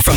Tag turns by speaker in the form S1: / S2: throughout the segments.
S1: From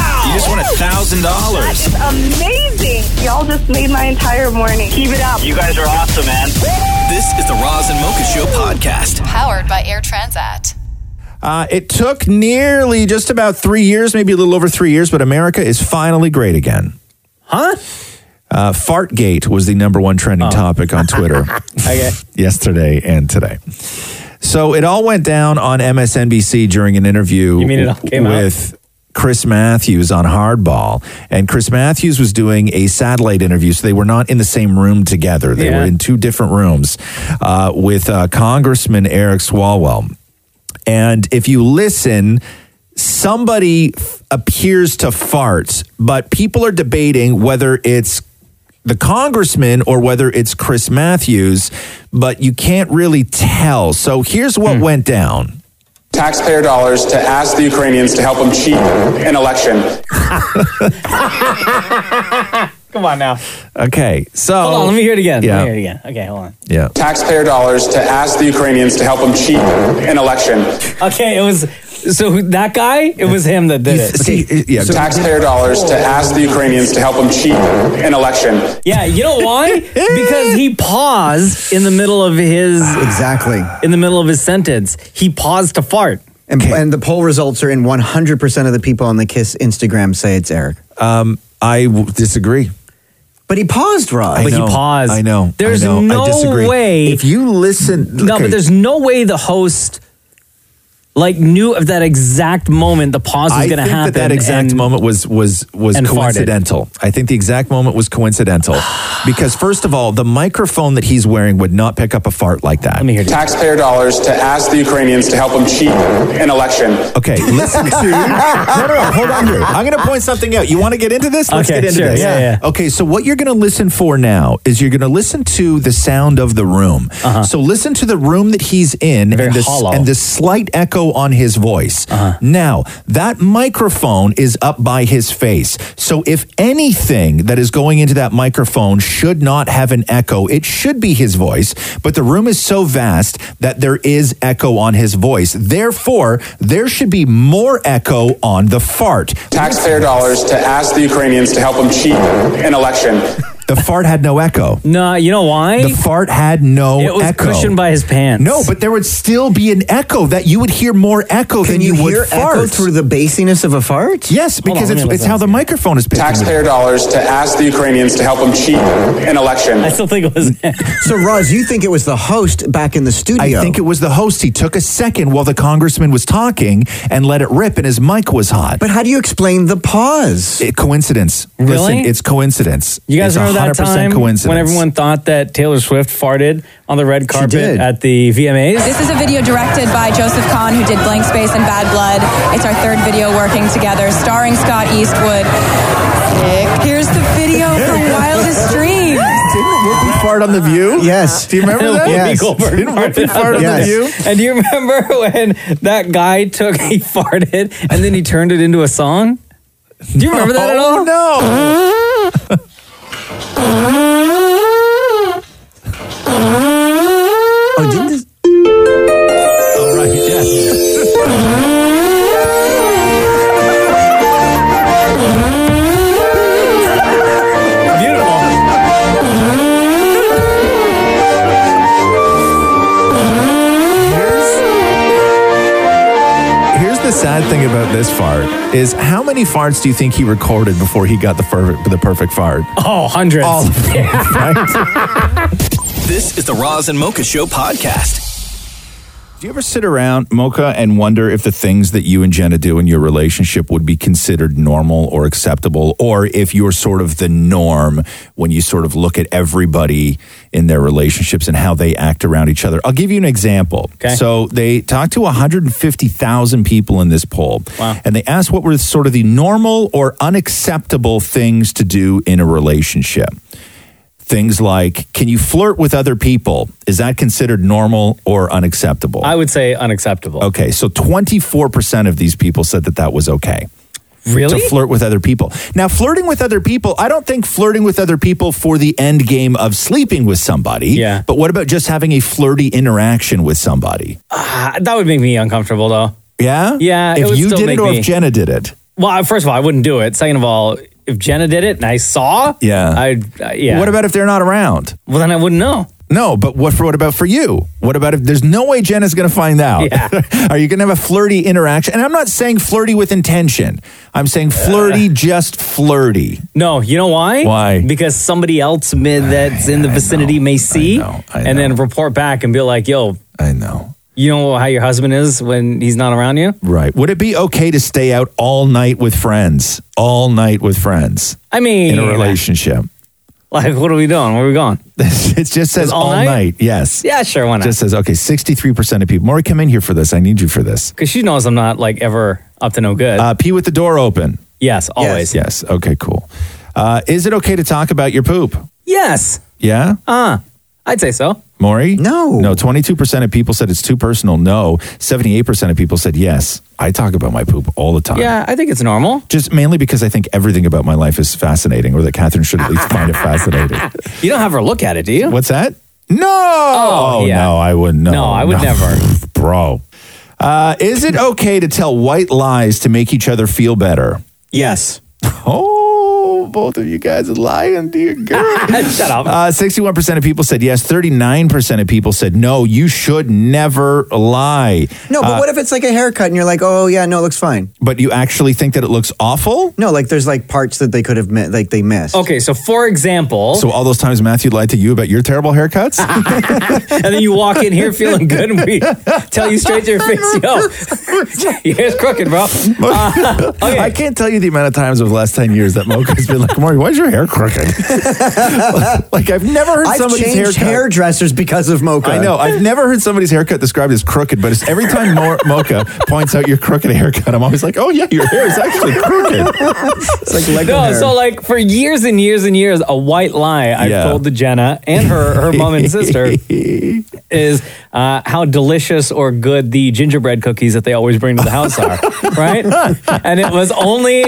S2: You just won a thousand dollars.
S3: It's amazing. Y'all just made my entire morning. Keep it up.
S2: You guys are awesome, man.
S1: This is the Roz and Mocha Show podcast.
S4: Powered by Air Transat.
S5: Uh, it took nearly just about three years, maybe a little over three years, but America is finally great again.
S2: Huh? Oh.
S5: Uh, Fartgate was the number one trending topic on Twitter yesterday and today. So it all went down on MSNBC during an interview
S2: You mean it all came out?
S5: with Chris Matthews on Hardball. And Chris Matthews was doing a satellite interview, so they were not in the same room together. They
S2: Yeah.
S5: were in two different rooms uh, with uh, Congressman Eric Swalwell. And if you listen, somebody f- appears to fart, but people are debating whether it's the congressman or whether it's Chris Matthews, but you can't really tell. So here's what went down.
S6: taxpayer dollars to ask the Ukrainians to help them cheat an election.
S2: Come on now.
S5: Okay, so
S2: Hold on, let me hear it again.
S5: Yeah.
S2: Let me hear it again. Okay, hold on.
S5: yeah.
S6: Taxpayer dollars to ask the Ukrainians to help them cheat an election.
S2: Okay, it was so who- that guy. It was him that did it.
S5: See, yeah.
S6: Taxpayer dollars to ask the Ukrainians to help them cheat an election.
S2: Yeah, you know why? because he paused in the middle of his
S7: Exactly.
S2: in the middle of his sentence. He paused to fart.
S7: And, and the poll results are in 100% of the people on the Kiss Instagram say it's Eric.
S5: Um, I w- disagree.
S7: But he paused, Rob.
S5: I
S2: But he
S5: know,
S2: paused.
S5: I know.
S2: There's
S5: I know,
S2: no
S5: I disagree.
S2: way-
S5: If you listen,
S2: No,
S5: okay,
S2: but there's no way the host like knew of that exact moment the pause was
S5: I
S2: going to
S5: think
S2: happen.
S5: that that exact
S2: and-
S5: moment was was was
S2: and farted.
S5: coincidental. I think the exact moment was coincidental because first of all, the microphone that he's wearing would not pick up a fart like that.
S2: Let me hear it.
S6: Taxpayer dollars to ask the Ukrainians to help them cheat an election.
S5: Okay, listen to. No, no, no, hold on here. I'm going to point something out. You want to get into this? Let's
S2: Okay,
S5: get into
S2: sure,
S5: this.
S2: yeah, yeah.
S5: Okay, so what you're going to listen for now is you're going to listen to the sound of the room. So listen to the room that he's in
S2: Uh-huh. Very
S5: and the,
S2: hollow. Uh-huh.
S5: and the slight echo on his voice. Now, that microphone is up by his face. So if anything that is going into that microphone should not have an echo, it should be his voice, but the room is so vast that there is echo on his voice. Therefore, there should be more echo on the fart.
S6: Taxpayer dollars to ask the Ukrainians to help them cheat an election.
S5: The fart had no echo.
S2: No, you know why?
S5: The fart had no
S2: it was
S5: echo.
S2: cushioned by his pants.
S5: no, but there would still be an echo that you would hear more echo
S7: Can
S5: than
S7: you,
S5: you,
S7: hear
S5: would fart.
S7: echo through the basiness of a fart?
S5: yes,
S2: Hold on,
S5: because
S2: let me
S5: it's,
S2: look
S5: it's
S2: at
S5: how
S2: this
S5: the
S2: again.
S5: microphone is picking. it.
S6: Taxpayer dollars to ask the Ukrainians to help them cheat an election.
S2: I still think it was.
S7: So, Roz, you think it was the host back in the
S5: I
S7: studio?
S5: think it was the host. He took a second while the congressman was talking and let it rip, and his mic was hot.
S7: But how do you explain the pause?
S5: It- coincidence.
S2: Really?
S5: Listen, it's coincidence.
S2: You guys
S5: it's 100%
S2: remember that time
S5: coincidence.
S2: when everyone thought that Taylor Swift farted on the red carpet
S7: did.
S2: at the VMAs?
S4: This is a video directed by Joseph Kahn, who did Blank Space and Bad Blood. It's our third video working together, starring Scott Eastwood. Here's the video for Wildest Dreams.
S5: Didn't Whoopi fart on the View?
S7: Yes.
S5: Do you remember that?
S2: Whoopi
S7: Yes.
S2: Goldberg
S5: Didn't Whoopi
S2: farted
S5: fart on the
S7: Yes.
S5: View?
S2: And do you remember when that guy took he farted and then he turned it into a song? Do you remember that at all?
S5: Oh,
S7: Oh, didn't this-
S5: no. All right, yeah.
S2: Beautiful.
S5: Here's the sad thing about this fart is how many farts do you think he recorded before he got the, perfect the perfect fart?
S2: Oh, hundreds.
S5: All of them, right?
S1: This is the Roz and Mocha Show podcast.
S5: Do you ever sit around, Mocha, and wonder if the things that you and Jenna do in your relationship would be considered normal or acceptable, or if you're sort of the norm when you sort of look at everybody in their relationships and how they act around each other? I'll give you an example.
S8: Okay.
S5: So they talked to 150,000 people in this poll, wow. and they asked what were sort of the normal or unacceptable things to do in a relationship things like can you flirt with other people is that considered normal or unacceptable i
S2: would say unacceptable
S5: okay so 24% of these people said that that was okay
S2: Really?
S5: To flirt with other people. Now, flirting with other people, I don't think flirting with other people for the end game of sleeping with somebody. Yeah. But what about just having a flirty interaction with somebody?
S2: Ah, that would make me uncomfortable though.
S5: Yeah?
S2: Yeah.
S5: If
S2: would
S5: you
S2: still
S5: did it
S2: make
S5: or
S2: me-
S5: if Jenna did it.
S2: Well, I- first of all, I wouldn't do it. Second of all, if Jenna did it and I saw,
S5: Yeah.
S2: I uh, yeah.
S5: What about if they're not around?
S2: Well, then I wouldn't know.
S5: No, but what for? What about for you? What about if there's no way Jenna's going to find out? Are you going to have a flirty interaction? And I'm not saying flirty with intention. I'm saying
S2: Uh.
S5: flirty, just flirty.
S2: No, you know why? Why? Because somebody else mid that's in the vicinity may see and then report back and be like, "Yo,
S5: I know.
S2: You know how your husband is when he's not around you?"
S5: Right. Would it be okay to stay out all night with friends? All night with friends.
S2: I mean-
S5: in a relationship.
S2: Like, what are we doing? Where are we going?
S5: it just says all, night? Yes.
S2: Yeah, sure, why not?
S5: Just says okay. Sixty-three percent of people. Maury, come in here for this. I need you for this.
S2: Because she knows I'm not like ever up to no good.
S5: Uh, pee with the door open.
S2: Yes, always.
S5: Yes. Okay. Cool. Uh, is it okay to talk about your poop?
S2: yes.
S5: Yeah.
S2: Uh, I'd say so.
S5: Maury? No. No, 22% of people said it's too personal. No. 78% of people said yes. I talk about my poop all the time.
S2: Yeah, I think it's normal.
S5: Just mainly because I think everything about my life is fascinating, or that Catherine should at least find it fascinating.
S2: You don't have her look at it, do you?
S5: What's that? No. Oh,
S2: yeah.
S5: no, I wouldn't. No,
S2: No, I would never.
S5: Bro. Uh, is it okay to tell white lies to make each other feel better?
S7: Yes.
S5: Oh, both of you guys are lying, dear girl.
S2: Shut up.
S5: Uh, 61% of people said yes. 39% of people said no, you should never lie.
S7: No, but
S5: Uh,
S7: what if it's like a haircut and you're like, oh yeah, no, it looks fine.
S5: But you actually think that it looks awful?
S7: No, like there's like parts that they could have mi- like they missed.
S2: Okay, so for example,
S5: So all those times Matthew lied to you about your terrible haircuts?
S2: and then you walk in here feeling good, and we tell you straight to your face, "Yo, your hair's crooked, bro." Uh, okay.
S5: I can't tell you the amount of times over the last 10 years that Mocha's been like, Maury, why is your hair crooked? like, I've never heard
S7: I've
S5: somebody's
S7: changed
S5: haircut.
S7: hairdressers because of Mocha.
S5: I know. I've never heard somebody's haircut described as crooked, but it's every time Mo- Mocha points out your crooked haircut, I'm always like, oh, yeah, your hair is actually crooked.
S7: It's like Lego
S2: no,
S7: hair.
S2: so like for years and years and years, a white lie I've
S5: Yeah.
S2: told to Jenna and her her mom and sister is uh, how delicious or good the gingerbread cookies that they always bring to the house are, right? And it was only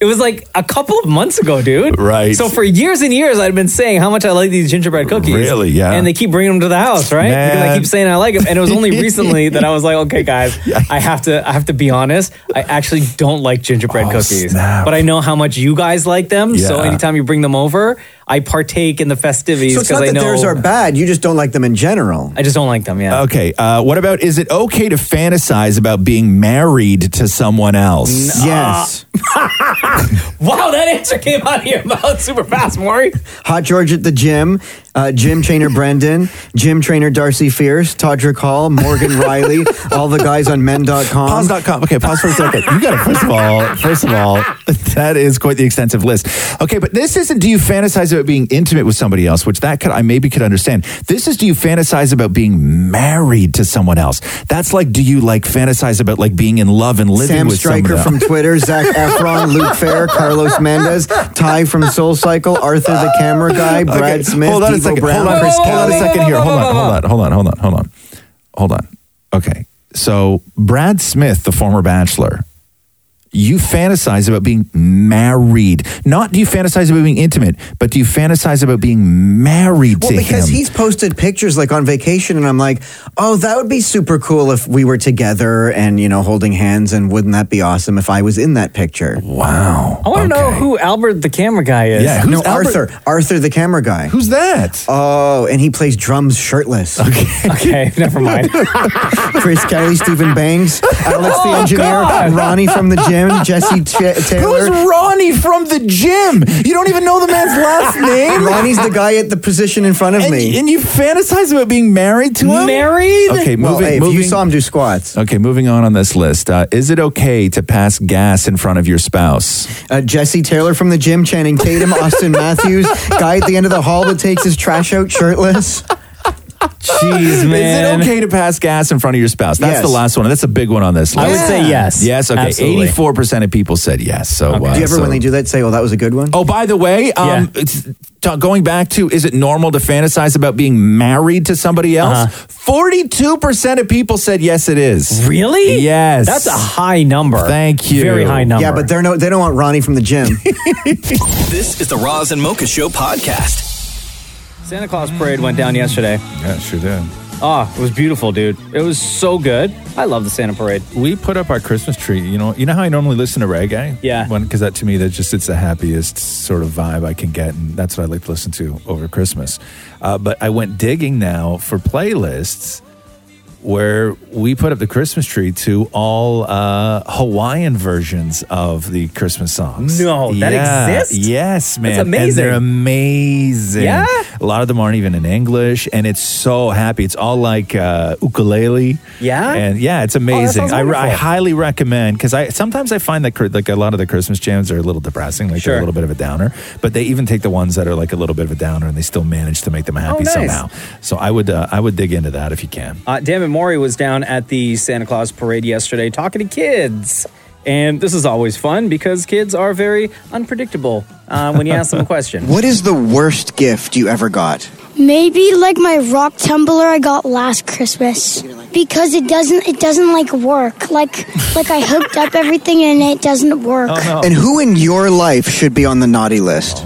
S2: it was like a couple of months ago, dude.
S5: Right.
S2: So for years and years, I'd been saying how much I like these gingerbread cookies.
S5: Really? Yeah.
S2: And they keep bringing them to the house, right? Because I
S5: Man.
S2: keep saying I like them, and it was only recently that I was like, okay, guys, I have to I have to be honest. I actually don't like gingerbread
S5: Oh,
S2: cookies,
S5: snap.
S2: but I know how much you guys like them. So
S5: Yeah.
S2: anytime you bring them over, I partake in the festivities
S7: So it's
S2: because
S7: not
S2: I
S7: that
S2: know
S7: theirs are bad. You just don't like them in general.
S2: I just don't like them. Yeah.
S5: Okay. Uh, what about is it okay to fantasize about being married to someone else?
S7: Yes.
S2: Wow, that answer came out of your mouth super fast, Maury.
S7: Hot George at the gym, uh, gym trainer Brendan, gym trainer Darcy Fierce, Todrick Hall, Morgan Riley, all the guys on men.com.
S5: Pause.com. Okay, pause for a second. You got to first of all, first of all, that is quite the extensive list. Okay, but this isn't. Do you fantasize about being intimate with somebody else? Which that could I maybe could understand. This is. Do you fantasize about being married to someone else? That's like. Do you like fantasize about like being in love and living
S7: Sam
S5: with someone
S7: Stryker
S5: else?
S7: from Twitter, Zach Efron, Luke Fair, Carlos Mendez, Ty from Soul Cycle, Arthur the Camera Guy, Brad
S5: Okay,
S7: Smith,
S5: Hold on a
S7: Devo
S5: second.
S7: Brown,
S5: hold on,
S7: Chris
S5: hold on a
S7: Kelly.
S5: second here. Hold on. Hold on. Hold on. Hold on. Hold on. Hold on. Okay. So Brad Smith, the former bachelor, you fantasize about being married. Not do you fantasize about being intimate, but do you fantasize about being married
S7: Well,
S5: to
S7: because
S5: him?
S7: he's posted pictures like on vacation, and I'm like, oh, that would be super cool if we were together and, you know, holding hands, and wouldn't that be awesome if I was in that picture?
S5: wow.
S2: I want to know who Albert the camera guy is.
S5: Yeah, who's
S7: no,
S5: Albert-
S7: Arthur. Arthur, the camera guy.
S5: Who's that?
S7: Oh, and he plays drums shirtless.
S2: Okay, never mind.
S7: Chris Kelly, Stephen
S5: Oh,
S7: Banks, Alex the engineer,
S2: God.
S7: Ronnie from the gym, Jesse T- Taylor,
S5: Who's Ronnie from the gym. You don't even know the man's last name.
S7: Ronnie's the guy at the position in front of
S5: and,
S7: me.
S5: and you fantasize about being married to him?
S2: Married?
S5: Okay, moving,
S7: well, hey, if
S5: moving.
S7: you saw him do squats,
S5: Okay, moving on on this list. Uh, is it okay to pass gas in front of your spouse?
S7: uh, Jesse Taylor from the gym, Channing Tatum, Austin Matthews, guy at the end of the hall that takes his trash out shirtless.
S2: Jeez, man.
S5: Is it okay to pass gas in front of your spouse? That's
S7: Yes.
S5: the last one. That's a big one on this list.
S2: I would say yes.
S5: Yes, okay.
S2: Absolutely.
S5: Eighty-four percent of people said yes. So, uh,
S7: do you ever,
S5: so-
S7: when they do that, say, "Oh, that was a good one"?
S5: Oh, by the way, um,
S2: Yeah.
S5: it's- t- going back to is it normal to fantasize about being married to somebody
S2: Uh-huh.
S5: else? 42 percent of people said yes, it is.
S2: Really?
S5: Yes.
S2: That's a high number.
S5: Thank you.
S2: Very high number.
S7: yeah, but they're no, they don't want Ronnie from the gym.
S1: This is the Roz and Mocha Show podcast.
S2: Santa Claus parade went down yesterday.
S8: Yeah, sure did.
S2: Oh, it was beautiful, dude. It was so good. I love the Santa parade.
S8: We put up our Christmas tree. You know, you know how I normally listen to reggae.
S2: Yeah.
S8: because that to me, that just it's the happiest sort of vibe I can get, and that's what I like to listen to over Christmas. Uh, but I went digging now for playlists where we put up the Christmas tree to all uh, Hawaiian versions of the Christmas songs.
S2: No, Oh, that exists?
S8: Yes, man. And
S2: amazing.
S8: they're amazing.
S2: Yeah?
S8: A lot of them aren't even in English, and it's so happy. It's all like uh, ukulele.
S2: Yeah?
S8: And yeah, it's amazing.
S2: Oh, sounds
S8: I, I
S2: wonderful.
S8: highly recommend because I sometimes I find that cr- like a lot of the Christmas jams are a little depressing, like
S2: Sure.
S8: they're a little bit of a downer. But they even take the ones that are like a little bit of a downer, and they still manage to make them happy
S2: Oh, nice.
S8: somehow. So I would uh, I would dig into that if you can.
S2: Uh, Dammit Maury was down at the Santa Claus parade yesterday talking to kids. And this is always fun because kids are very unpredictable uh, when you ask them a question.
S7: what is the worst gift you ever got?
S9: Maybe like my rock tumbler I got last Christmas because it doesn't it doesn't like work. Like like I hooked up everything and it doesn't
S5: Oh,
S9: work.
S7: And who in your life should be on the naughty list?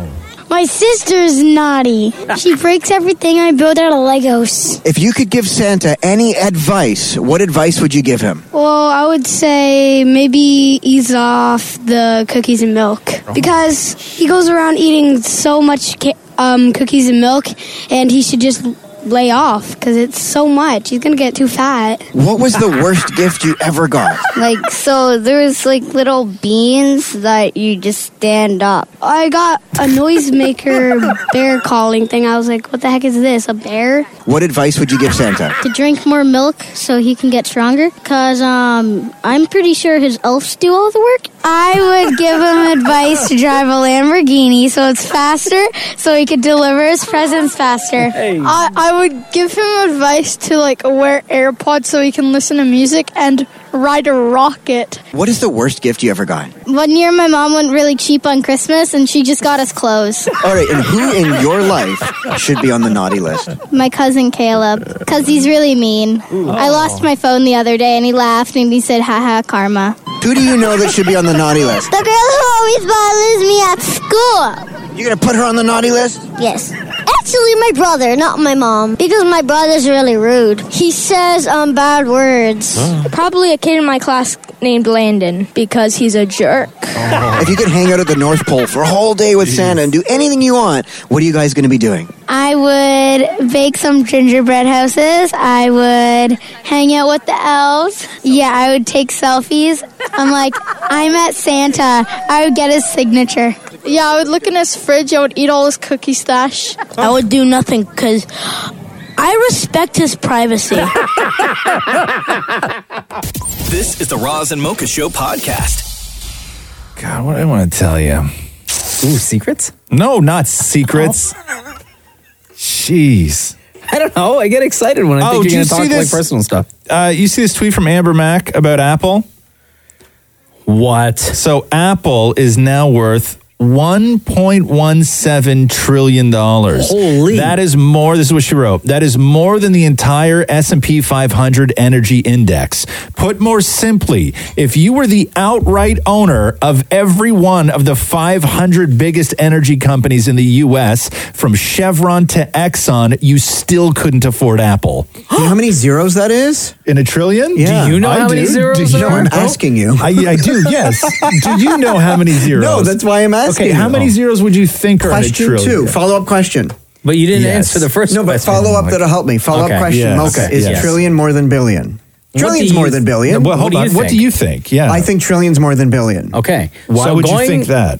S9: My sister's naughty. She breaks everything I build out of Legos.
S7: If you could give Santa any advice, what advice would you give him?
S9: Well, I would say maybe ease off the cookies and milk because he goes around eating so much ca- um, cookies and milk, and he should just lay off because it's so much. He's gonna get too fat.
S7: What was the worst gift you ever got?
S9: Like so there's like little beans that you just stand up. I got a noisemaker bear calling thing. I was like, what the heck is this? A bear?
S7: What advice would you give Santa?
S9: To drink more milk so he can get stronger cuz um I'm pretty sure his elves do all the work. I would give him advice to drive a Lamborghini so it's faster so he could deliver his presents faster.
S10: I, I would give him advice to like wear AirPods so he can listen to music and ride a rocket.
S7: What is the worst gift you ever got?
S9: One year, my mom went really cheap on Christmas, and she just got us clothes.
S7: All right, and who in your life should be on the naughty list?
S9: My cousin Caleb, because he's really mean. I lost my phone the other day, and he laughed and he said, haha, karma.
S7: Who do you know that should be on the naughty list?
S9: The girl who always bothers me at school.
S7: You're gonna put her on the naughty list?
S9: Yes. Actually, my brother, not my mom, because my brother's really rude. He says um, bad words.
S10: Probably a kid in my class named Landon because he's a jerk.
S7: If you could hang out at the North Pole for a whole day with Santa and do anything you want, what are you guys gonna be doing?
S9: I would bake some gingerbread houses. I would hang out with the elves. Yeah, I would take selfies. I'm like, I'm at Santa. I would get his signature.
S10: Yeah, I would look in his fridge. I would eat all his cookie stash.
S9: I would do nothing because I respect his privacy.
S1: This is the Roz and Mocha Show podcast.
S5: God, what do I want to tell you?
S2: Ooh, secrets? Oh.
S5: No, not secrets. Jeez.
S2: I don't know. I get excited when I
S5: Oh,
S2: think
S5: do
S2: you're
S5: you
S2: going to talk
S5: see
S2: like
S5: this?
S2: personal stuff.
S5: Uh, you see this tweet from Amber Mack about Apple?
S2: What?
S5: So Apple is now worth $1.17 trillion.
S2: Holy.
S5: That is more, this is what she wrote. That is more than the entire S&P 500 energy index. Put more simply, if you were the outright owner of every one of the 500 biggest energy companies in the US, from Chevron to Exxon, you still couldn't afford Apple.
S7: You know how many zeros that is?
S5: In a trillion?
S7: Yeah. Do you
S2: know
S5: I
S2: how many zeros
S5: Do you
S2: there
S5: know-
S2: are?
S7: I'm asking you.
S5: I, I do, yes. do you know how many zeros?
S7: No, that's why I'm asking.
S5: Okay, how
S7: you.
S5: many zeros would you think are in a
S7: Question
S5: trillion?
S7: two. Follow up question.
S2: But you didn't
S5: Yes.
S2: answer the first
S7: No, but
S2: question.
S7: follow up that'll help me. Follow
S2: Okay.
S7: up question.
S5: Yes.
S7: Mocha is
S5: Yes.
S7: trillion more than billion.
S2: do
S7: Trillions
S2: you-
S7: more than billion.
S5: Well,
S2: What
S5: hold
S2: do
S5: on.
S2: you
S5: What do
S2: think?
S5: you think? Yeah.
S7: I think trillions more than billions.
S2: Okay.
S5: Why
S2: so
S5: would
S2: going,
S5: you think that?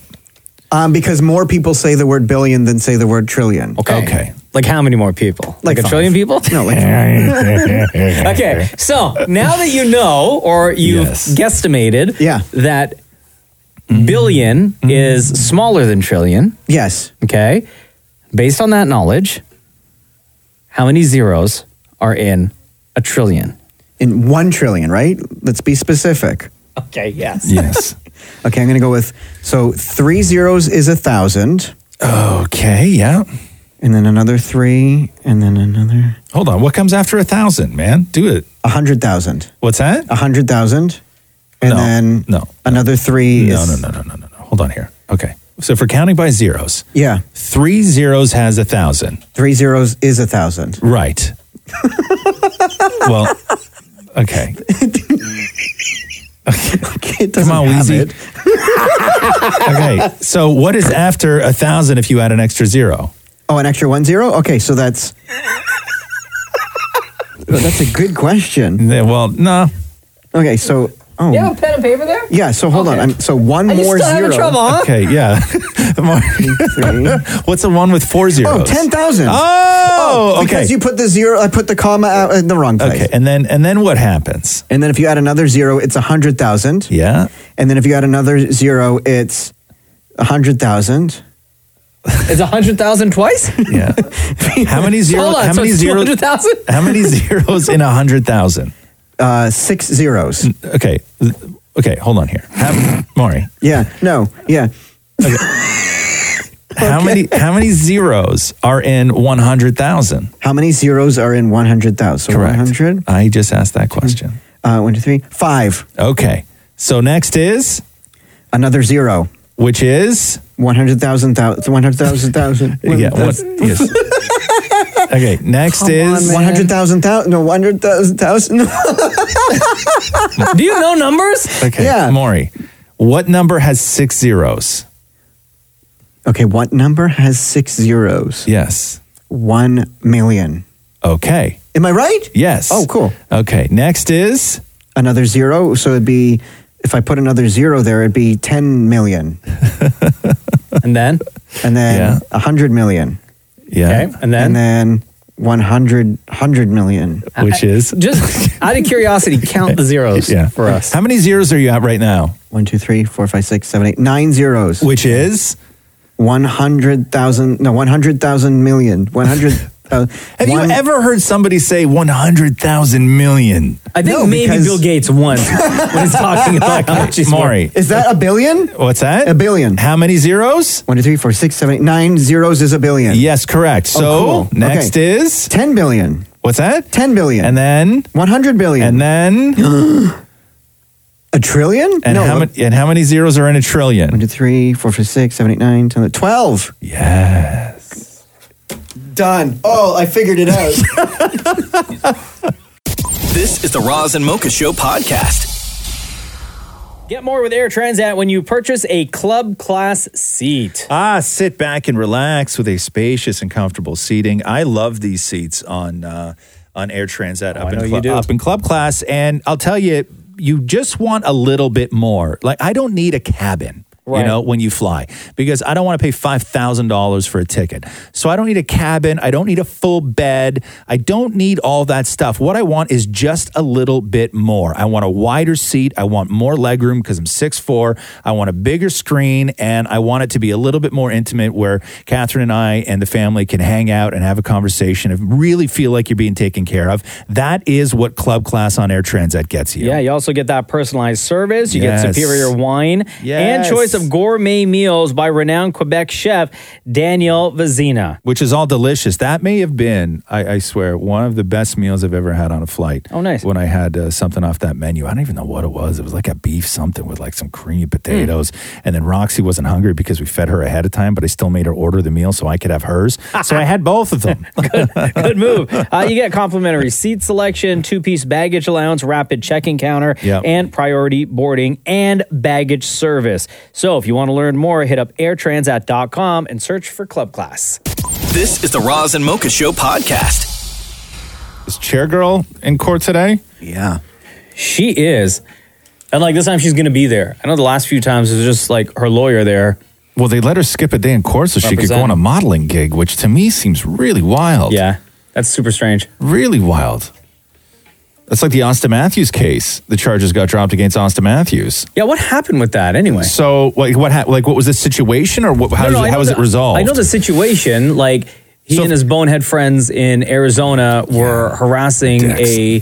S7: Um, because more people say the word billion than say the word trillion.
S2: Okay. Okay. Like how many more people? Like, a
S7: five.
S2: trillion people?
S7: No, like
S2: okay, so now that you know or you've guesstimated yeah. that 1000000000 is smaller than trillion.
S7: Mm-hmm. Yes.
S2: Okay. Based on that knowledge, how many zeros are in a trillion?
S7: In one trillion, right? Let's be specific.
S2: Okay, yes.
S7: okay, I'm going to go with so three zeros is a thousand.
S5: Okay, yeah.
S7: And then another three, and then another.
S5: Hold on. What comes after a thousand, man? Do it.
S7: A hundred thousand.
S5: What's that?
S7: A hundred thousand. And
S5: No,
S7: then
S5: no,
S7: another three
S5: No,
S7: is.
S5: no, no, no, no, no. Hold on here. Okay. So if we're counting by zeros,
S7: Yeah.
S5: three zeros has a thousand.
S7: Three zeros is a thousand.
S5: Right. well, okay.
S7: okay.
S5: Come on, Wheezy. okay. So what is after a thousand if you add an extra zero?
S7: Oh, an extra one zero? Okay, so that's. Well, that's a good question.
S5: well, no.
S7: Okay, so. Oh.
S2: Yeah, pen and paper there?
S7: Yeah, so hold on. I'm, so one
S2: Are you
S7: more
S2: still having
S7: zero.
S2: trouble, huh?
S5: Okay, yeah. What's the one with four zeros?
S7: Oh, 10,000.
S5: Oh, okay.
S7: Because you put the zero, I put the comma out in the wrong place. Okay,
S5: and then and then what happens?
S7: And then if you add another zero, it's a 100,000.
S5: Yeah.
S7: And then if you add another zero, it's a 100,000.
S2: Is a hundred thousand twice?
S5: Yeah. How many zeros?
S2: Hold on,
S5: how
S2: so
S5: many
S2: it's
S5: zeros?
S2: 200,000?
S5: How many zeros in a hundred thousand?
S7: Uh, six zeros.
S5: Okay. Okay. Hold on here, How- Maury.
S7: Yeah, no, yeah.
S5: How many how many zeros are in one hundred thousand?
S7: How many zeros are in 100,000? So
S5: Correct.
S7: 100?
S5: I just asked that question.
S7: Uh, one, two, three, five.
S5: Okay. So next is
S7: another zero,
S5: which is
S7: 100,000, thou- 100,000, thousand.
S5: Yeah. What, yes. Okay. Next is
S7: 100,000, thou- no, 100,000, thousand.
S2: Do you know numbers?
S5: Okay. Maury, what number has six zeros?
S7: Okay, what number has six zeros?
S5: Yes.
S7: One million.
S5: Okay.
S7: Am I right?
S5: Yes.
S7: Oh, cool.
S5: Okay. Next is
S7: another zero. So it'd be, if I put another zero there, it'd be 10 million.
S2: and then?
S7: And then a 100 million.
S5: Yeah.
S2: Okay, and then?
S7: And then 100, 100 million.
S5: Which is?
S2: Just out of curiosity, count the zeros
S5: Yeah.
S2: for us.
S5: How many zeros are you at right now?
S7: One, two, three, four, five, six, seven, eight, nine zeros.
S5: Which is?
S7: 100,000, no, 100,000 million. 100, uh,
S5: Have you ever heard somebody say 100,000 million?
S2: I think
S7: No,
S2: maybe
S7: because-
S2: Bill Gates won when he's talking about how much he's
S5: Maury.
S7: Is that a billion?
S5: What's that?
S7: A billion.
S5: How many zeros?
S7: One, two, three, four, six, seven, eight, nine zeros is a billion.
S5: Yes, correct. So
S7: Oh, cool.
S5: next
S7: Okay.
S5: is
S7: 10 billion.
S5: what's that?
S7: 10 billion.
S5: And then
S7: 100 billion.
S5: and then
S7: a trillion?
S5: and
S7: no,
S5: how many and how many zeros are in a trillion?
S7: One, two, three, four, five, six, seven, eight, nine, ten, eleven, twelve.
S5: Yes.
S7: Done. Oh, I figured it out.
S1: This is the Roz and Mocha Show podcast.
S2: Get more with Air Transat when you purchase a club class seat.
S5: Ah, sit back and relax with a spacious and comfortable seating. I love these seats on uh, on Air Transat up,
S2: Oh, know
S5: in clu-
S2: you do.
S5: up in club class, and I'll tell you, you just want a little bit more. Like I don't need a cabin. You
S2: Right.
S5: know, when you fly, because I don't want to pay $5,000 for a ticket. So I don't need a cabin. I don't need a full bed. I don't need all that stuff. What I want is just a little bit more. I want a wider seat. I want more legroom because I'm 6'4. I want a bigger screen and I want it to be a little bit more intimate where Catherine and I and the family can hang out and have a conversation and really feel like you're being taken care of. That is what club class on Air Transat gets you.
S2: Yeah, you also get that personalized service. You
S5: Yes.
S2: get superior wine
S5: Yes.
S2: and choice of gourmet meals by renowned Quebec chef Daniel Vizina.
S5: which is all delicious. That may have been, I, I swear, one of the best meals I've ever had on a flight.
S2: Oh, nice.
S5: When I had uh, something off that menu, I don't even know what it was. It was like a beef something with like some creamy potatoes.
S2: Mm.
S5: And then Roxy wasn't hungry because we fed her ahead of time, but I still made her order the meal so I could have hers. so I had both of them.
S2: Good move. Uh, you get complimentary seat selection, two piece baggage allowance, rapid check-in counter,
S5: Yep.
S2: and priority boarding and baggage service. So if you want to learn more, hit up airtransat.com and search for Club Class.
S1: This is the Roz and Mocha Show podcast.
S5: is Chair Girl in court today?
S7: yeah.
S2: She is. And like this time she's going to be there. I know the last few times it was just like her lawyer there
S5: Well, they let her skip a day in court so she could go
S2: Represent.
S5: on a modeling gig, which to me seems really wild.
S2: Yeah, that's super strange.
S5: Really wild. That's like the Austin Matthews case. The charges got dropped against Austin Matthews.
S2: Yeah, what happened with that anyway?
S5: So, like, what hap like what was the situation, or what, how,
S2: No,
S5: does
S2: no, I
S5: it, how
S2: know
S5: was
S2: the-
S5: it resolved?
S2: I know the situation. Like he and his bonehead friends in Arizona were harassing a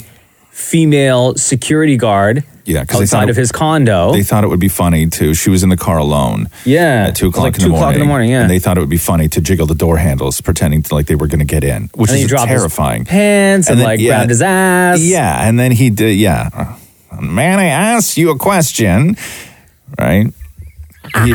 S2: female security guard.
S5: Yeah, 'cause they
S2: outside
S5: thought it-
S2: of his condo.
S5: They thought it would be funny to. She was in the car alone.
S2: Yeah,
S5: at two
S2: it was
S5: o'clock
S2: like
S5: in the
S2: 2
S5: morning.
S2: o'clock in the morning, yeah.
S5: and they thought it would be funny to jiggle the door handles, pretending to, like they were going to get in, which
S2: And then
S5: is
S2: he dropped his
S5: terrifying.
S2: pants and,
S5: then-
S2: like grabbed his ass.
S5: Yeah, and then he did. Yeah, man, I asked you a question, right? He,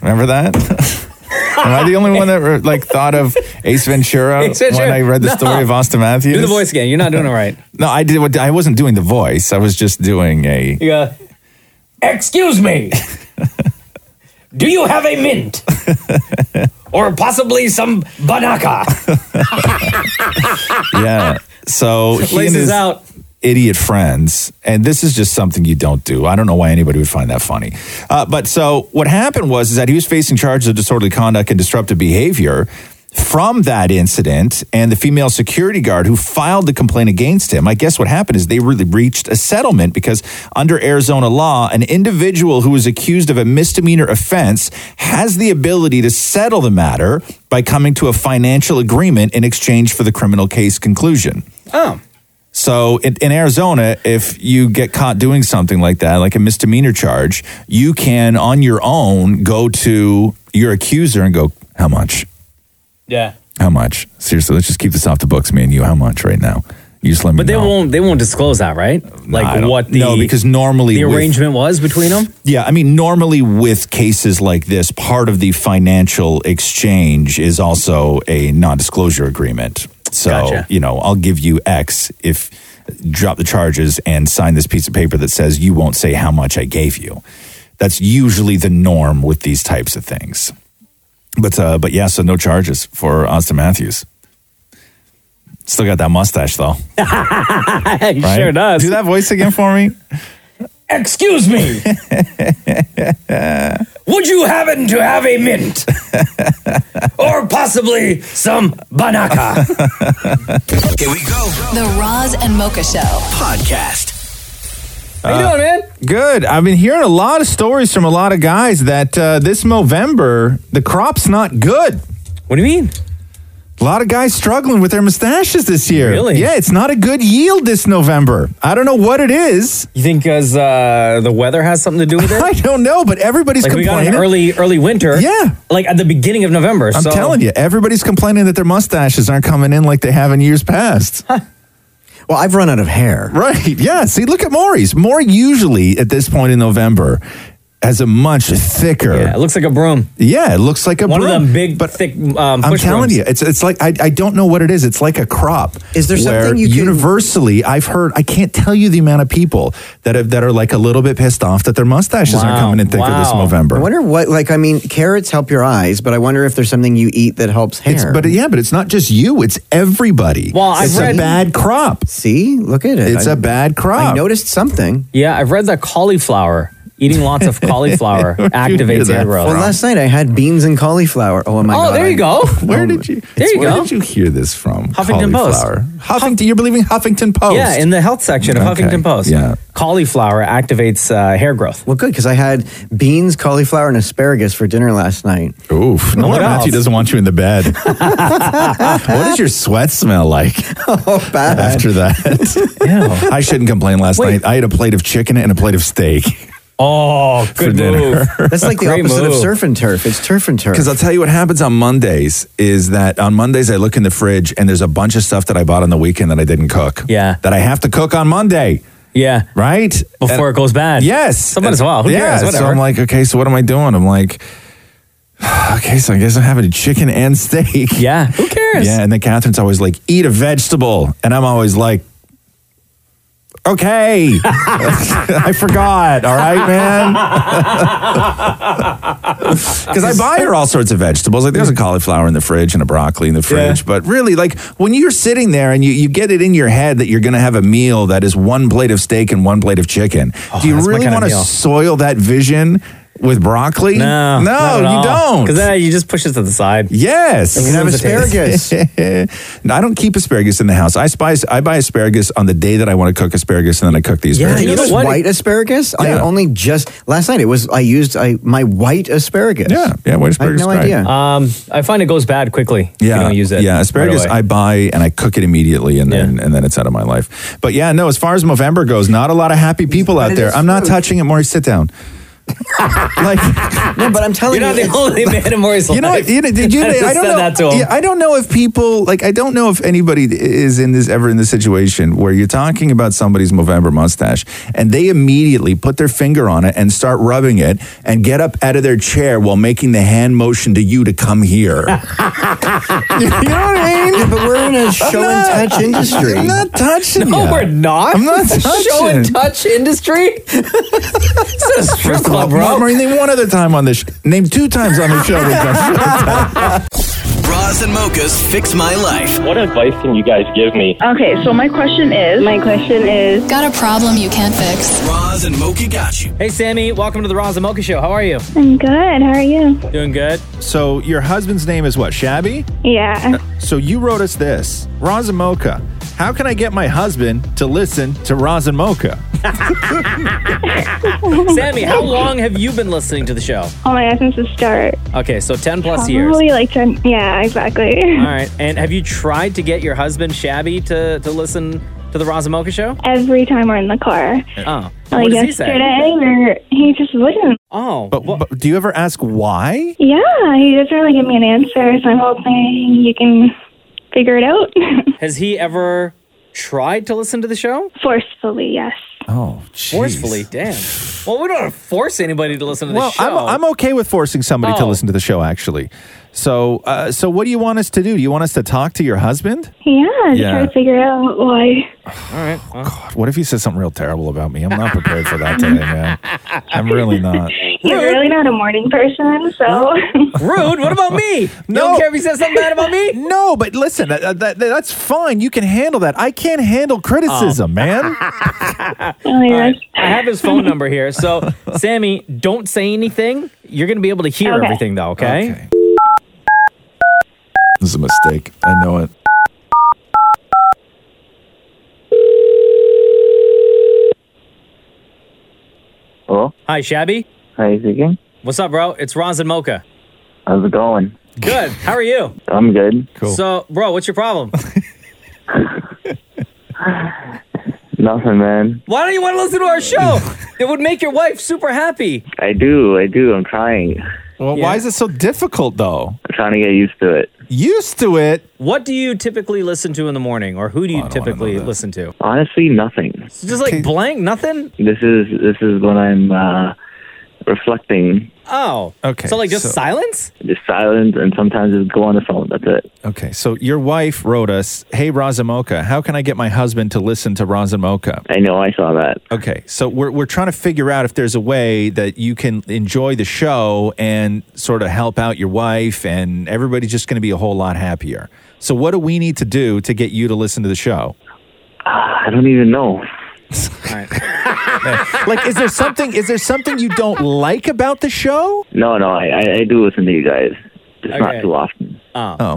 S5: remember that? Am I the only one that like thought of Ace Ventura
S2: Ace Ventura.
S5: when I read the
S2: No.
S5: story of Austin Matthews?
S2: Do the voice again. You're not doing it right.
S5: no, I did. what- I wasn't doing the voice. I was just doing a.
S2: You go, excuse me. Do you have a mint? or possibly some banaka?
S5: yeah. So he
S2: Laces
S5: and his
S2: out.
S5: idiot friends, and this is just something you don't do. I don't know why anybody would find that funny. Uh, but so what happened was is that he was facing charges of disorderly conduct and disruptive behavior from that incident and the female security guard who filed the complaint against him i guess what happened is they really reached a settlement because under arizona law an individual who is accused of a misdemeanor offense has the ability to settle the matter by coming to a financial agreement in exchange for the criminal case conclusion
S2: Oh.
S5: so in, in Arizona, if you get caught doing something like that, like a misdemeanor charge, you can on your own go to your accuser and go, "How much?
S2: Yeah.
S5: How much? Seriously, let's just keep this off the books, me and you. How much right now? You just let me
S2: But they
S5: know."
S2: won't they won't disclose that, right?
S5: I
S2: like
S5: don't-
S2: what the
S5: no, because normally
S2: the
S5: with-
S2: arrangement was between them?
S5: Yeah, I mean, normally with cases like this, part of the financial exchange is also a non-disclosure agreement. So
S2: Gotcha.
S5: you know, I'll give you X if drop the charges and sign this piece of paper that says you won't say how much I gave you. That's usually the norm with these types of things. But uh, but yeah, so no charges for Austin Matthews. Still got that mustache though.
S2: He
S5: Right?
S2: sure does.
S5: Do that voice again for me.
S2: Excuse me. Would you happen to have a mint? or possibly some banaka?
S11: Here we go.
S12: The Roz and Mocha Show
S11: podcast.
S5: How
S2: you doing, man?
S5: Uh, Good. I've been hearing a lot of stories from a lot of guys that uh, this Movember the crop's not good.
S2: What do you mean?
S5: A lot of guys struggling with their mustaches this year.
S2: Really?
S5: Yeah, it's not a good yield this November. I don't know what it is.
S2: You think because uh, the weather has something to do with it?
S5: I don't know, but everybody's
S2: like we got
S5: complaining.
S2: an early early winter.
S5: Yeah.
S2: Like at the beginning of November.
S5: I'm
S2: so
S5: telling you, everybody's complaining that their mustaches aren't coming in like they have in years past.
S7: Well, I've run out of hair.
S5: Right. Yeah. See, look at Maury's. Maury usually at this point in November has a much thicker.
S2: Yeah, it looks like a broom.
S5: Yeah, it looks like a
S2: One
S5: broom.
S2: of them big, thick. Um,
S5: I'm
S2: push
S5: telling
S2: brooms.
S5: you, it's it's like I, I don't know what it is. It's like a crop.
S7: Is there
S5: where
S7: something you can-
S5: universally? I've heard. I can't tell you the amount of people that have, that are like a little bit pissed off that their mustaches aren't
S2: Wow,
S5: coming in thicker this
S2: wow.
S7: I
S5: November.
S7: wonder what, like, I mean, carrots help your eyes, but I wonder if there's something you eat that helps hair.
S5: It's, but yeah, but it's not just you. It's everybody.
S2: Well, I've
S5: it's a
S2: read-
S5: bad crop.
S7: See, look at it.
S5: It's
S7: I-
S5: a bad crop.
S7: I noticed something.
S2: Yeah, I've read that cauliflower. Eating lots of cauliflower
S5: Where'd you hear
S2: activates
S5: that
S2: hair growth.
S7: Well, last night I had beans and cauliflower. Oh my god!
S2: oh, there you
S7: I-
S2: go.
S5: Where did you?
S2: There
S5: it's-
S2: you
S5: where
S2: go.
S5: did you hear this from?
S2: Huffington Post.
S5: Cauliflower. Huffington. You're believing Huffington Post.
S2: Yeah, in the health section of
S5: Okay,
S2: Huffington Post.
S5: yeah.
S2: Cauliflower activates uh, hair growth.
S7: Well, good because I had beans, cauliflower, and asparagus for dinner last night.
S5: Oof. No
S2: What
S5: wonder
S2: else?
S5: Matthew doesn't want you in the bed. what does
S2: Uh,
S5: your sweat smell like
S7: Oh, bad.
S5: after that?
S2: Yeah.
S5: I shouldn't complain. Last
S2: uh, Wait.
S5: night I ate a plate of chicken and a plate of steak.
S2: Oh, good
S5: dinner.
S2: move.
S7: That's like the
S2: Great
S7: opposite of
S2: move.
S7: surf and turf. It's turf and turf.
S5: Because I'll tell you what happens on Mondays is that on Mondays I look in the fridge and there's a bunch of stuff that I bought on the weekend that I didn't cook.
S2: Yeah.
S5: That I have to cook on Monday,
S2: Yeah.
S5: right?
S2: Before
S5: And-
S2: it goes bad.
S5: Yes.
S2: Someone as well. Who
S5: yeah.
S2: cares? Whatever.
S5: So I'm like, okay, so what am I doing? I'm like, okay, so I guess I'm having chicken and steak.
S2: yeah. Who cares?
S5: Yeah, and then Catherine's always like, eat a vegetable. And I'm always like, okay. I forgot. All right, man. Because I buy her all sorts of vegetables. Like there's a cauliflower in the fridge and a broccoli in the fridge.
S2: Yeah.
S5: But really, like when you're sitting there and you, you get it in your head that you're going to have a meal that is one plate of steak and one plate of chicken, do you
S2: Oh, that's my
S5: really
S2: kind of
S5: want to
S2: meal.
S5: soil that vision with broccoli?
S2: No,
S5: no, you don't.
S2: Because then you just push it to the side.
S5: Yes,
S2: It ruins the taste.
S5: no, I don't keep asparagus in the house. I spice. I buy asparagus on the day that I want to cook asparagus, and then I cook the asparagus.
S7: you know this white asparagus? I only just last night. It was I used I my white asparagus. Yeah,
S5: yeah, white
S7: I
S5: asparagus,
S7: had no
S5: right.
S7: idea.
S2: Um, I find it goes bad quickly.
S5: Yeah,
S2: if you don't use it.
S5: Yeah, asparagus
S2: right away.
S5: I buy and I cook it immediately, and then and then it's out of my life. But yeah, no. As far as Movember goes, not a lot of happy people out
S7: it
S5: there.
S7: is
S5: I'm not
S7: food.
S5: touching it, Maury. Sit down. like
S7: no, but I'm telling
S2: You're
S7: you,
S2: not the
S7: it's-
S2: only man in Maury's
S5: You know,
S2: life.
S5: what? you know, did you?
S2: I just
S5: I don't
S2: said
S5: know.
S2: that to him.
S5: Yeah, I don't know if people like. I don't know if anybody is in this ever in this situation where you're talking about somebody's Movember mustache and they immediately put their finger on it and start rubbing it and get up out of their chair while making the hand motion to you to come here.
S7: you know what I mean? Yeah, but we're in a show and touch industry.
S5: I'm not touching.
S2: No,
S5: ya.
S2: we're not.
S5: I'm not
S2: The Show
S5: touching.
S2: and touch industry. it's a strip club,
S5: Mar-
S2: bro.
S5: Maureen, name one other time on this. Sh- name two times on the show. we've done-
S1: Bras and mochas fix my life.
S13: What advice can you guys give me?
S3: Okay, so my question is. My question is.
S14: Got a problem you can't fix.
S1: Bras and mocha got you.
S2: Hey, Sammy. Welcome to the Roz and Mocha Show. How are you?
S3: I'm good. How are you?
S2: Doing good.
S5: so your husband's name is what? Shabby. Uh,
S3: Yeah.
S5: So you wrote us this, Roz and Mocha. How can I get my husband to listen to Roz and Mocha?
S2: Sammy, how long have you been listening to the show?
S3: Oh my gosh, since the start.
S2: Okay, so 10 plus years.
S3: Probably like 10. Yeah, exactly.
S2: All right. And have you tried to get your husband, Shabby, to, to listen to the Roz and Mocha Show?
S3: Every time we're in the car.
S2: Oh.
S3: Uh, Like
S2: what does he say?
S3: yesterday, or he just wouldn't.
S2: Oh.
S5: But, but do you ever ask why?
S3: Yeah, he doesn't really give me an answer, so I'm hoping you can figure it out.
S2: Has he ever tried to listen to the show?
S3: Forcefully, yes.
S5: Oh,
S2: Forcefully, damn. Well, we don't wanna force anybody to listen to the
S5: Well,
S2: show.
S5: I'm, I'm okay with forcing somebody to
S2: Oh.
S5: listen to the show, actually. So, uh, so what do you want us to do? Do you want us to talk to your husband?
S3: Yeah, just
S5: Yeah.
S3: try to figure out why.
S5: All right. God, what if he says something real terrible about me? I'm not prepared for that today, man. I'm really not.
S3: He's really not a morning person, so.
S2: Rude. What about me?
S5: No.
S2: You don't care if he says something bad about me?
S5: No, but listen, that, that, that- that's fine. You can handle that. I can't handle criticism, man.
S2: Oh. All right. Um, I have his phone number here. So, Sammy, don't say anything. You're going to be able to hear
S3: Okay.
S2: everything, though, okay?
S5: This is a mistake. I know it.
S15: Hello?
S2: Hi, Shabby.
S15: Hi, speaking.
S2: What's up, bro? It's Roz and Mocha.
S15: How's it going?
S2: Good. How are you?
S15: I'm good.
S2: So, bro, what's your problem?
S15: Nothing, man.
S2: Why don't you want to listen to our show? it would make your wife super happy.
S15: I do. I do. I'm trying.
S5: Well,
S2: why
S5: is it so difficult, though?
S15: I'm trying to get used to it.
S5: Used to it.
S2: What do you typically listen to in the morning, or who do you typically listen to?
S15: Honestly, nothing.
S2: It's just like blank, nothing.
S15: This is this is when I'm uh, reflecting,
S2: Oh,
S5: Okay,
S2: So, like, just
S5: so-
S2: silence.
S15: just silence, and sometimes just go on the phone. That's it.
S5: Okay, so your wife wrote us, "Hey Razamoka, how can I get my husband to listen to Razamoka?"
S15: I know, I saw that.
S5: Okay, so we're we're trying to figure out if there's a way that you can enjoy the show and sort of help out your wife, and everybody's just going to be a whole lot happier. So, what do we need to do to get you to listen to the show?
S15: Ah, I don't even know.
S5: like, is there something is there something you don't like about the show?
S15: No, no, I I, I do listen to you guys, just not
S2: Okay.
S15: too often.
S2: Oh.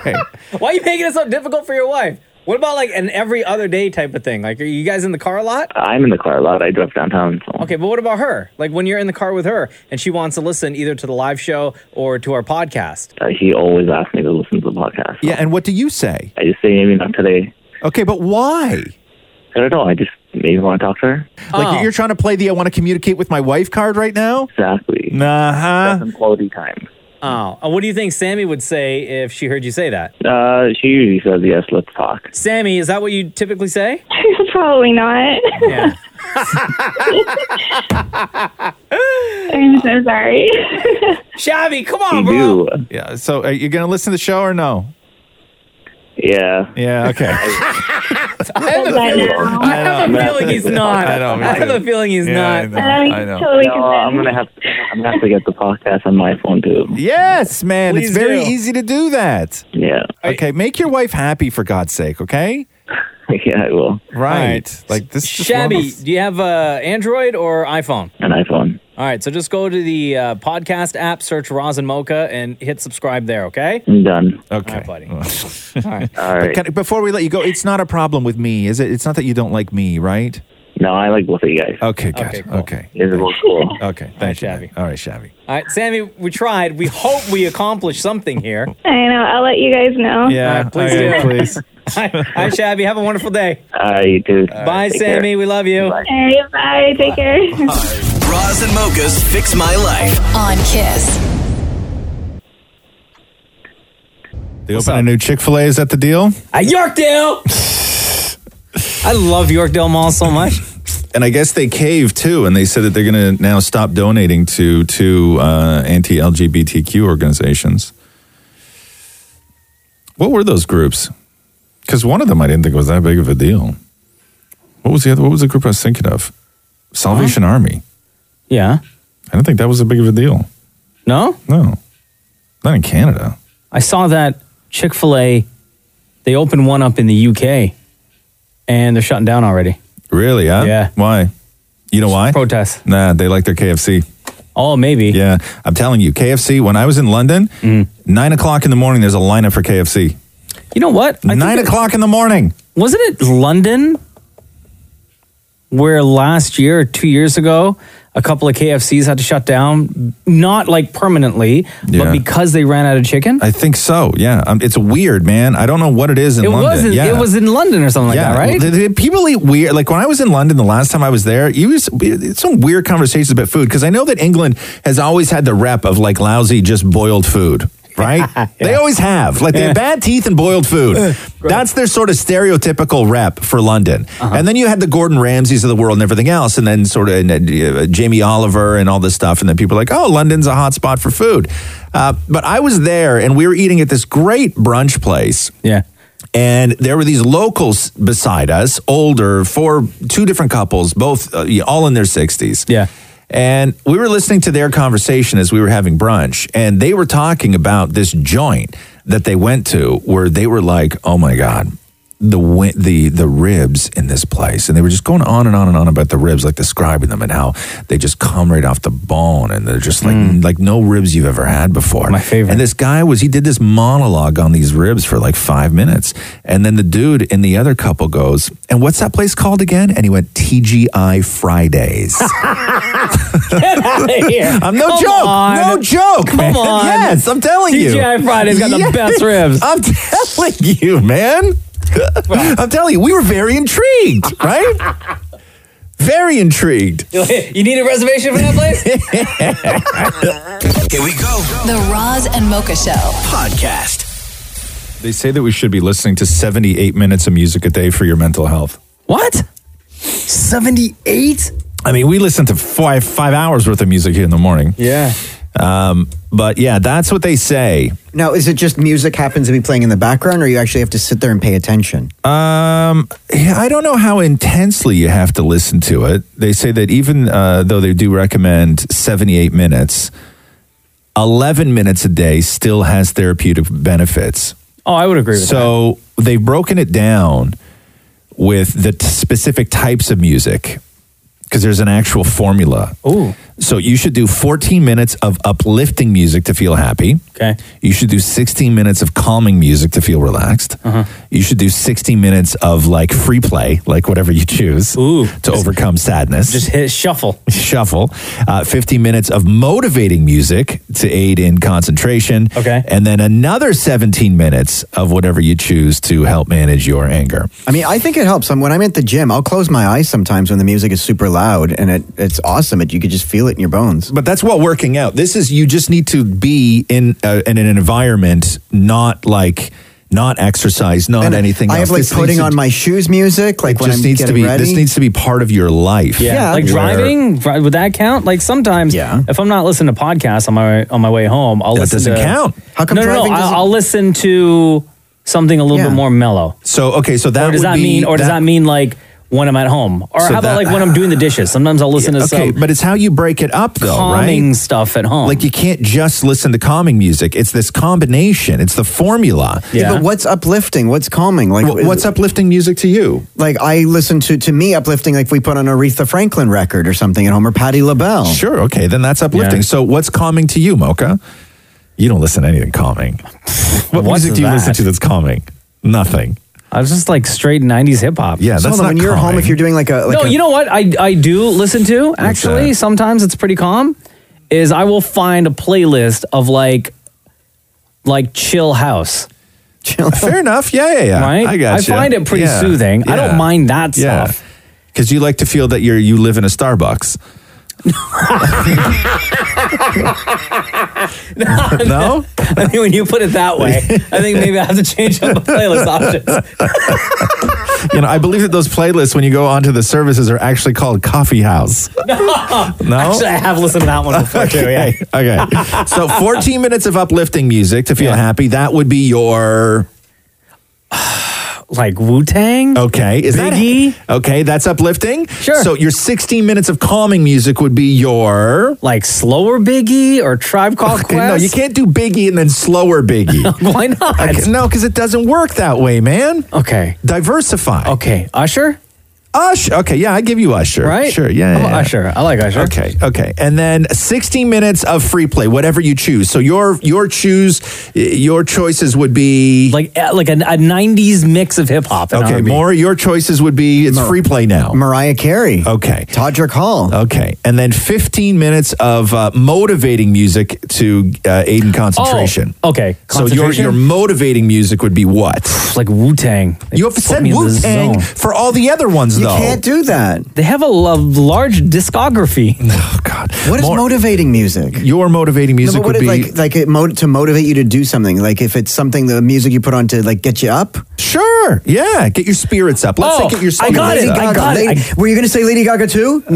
S5: okay.
S2: Why are you making it so difficult for your wife? What about like an every other day type of thing? Like, are you guys in the car a lot?
S15: I'm in the car a lot. I drive downtown. So.
S2: Okay, but what about her? Like when you're in the car with her and she wants to listen either to the live show or to our podcast.
S15: Uh, he always asks me to listen to the podcast.
S5: Yeah, and what do you say?
S15: I just say maybe not today.
S5: Okay, but why?
S15: I don't know. I just maybe want to talk to her.
S5: Like, you're trying to play the "I want to communicate with my wife" card right now.
S15: Exactly.
S5: Nah, huh?
S15: Some quality time.
S2: Oh, uh, what do you think Sammy would say if she heard you say that?
S15: Uh, she usually says yes. Let's talk.
S2: Sammy, is that what you typically say?
S3: Probably not.
S2: Yeah.
S3: I'm so sorry.
S2: Shabby, come
S15: You
S2: on, bro.
S15: do.
S5: Yeah. So, are you going to listen to the show or no?
S15: Yeah.
S5: Yeah. Okay.
S2: I have a
S3: Right
S2: feeling,
S3: now.
S2: I have a feeling he's not.
S5: I know, me
S2: have a feeling he's
S5: Yeah,
S2: not.
S3: I know. I know. Totally
S15: no, I'm gonna have I'm gonna have to get the podcast on my phone too.
S5: Yes, man.
S2: Please
S5: it's very
S2: do.
S5: easy to do that.
S15: Yeah.
S5: Okay, make your wife happy for God's sake, okay?
S15: yeah, I will.
S5: Right. Like this is just one
S2: Shabby,
S5: of-
S2: do you have uh, Android or iPhone?
S15: An iPhone.
S2: All right, so just go to the uh, podcast app, search Roz and Mocha, and hit subscribe there. Okay.
S15: I'm done.
S5: Okay.
S2: All right, buddy. All right.
S15: All
S5: But can- before we let you go, it's not a problem with me, is it? It's not that you don't like me, right?
S15: No, I like both of you guys.
S5: Okay, good. Okay.
S15: It's both cool.
S5: Okay. Thank you. Shabby. All right, Shabby.
S2: All right, Sammy, we tried. We hope we accomplished something here.
S3: I know. I'll let you guys
S15: Oh.
S3: know.
S2: All right, please do.
S5: please.
S2: All right, all right, Shabby, have a wonderful day.
S15: Uh, you too.
S2: Bye,
S1: Take
S2: Sammy. We love you.
S3: Hey, bye. Take care.
S1: Roz and Mocha's Fix My Life.
S14: On Kiss.
S5: They open a new Chick fil A. Is that the deal?
S2: At Yorkdale. I love Yorkdale Mall so much.
S5: And I guess they caved too, and they said that they're going to now stop donating to to uh, anti LGBTQ organizations. What were those groups? Because one of them I didn't think was that big of a deal. What was the other? What was the group I was thinking of? Salvation Army.
S2: Yeah.
S5: I don't think that was a big of a deal.
S2: No?
S5: No. Not in Canada.
S2: I saw that Chick fil A, they opened one up in the UK and they're shutting down already.
S5: Really? Yeah.
S2: Yeah.
S5: Why? You know why?
S2: Protests.
S5: Nah, they like their KFC.
S2: Oh, maybe. Mm.
S5: Yeah, I'm telling you, KFC. When I was in London, nine o'clock in the morning, there's a lineup for KFC.
S2: You know what?
S5: nine o'clock in the morning.
S2: Wasn't it London where last year or two years ago, a couple of KFCs had to shut down? Not like permanently,
S5: Yeah.
S2: but because they ran out of chicken?
S5: I think so. Yeah, um, it's weird, man. I don't know what it is in
S2: it
S5: London.
S2: wasn't.
S5: yeah.
S2: It was in London or something
S5: yeah,
S2: like that,
S5: The-
S2: right?
S5: the- people eat weird. Like when I was in London the last time I was there, you was it's some weird conversations about food because I know that England has always had the rep of like lousy, just boiled food, right? They always have. Like they have bad teeth and boiled food. That's their sort of stereotypical rep for London.
S2: Uh-huh.
S5: And then you had the Gordon Ramsays of the world and everything else, and then sort of and, uh, Jamie Oliver and all this stuff. And then people are like, oh, London's a hot spot for food. Uh, but I was there and we were eating at this great brunch place.
S2: Yeah.
S5: And there were these locals beside us, older, four, two different couples, both uh, yeah, all in their 60s.
S2: Yeah.
S5: And we were listening to their conversation as we were having brunch, and they were talking about this joint that they went to where they were like, "Oh my god, the wi- the the ribs in this place." And they were just going on and on and on about the ribs, like describing them and how they just come right off the bone and they're just like like no ribs you've ever had before. Mm. My favorite. And this guy was he did this monologue on these ribs for like 5 minutes. And then the dude in the other couple goes, "And what's that place called again?" And he went, "TGI Fridays."
S2: Get out of here.
S5: I'm no joke. No joke.
S2: Come
S5: man.
S2: on.
S5: Yes, I'm telling you.
S2: TGI Friday's got the best ribs.
S5: I'm telling you, man. I'm telling you, we were very intrigued, right? very intrigued.
S2: you need a reservation for that place?
S1: Here we go.
S14: The Roz and Mocha Show.
S1: Podcast.
S5: They say that we should be listening to 78 minutes of music a day for your mental health.
S2: What? 78?
S5: I mean, we listen to five five hours worth of music here in the morning.
S2: Yeah.
S5: Um, but yeah, that's what they say.
S7: Now, is it just music happens to be playing in the background, or you actually have to sit there and pay attention?
S5: Um, yeah, I don't know how intensely you have to listen to it. They say that even uh, though they do recommend 78 minutes, 11 minutes a day still has therapeutic benefits.
S2: Oh, I would agree with that.
S5: So they've broken it down with the t- specific types of music because there's an actual formula.
S2: Ooh.
S5: So you should do 14 minutes of uplifting music to feel happy.
S2: Okay.
S5: You should do 16 minutes of calming music to feel relaxed.
S2: Uh-huh.
S5: You should do 60 minutes of like free play, like whatever you choose, to overcome sadness.
S2: Just hit shuffle.
S5: shuffle. Uh, 50 minutes of motivating music to aid in concentration.
S2: Okay.
S5: And then another 17 minutes of whatever you choose to help manage your anger.
S7: I mean, I think it helps. Um, When I'm at the gym, I'll close my eyes sometimes when the music is super loud, and it, it's awesome. It, you could just feel it in your bones.
S5: But that's what working out. This is you just need to be in uh, in an environment not like not exercise, not
S7: And
S5: anything.
S7: I
S5: else.
S7: have like
S5: This needs
S7: putting
S5: to-
S7: on my shoes music, like
S5: it
S7: when
S5: just
S7: I'm
S5: needs
S7: getting
S5: to be.
S7: ready.
S5: This needs to be part of your life.
S2: like
S5: Where-
S2: driving, dri- would that count? Like sometimes, if I'm not listening to podcasts on my on my way home, I'll
S5: That
S2: listen.
S5: doesn't
S2: to,
S5: count. How come
S2: no, no, no.
S5: driving
S2: I'll,
S5: doesn't-
S2: I'll listen to something a little bit more mellow.
S5: So okay, so that
S2: or does
S5: would
S2: that
S5: be-
S2: mean? Or does that, mean like when I'm at home, or
S5: So
S2: how about
S5: that-
S2: like when I'm doing the dishes? Sometimes I'll listen to
S5: okay,
S2: some
S5: but it's how you break it up, though,
S2: calming
S5: right?
S2: stuff at home.
S5: Like you can't just listen to calming music. It's this combination. It's the formula.
S7: Yeah. but what's uplifting? What's calming? Like, what's
S5: uplifting music to you?
S7: Like, I listen to to me uplifting. Like, if we put on Aretha Franklin record or something at home, or Patti LaBelle.
S5: Sure, okay, then that's uplifting. So, what's calming to you, Mocha? You don't listen to anything calming. What
S2: What's
S5: music do you
S2: that?
S5: listen to that's calming? Nothing.
S2: I was just like straight '90s hip hop.
S5: Yeah, that's not
S7: when you're
S5: calming.
S7: home, if you're doing like
S5: Uh,
S7: a like
S2: no,
S7: a,
S2: you know what? I I do listen to actually. Sometimes it's pretty calm. Is I will find a playlist of like, like chill house.
S7: Chill.
S5: Fair enough. Yeah, yeah, yeah.
S2: Right.
S5: I got
S2: I find it pretty soothing. I don't mind that stuff.
S5: Because you like to feel that you're you live in a Starbucks. no,
S2: I mean when you put it that way, I think maybe I have to change up the playlist options.
S5: you know, I believe that those playlists when you go onto the services are actually called coffee house.
S2: No,
S5: No?
S2: Actually, I have listened to that one before too. Yeah.
S5: okay. okay. So 14 minutes of uplifting music to feel happy. That would be your
S2: like Wu Tang.
S5: Okay. Is
S2: Biggie?
S5: that okay? That's uplifting.
S2: Sure.
S5: So your 16 minutes of calming music would be your
S2: like slower Biggie or Tribe Called
S5: No,
S2: Quest?
S5: you can't do Biggie and then slower Biggie.
S2: Why not?
S5: Okay, No, because it doesn't work that way, man.
S2: Okay.
S5: Diversify.
S2: Okay. Usher.
S5: Usher. Okay. Yeah, I give you Usher.
S2: Right?
S5: Sure. Yeah.
S2: I'm
S5: yeah,
S2: a
S5: yeah.
S2: Usher. I like Usher.
S5: Okay. Okay. And then 16 minutes of free play, whatever you choose. So your your choose your choices would be
S2: like uh, like a, a 90s mix of hip hop.
S5: Okay, more your choices would be it's free play now.
S7: Mariah Carey.
S5: Okay.
S7: Todrick Hall.
S5: Okay. And then 15 minutes of uh, motivating music to uh, aid in concentration.
S2: Oh, okay.
S5: So your
S2: Concentration?
S5: your motivating music would be what?
S2: Like Wu Tang.
S5: You have said Wu Tang for all the other ones though.
S7: do that.
S2: They have a lo- large discography.
S5: Oh God.
S7: What is motivating music?
S5: Your motivating music
S7: no, but what
S5: would be
S7: if, like like it mo- to motivate you to do something. Like if it's something the music you put on to like get you up.
S5: Sure. Yeah. Get your spirits up. Let's
S7: Oh,
S5: say get your
S7: I
S5: spirits
S7: got it.
S5: up.
S7: I got it. I- Were you going to say Lady Gaga too?
S2: uh,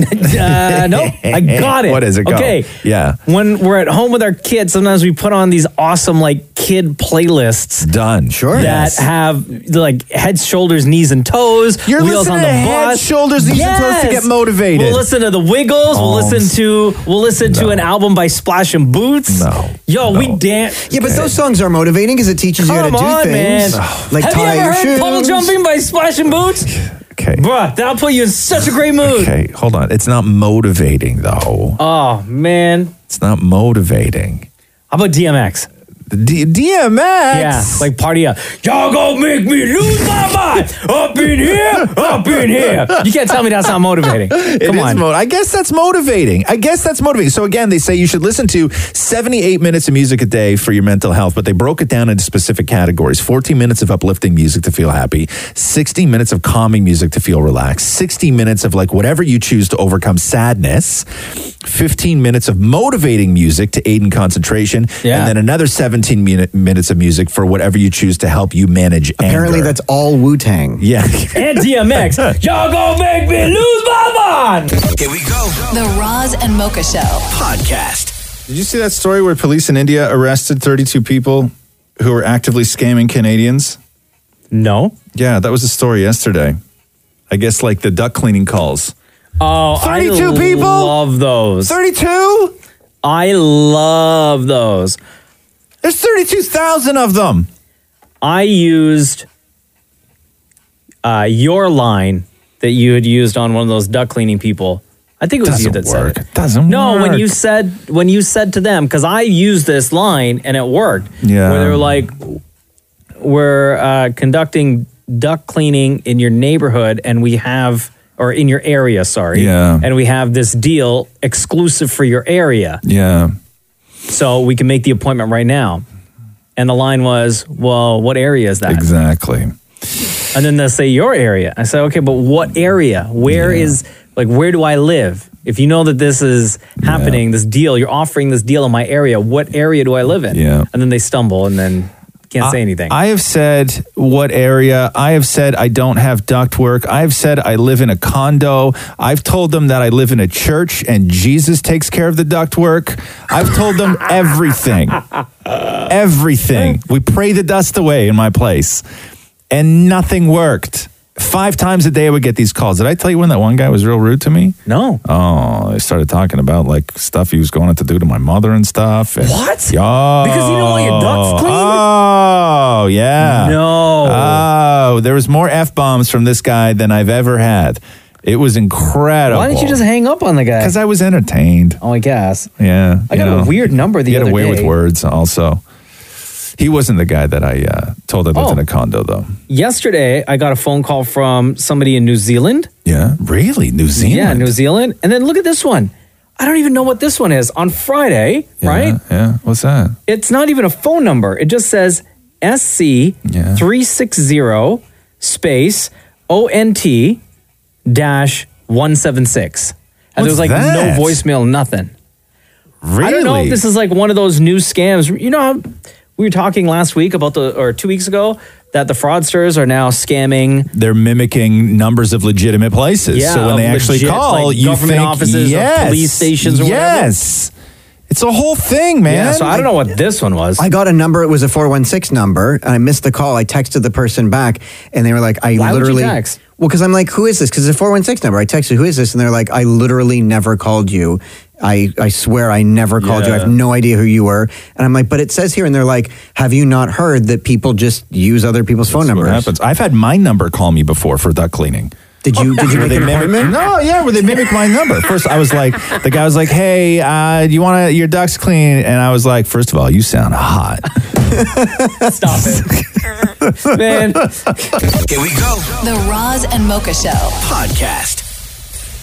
S2: no, I got it.
S5: What is it called?
S2: Okay.
S5: Yeah.
S2: When we're at home with our kids, sometimes we put on these awesome like kid playlists.
S5: Done. Sure.
S2: That
S5: Yes.
S2: have like heads, shoulders, knees, and toes.
S5: You're
S2: wheels
S5: listening
S2: on the
S5: to heads,
S2: bus.
S5: shoulders, knees, and toes to
S2: Yes!
S5: get motivated.
S2: We'll listen to the Wiggles. We'll
S5: Oh,
S2: listen to we'll listen to an album by Splash and Boots. No, yo,
S5: Oh.
S2: we dance.
S7: Yeah, but those songs are motivating because it teaches you how to
S2: Come
S7: do
S2: on,
S7: things.
S5: Oh.
S2: man.
S7: Like
S2: Have
S7: tie
S2: you ever
S7: your
S2: heard
S7: shoes.
S2: puddle jumping by Splash and Boots?
S5: Okay.
S2: Bruh, that'll put you in such a great mood.
S5: Okay, hold on. It's not motivating though.
S2: Oh man.
S5: It's not motivating.
S2: How about DMX?
S5: D- DMX?
S2: Yeah, like party up. Y'all gonna make me lose my mind. Up in here, up in here. You can't tell me that's not motivating. Come
S5: It is
S2: on.
S5: mo- I guess that's motivating. I guess that's motivating. So again, they say you should listen to 78 minutes of music a day for your mental health, but they broke it down into specific categories. 14 minutes of uplifting music to feel happy, 60 minutes of calming music to feel relaxed, 60 minutes of like whatever you choose to overcome sadness, 15 minutes of motivating music to aid in concentration,
S2: Yeah.
S5: and then another 17 minute, minutes of music for whatever you choose to help you manage
S7: Apparently,
S5: anger.
S7: that's all Wu Tang.
S5: Yeah.
S2: and DMX. Y'all gonna make me lose my mind.
S1: Here we go.
S14: The Roz and Mocha Show
S1: podcast.
S16: Did you see that story where police in India arrested 32 people who were actively scamming Canadians?
S2: No.
S16: Yeah, that was a story yesterday. I guess like the duck cleaning calls.
S2: Oh,
S16: 32
S2: I
S16: people?
S2: Love those.
S5: 32?
S2: I love those.
S5: There's 32,000 of them.
S2: I used uh, your line that you had used on one of those duck cleaning people. I think it was you
S5: Doesn't
S2: that said
S5: work.
S2: it.
S5: Doesn't
S2: no, when
S5: work.
S2: you said when you said to them because I used this line and it worked.
S5: Yeah.
S2: where they were like, "We're uh, conducting duck cleaning in your neighborhood, and we have." Or in your area, sorry.
S16: Yeah.
S2: And we have this deal exclusive for your area
S16: Yeah.
S2: so we can make the appointment right now. And the line was, well, what area is that?
S16: Exactly.
S2: And then they'll say your area. I said, okay, but what area? Where is like where do I live? If you know that this is happening, this deal, you're offering this deal in my area, what area do I live in?
S16: Yeah.
S2: And then they stumble and then can't say
S16: I-
S2: anything.
S16: I have said what area. I have said I don't have duct work. I've said I live in a condo. I've told them that I live in a church and Jesus takes care of the duct work. I've told them everything. everything. We pray the dust away in my place. And nothing worked.
S5: Five times a day, I would get these calls. Did I tell you when that one guy was real rude to me?
S2: No.
S5: Oh, I started talking about like stuff he was going to do to my mother and stuff. And,
S2: What?
S5: Oh,
S2: Because you don't want your ducks clean?
S5: Oh, yeah.
S2: No.
S5: Oh, there was more f bombs from this guy than I've ever had. It was incredible.
S2: Why didn't you just hang up on the guy?
S5: Because I was entertained.
S2: Oh, I guess.
S5: Yeah.
S2: I
S5: you
S2: got a
S5: know.
S2: weird number the
S5: He had
S2: other
S5: a way
S2: day.
S5: with words also. He wasn't the guy that I uh, told I
S2: Oh.
S5: lived in a condo though.
S2: Yesterday, I got a phone call from somebody in New Zealand.
S5: Yeah, really, New Zealand.
S2: Yeah, New Zealand. And then look at this one. I don't even know what this one is. On Friday, right?
S5: Yeah. What's that?
S2: It's not even a phone number. It just says SC three six zero space ONT dash one seven six. And
S5: What's
S2: there's like
S5: that?
S2: no voicemail, nothing.
S5: Really?
S2: I don't know if this is like one of those new scams. You know how we were talking last week about the or two weeks ago that the fraudsters are now scamming
S5: They're mimicking numbers of legitimate places.
S2: Yeah,
S5: so when they
S2: of
S5: actually
S2: legit,
S5: call,
S2: like,
S5: you
S2: government
S5: think
S2: offices or
S5: yes,
S2: police stations or whatever.
S5: yes. It's a whole thing, man.
S7: Yeah, so I don't know
S2: what this one was.
S7: I got a number. It was a 416 number, and I missed the call. I texted the person back, and they were like, I
S2: Why would you
S7: literally.
S2: text?
S7: Well, because I'm like, who is this? Because it's a 416 number. I texted, who is this? And they're like, I literally never called you. I, I swear I never called you. I have
S17: Yeah.
S7: no idea who you were. And I'm like, but it says here, and they're like, have you not heard that people just use other people's phone numbers?
S5: What happens? I've had my number call me before for duck cleaning.
S7: Did you did
S5: Where
S7: you make
S5: they
S7: an
S5: mimic-
S7: appointment?
S5: No, yeah, where they mimic my number. First, I was like, the guy was like, "Hey, uh, do you want your ducks clean?" And I was like, first of all, you sound hot."
S2: Stop it, man.
S1: Here we go.
S12: The Roz and Mocha Show
S1: podcast.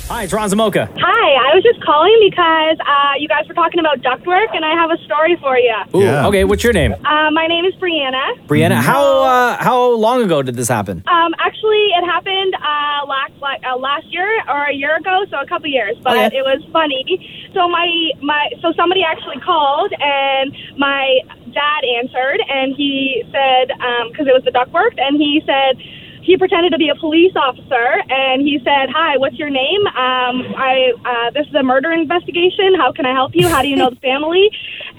S2: Hi, it's Ron Zamoka.
S16: Hi, I was just calling because uh, you guys were talking about ductwork, and I have a story for you.
S2: Ooh, Okay, what's your name?
S16: Uh, my name is Brianna.
S5: Mm-hmm.
S2: Brianna, how uh, how long ago did this happen?
S16: Um, actually, it happened uh, last like, uh, last year or a year ago, so a couple years. But
S2: Okay.
S16: it was funny. So my my so somebody actually called, and my dad answered, and he said because it was the ductwork, and he said. He pretended to be a police officer, and he said, "Hi, what's your name? Um, I uh, this is a murder investigation. How can I help you? How do you know the family?"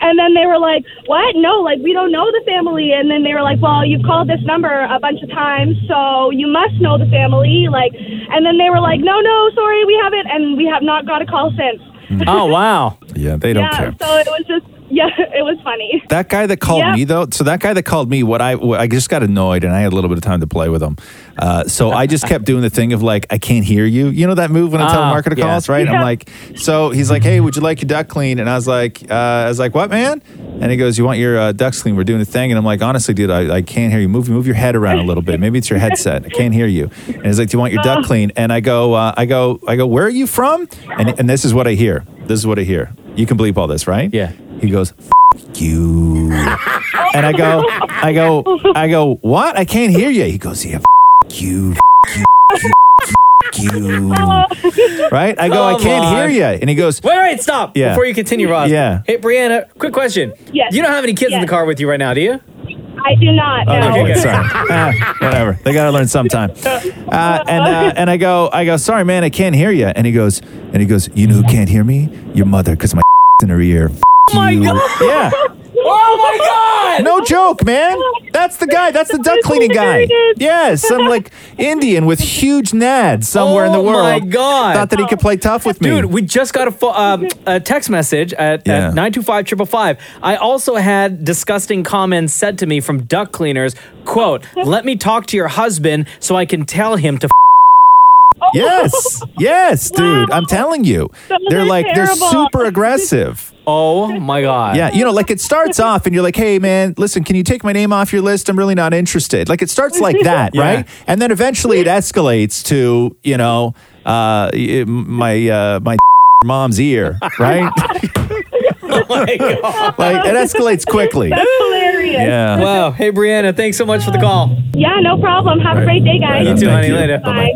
S16: And then they were like, "What? No, like we don't know the family." And then they were like, "Well, you've called this number a bunch of times, so you must know the family." Like, and then they were like, "No, no, sorry, we haven't, and we have not got a call since."
S2: Oh wow.
S5: Yeah, they don't
S16: yeah,
S5: care.
S16: so it was just yeah, it was funny.
S5: That guy that called
S16: Yeah.
S5: me though, so that guy that called me, what I what- I just got annoyed and I had a little bit of time to play with him, uh, so I just kept doing the thing of like I can't hear you. You know that move when a
S17: Ah,
S5: telemarketer
S17: yeah.
S5: calls, right?
S17: Yeah.
S5: I'm like, so he's like, hey, would you like your duck cleaned? And I was like, uh, I was like, what man? And he goes, you want your uh, ducks cleaned? We're doing a thing, and I'm like, honestly, dude, I, I can't hear you. Move move your head around a little bit. Maybe it's your headset. I can't hear you. And he's like, do you want your duck cleaned? And I go, uh, I go, I go, where are you from? And and this is what I hear. This is what I hear. You can bleep all this, right? Yeah. He goes. F- you and I go, I go, I go, what? I can't hear you. He goes, yeah, f- you, f- you, f- you, f- you. Right? I go, I
S2: Come
S5: can't
S2: on.
S5: hear you. And he goes,
S2: Wait, wait, stop.
S5: Yeah.
S2: Before you continue, Roz.
S5: Yeah.
S2: Hey, Brianna, quick question. Yes. You don't have any kids in the car with you right now, do you?
S16: I do not.
S5: Oh,
S16: know.
S5: okay, good. Sorry. Ah, whatever. They got to learn sometime. Uh, and uh, and I go, I go, sorry, man, I can't hear you. And he goes, and he goes, you know who can't hear me? Your mother, because my in her ear. F-
S2: Oh my
S5: you.
S2: god.
S5: Yeah.
S2: Oh my god.
S5: No joke, man. That's the guy. That's the duck cleaning guy. Yeah, some like Indian with huge nads somewhere in the
S2: Oh
S5: world.
S2: my God.
S5: Thought that he could play tough with me.
S2: Dude, we just got a, fo- um, a text message at,
S5: Yeah.
S2: at 925 I also had disgusting comments said to me from duck cleaners. Quote, let me talk to your husband so I can tell him to f-
S5: Yes, yes, dude. I'm telling you,
S2: Those
S5: they're
S2: are
S5: like
S2: terrible.
S5: they're super aggressive.
S2: Oh my god.
S5: Yeah, you know, like it starts off and you're like, hey, man, listen, can you take my name off your list? I'm really not interested. Like it starts like that,
S17: Yeah.
S5: right? And then eventually it escalates to, you know, uh, y- my uh, my mom's ear, right?
S2: Oh my god.
S5: like it escalates quickly.
S16: That's hilarious.
S5: Yeah.
S2: Wow. Hey, Brianna, thanks so much for the call.
S16: Yeah, no problem. Have a great day, guys.
S2: You too, honey. Later.
S16: Bye.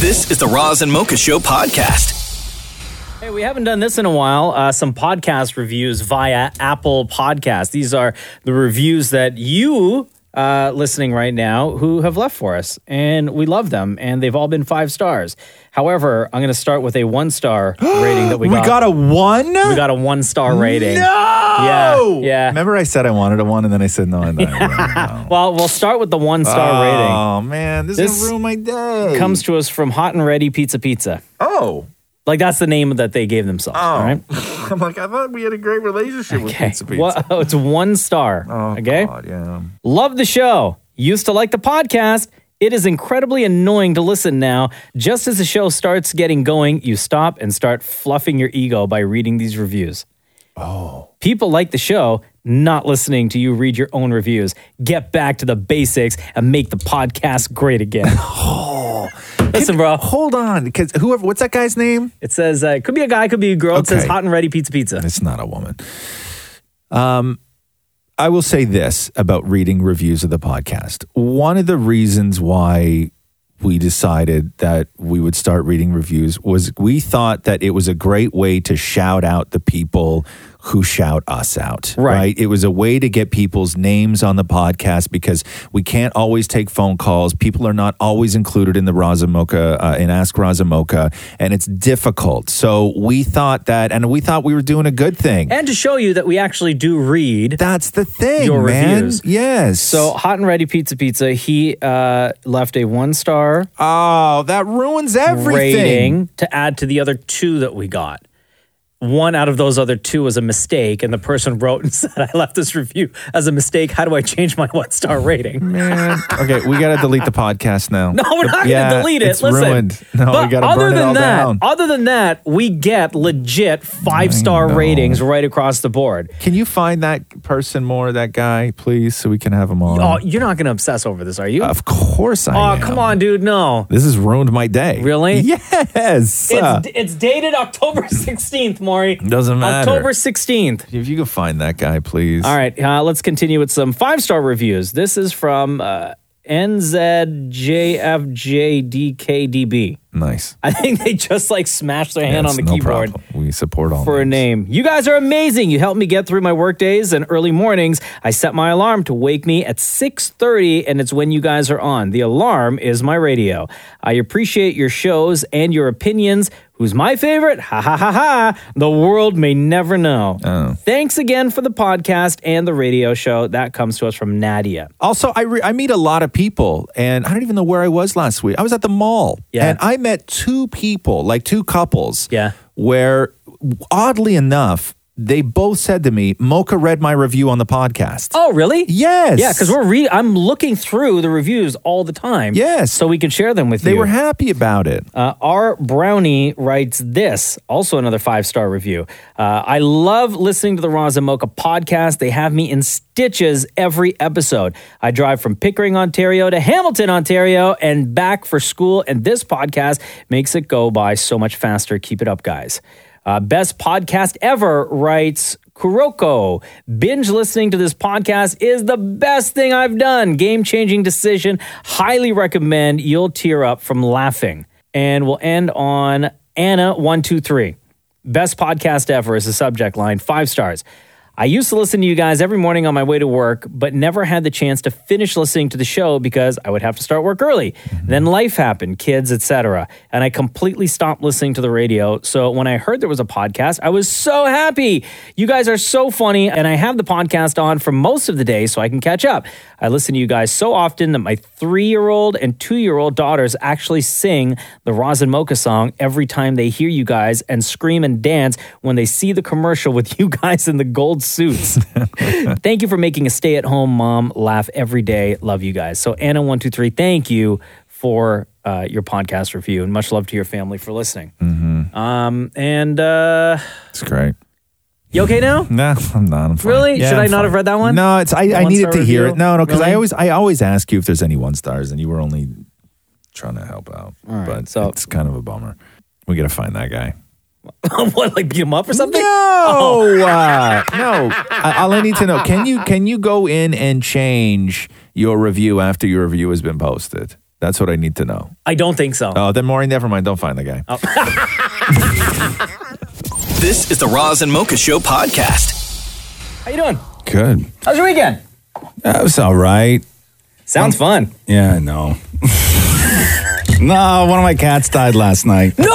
S1: This is the Roz and Mocha Show podcast.
S2: Hey, we haven't done this in a while. Uh, some podcast reviews via Apple Podcast. These are the reviews that you uh, listening right now who have left for us, and we love them, and they've all been five stars. However, I'm going to start with a one star rating that we
S5: We
S2: got.
S5: got a
S2: one. We got a one star rating. No. Yeah. Yeah.
S5: Remember, I said I wanted a one, and then I said no. And then I
S2: Well, we'll start with the one
S5: Oh,
S2: star rating.
S5: man, this, is
S2: This
S5: gonna ruin my day.
S2: comes to us from Hot and Ready Pizza Pizza.
S5: Oh.
S2: Like that's the name that they gave themselves. All right.
S5: I'm like, I thought we had a great relationship with
S2: Okay.
S5: Pizza Pizza. Oh,
S2: Well, it's one star. okay. Love the show. Used to like the podcast. It is incredibly annoying to listen now. Just as the show starts getting going, you stop and start fluffing your ego by reading these reviews. Oh. People like the show, not listening to you read your own reviews. Get back to the basics and make the podcast great again. oh. Listen, bro.
S5: Hold on, because whoever, what's that guy's name?
S2: It says uh, it could be a guy, could be a girl. It says
S5: Okay.
S2: hot and ready pizza pizza.
S5: It's not a woman. Um, I will say this about reading reviews of the podcast. One of the reasons why we decided that we would start reading reviews was we thought that it was a great way to shout out the people who shout us out. Right. It was a way to get people's names on the podcast because we can't always take phone calls. People are not always included in the Razamoka, uh, in Ask Razamoka, and it's difficult. So we thought that, and we thought we were doing a good thing.
S2: And to show you that we actually do read.
S5: That's the thing,
S2: your
S5: man.
S2: reviews.
S5: Yes.
S2: So hot and ready pizza pizza. He uh, left a one star.
S5: Oh, that ruins everything.
S2: Rating to add to the other two that we got. One out of those other two was a mistake, and the person wrote and said, "I left this review as a mistake. How do I change my one star rating?"
S5: Man. Okay, we got to delete the podcast now.
S2: No, we're
S5: The-
S2: not going to
S5: yeah,
S2: delete it.
S5: It's
S2: Listen,
S5: ruined. No,
S2: but
S5: we got to
S2: other
S5: burn
S2: than
S5: it all
S2: that,
S5: down.
S2: other than that, we get legit five star ratings right across the board.
S5: Can you find that person more, that guy, please, so we can have him on?
S2: Oh, you're not going to obsess over this, are you? Of
S5: course
S2: I Oh, come on, dude. No.
S5: This has ruined my day.
S2: Really?
S5: Yes. Uh,
S2: It's, it's dated October 16th, Maury.
S5: doesn't matter.
S2: October 16th.
S5: If you could find that guy, please.
S2: All right, uh, let's continue with some five star reviews. This is from uh, NZJFJDKDB.
S5: Nice.
S2: I think they just like smashed their hand
S5: Yes,
S2: on the
S5: no
S2: keyboard.
S5: problem. We support all
S2: for a name. You guys are amazing. You help me get through my work days and early mornings. I set my alarm to wake me at 6:30 and it's when you guys are on. The alarm is my radio. I appreciate your shows and your opinions. Who's my favorite? Ha ha ha ha. The world may never know. Thanks again for the podcast and the radio show. That comes to us from Nadia.
S5: Also, I re- I meet a lot of people, and I don't even know where I was last week. I was at the mall, and I met two people, like two couples, yeah. Where, oddly enough, they both said to me, "Mocha read my review on the podcast."
S2: Oh, really?
S5: Yes.
S2: Yeah, because we're re- I'm looking through the reviews all the time.
S5: Yes.
S2: So we can share them with
S5: They
S2: you.
S5: were happy about it.
S2: Uh, R. Brownie writes this, also another five star review. Uh, I love listening to the Roz and Mocha podcast. They have me in stitches every episode. I drive from Pickering, Ontario to Hamilton, Ontario, and back for school, and this podcast makes it go by so much faster. Keep it up, guys. Uh, best podcast ever writes Kuroko. Binge listening to this podcast is the best thing I've done. Game changing decision. Highly recommend. You'll tear up from laughing. And we'll end on Anna123. Best podcast ever is the subject line. Five stars. I used to listen to you guys every morning on my way to work, but never had the chance to finish listening to the show because I would have to start work early. Then life happened, kids, etc., and I completely stopped listening to the radio. So when I heard there was a podcast, I was so happy. You guys are so funny, and I have the podcast on for most of the day so I can catch up. I listen to you guys so often that my 3-year-old and 2-year-old daughters actually sing the Roz and Mocha song every time they hear you guys and scream and dance when they see the commercial with you guys in the gold suits. thank you for making a stay at home mom laugh every day. Love you guys. So, Anna123, thank you for uh, your podcast review and much love to your family for listening. Um, and uh,
S5: it's great.
S2: You okay now?
S5: No, I'm not. I'm fine.
S2: Really?
S5: Yeah,
S2: Should
S5: I'm
S2: I not
S5: fine.
S2: have read that one?
S5: No, it's I,
S2: The
S5: I needed
S2: one-star
S5: to hear
S2: review?
S5: it. No, no, because
S2: Really?
S5: I always I always ask you if there's any one stars, and you were only trying to help out. but it's kind of a bummer. We got to find that guy.
S2: what like beat him up or something? Oh.
S5: No, uh, no. I, all I need to know can you can you go in and change your review after your review has been posted? That's what I need to know.
S2: I don't think so. Oh.
S5: Oh, then Maureen, never mind. Don't find the guy.
S1: This is the Roz and Mocha Show podcast.
S2: How you doing?
S5: Good.
S2: How's your weekend?
S5: That was all right.
S2: Sounds fun.
S5: Yeah, I know. no, one of my cats died last night.
S2: No!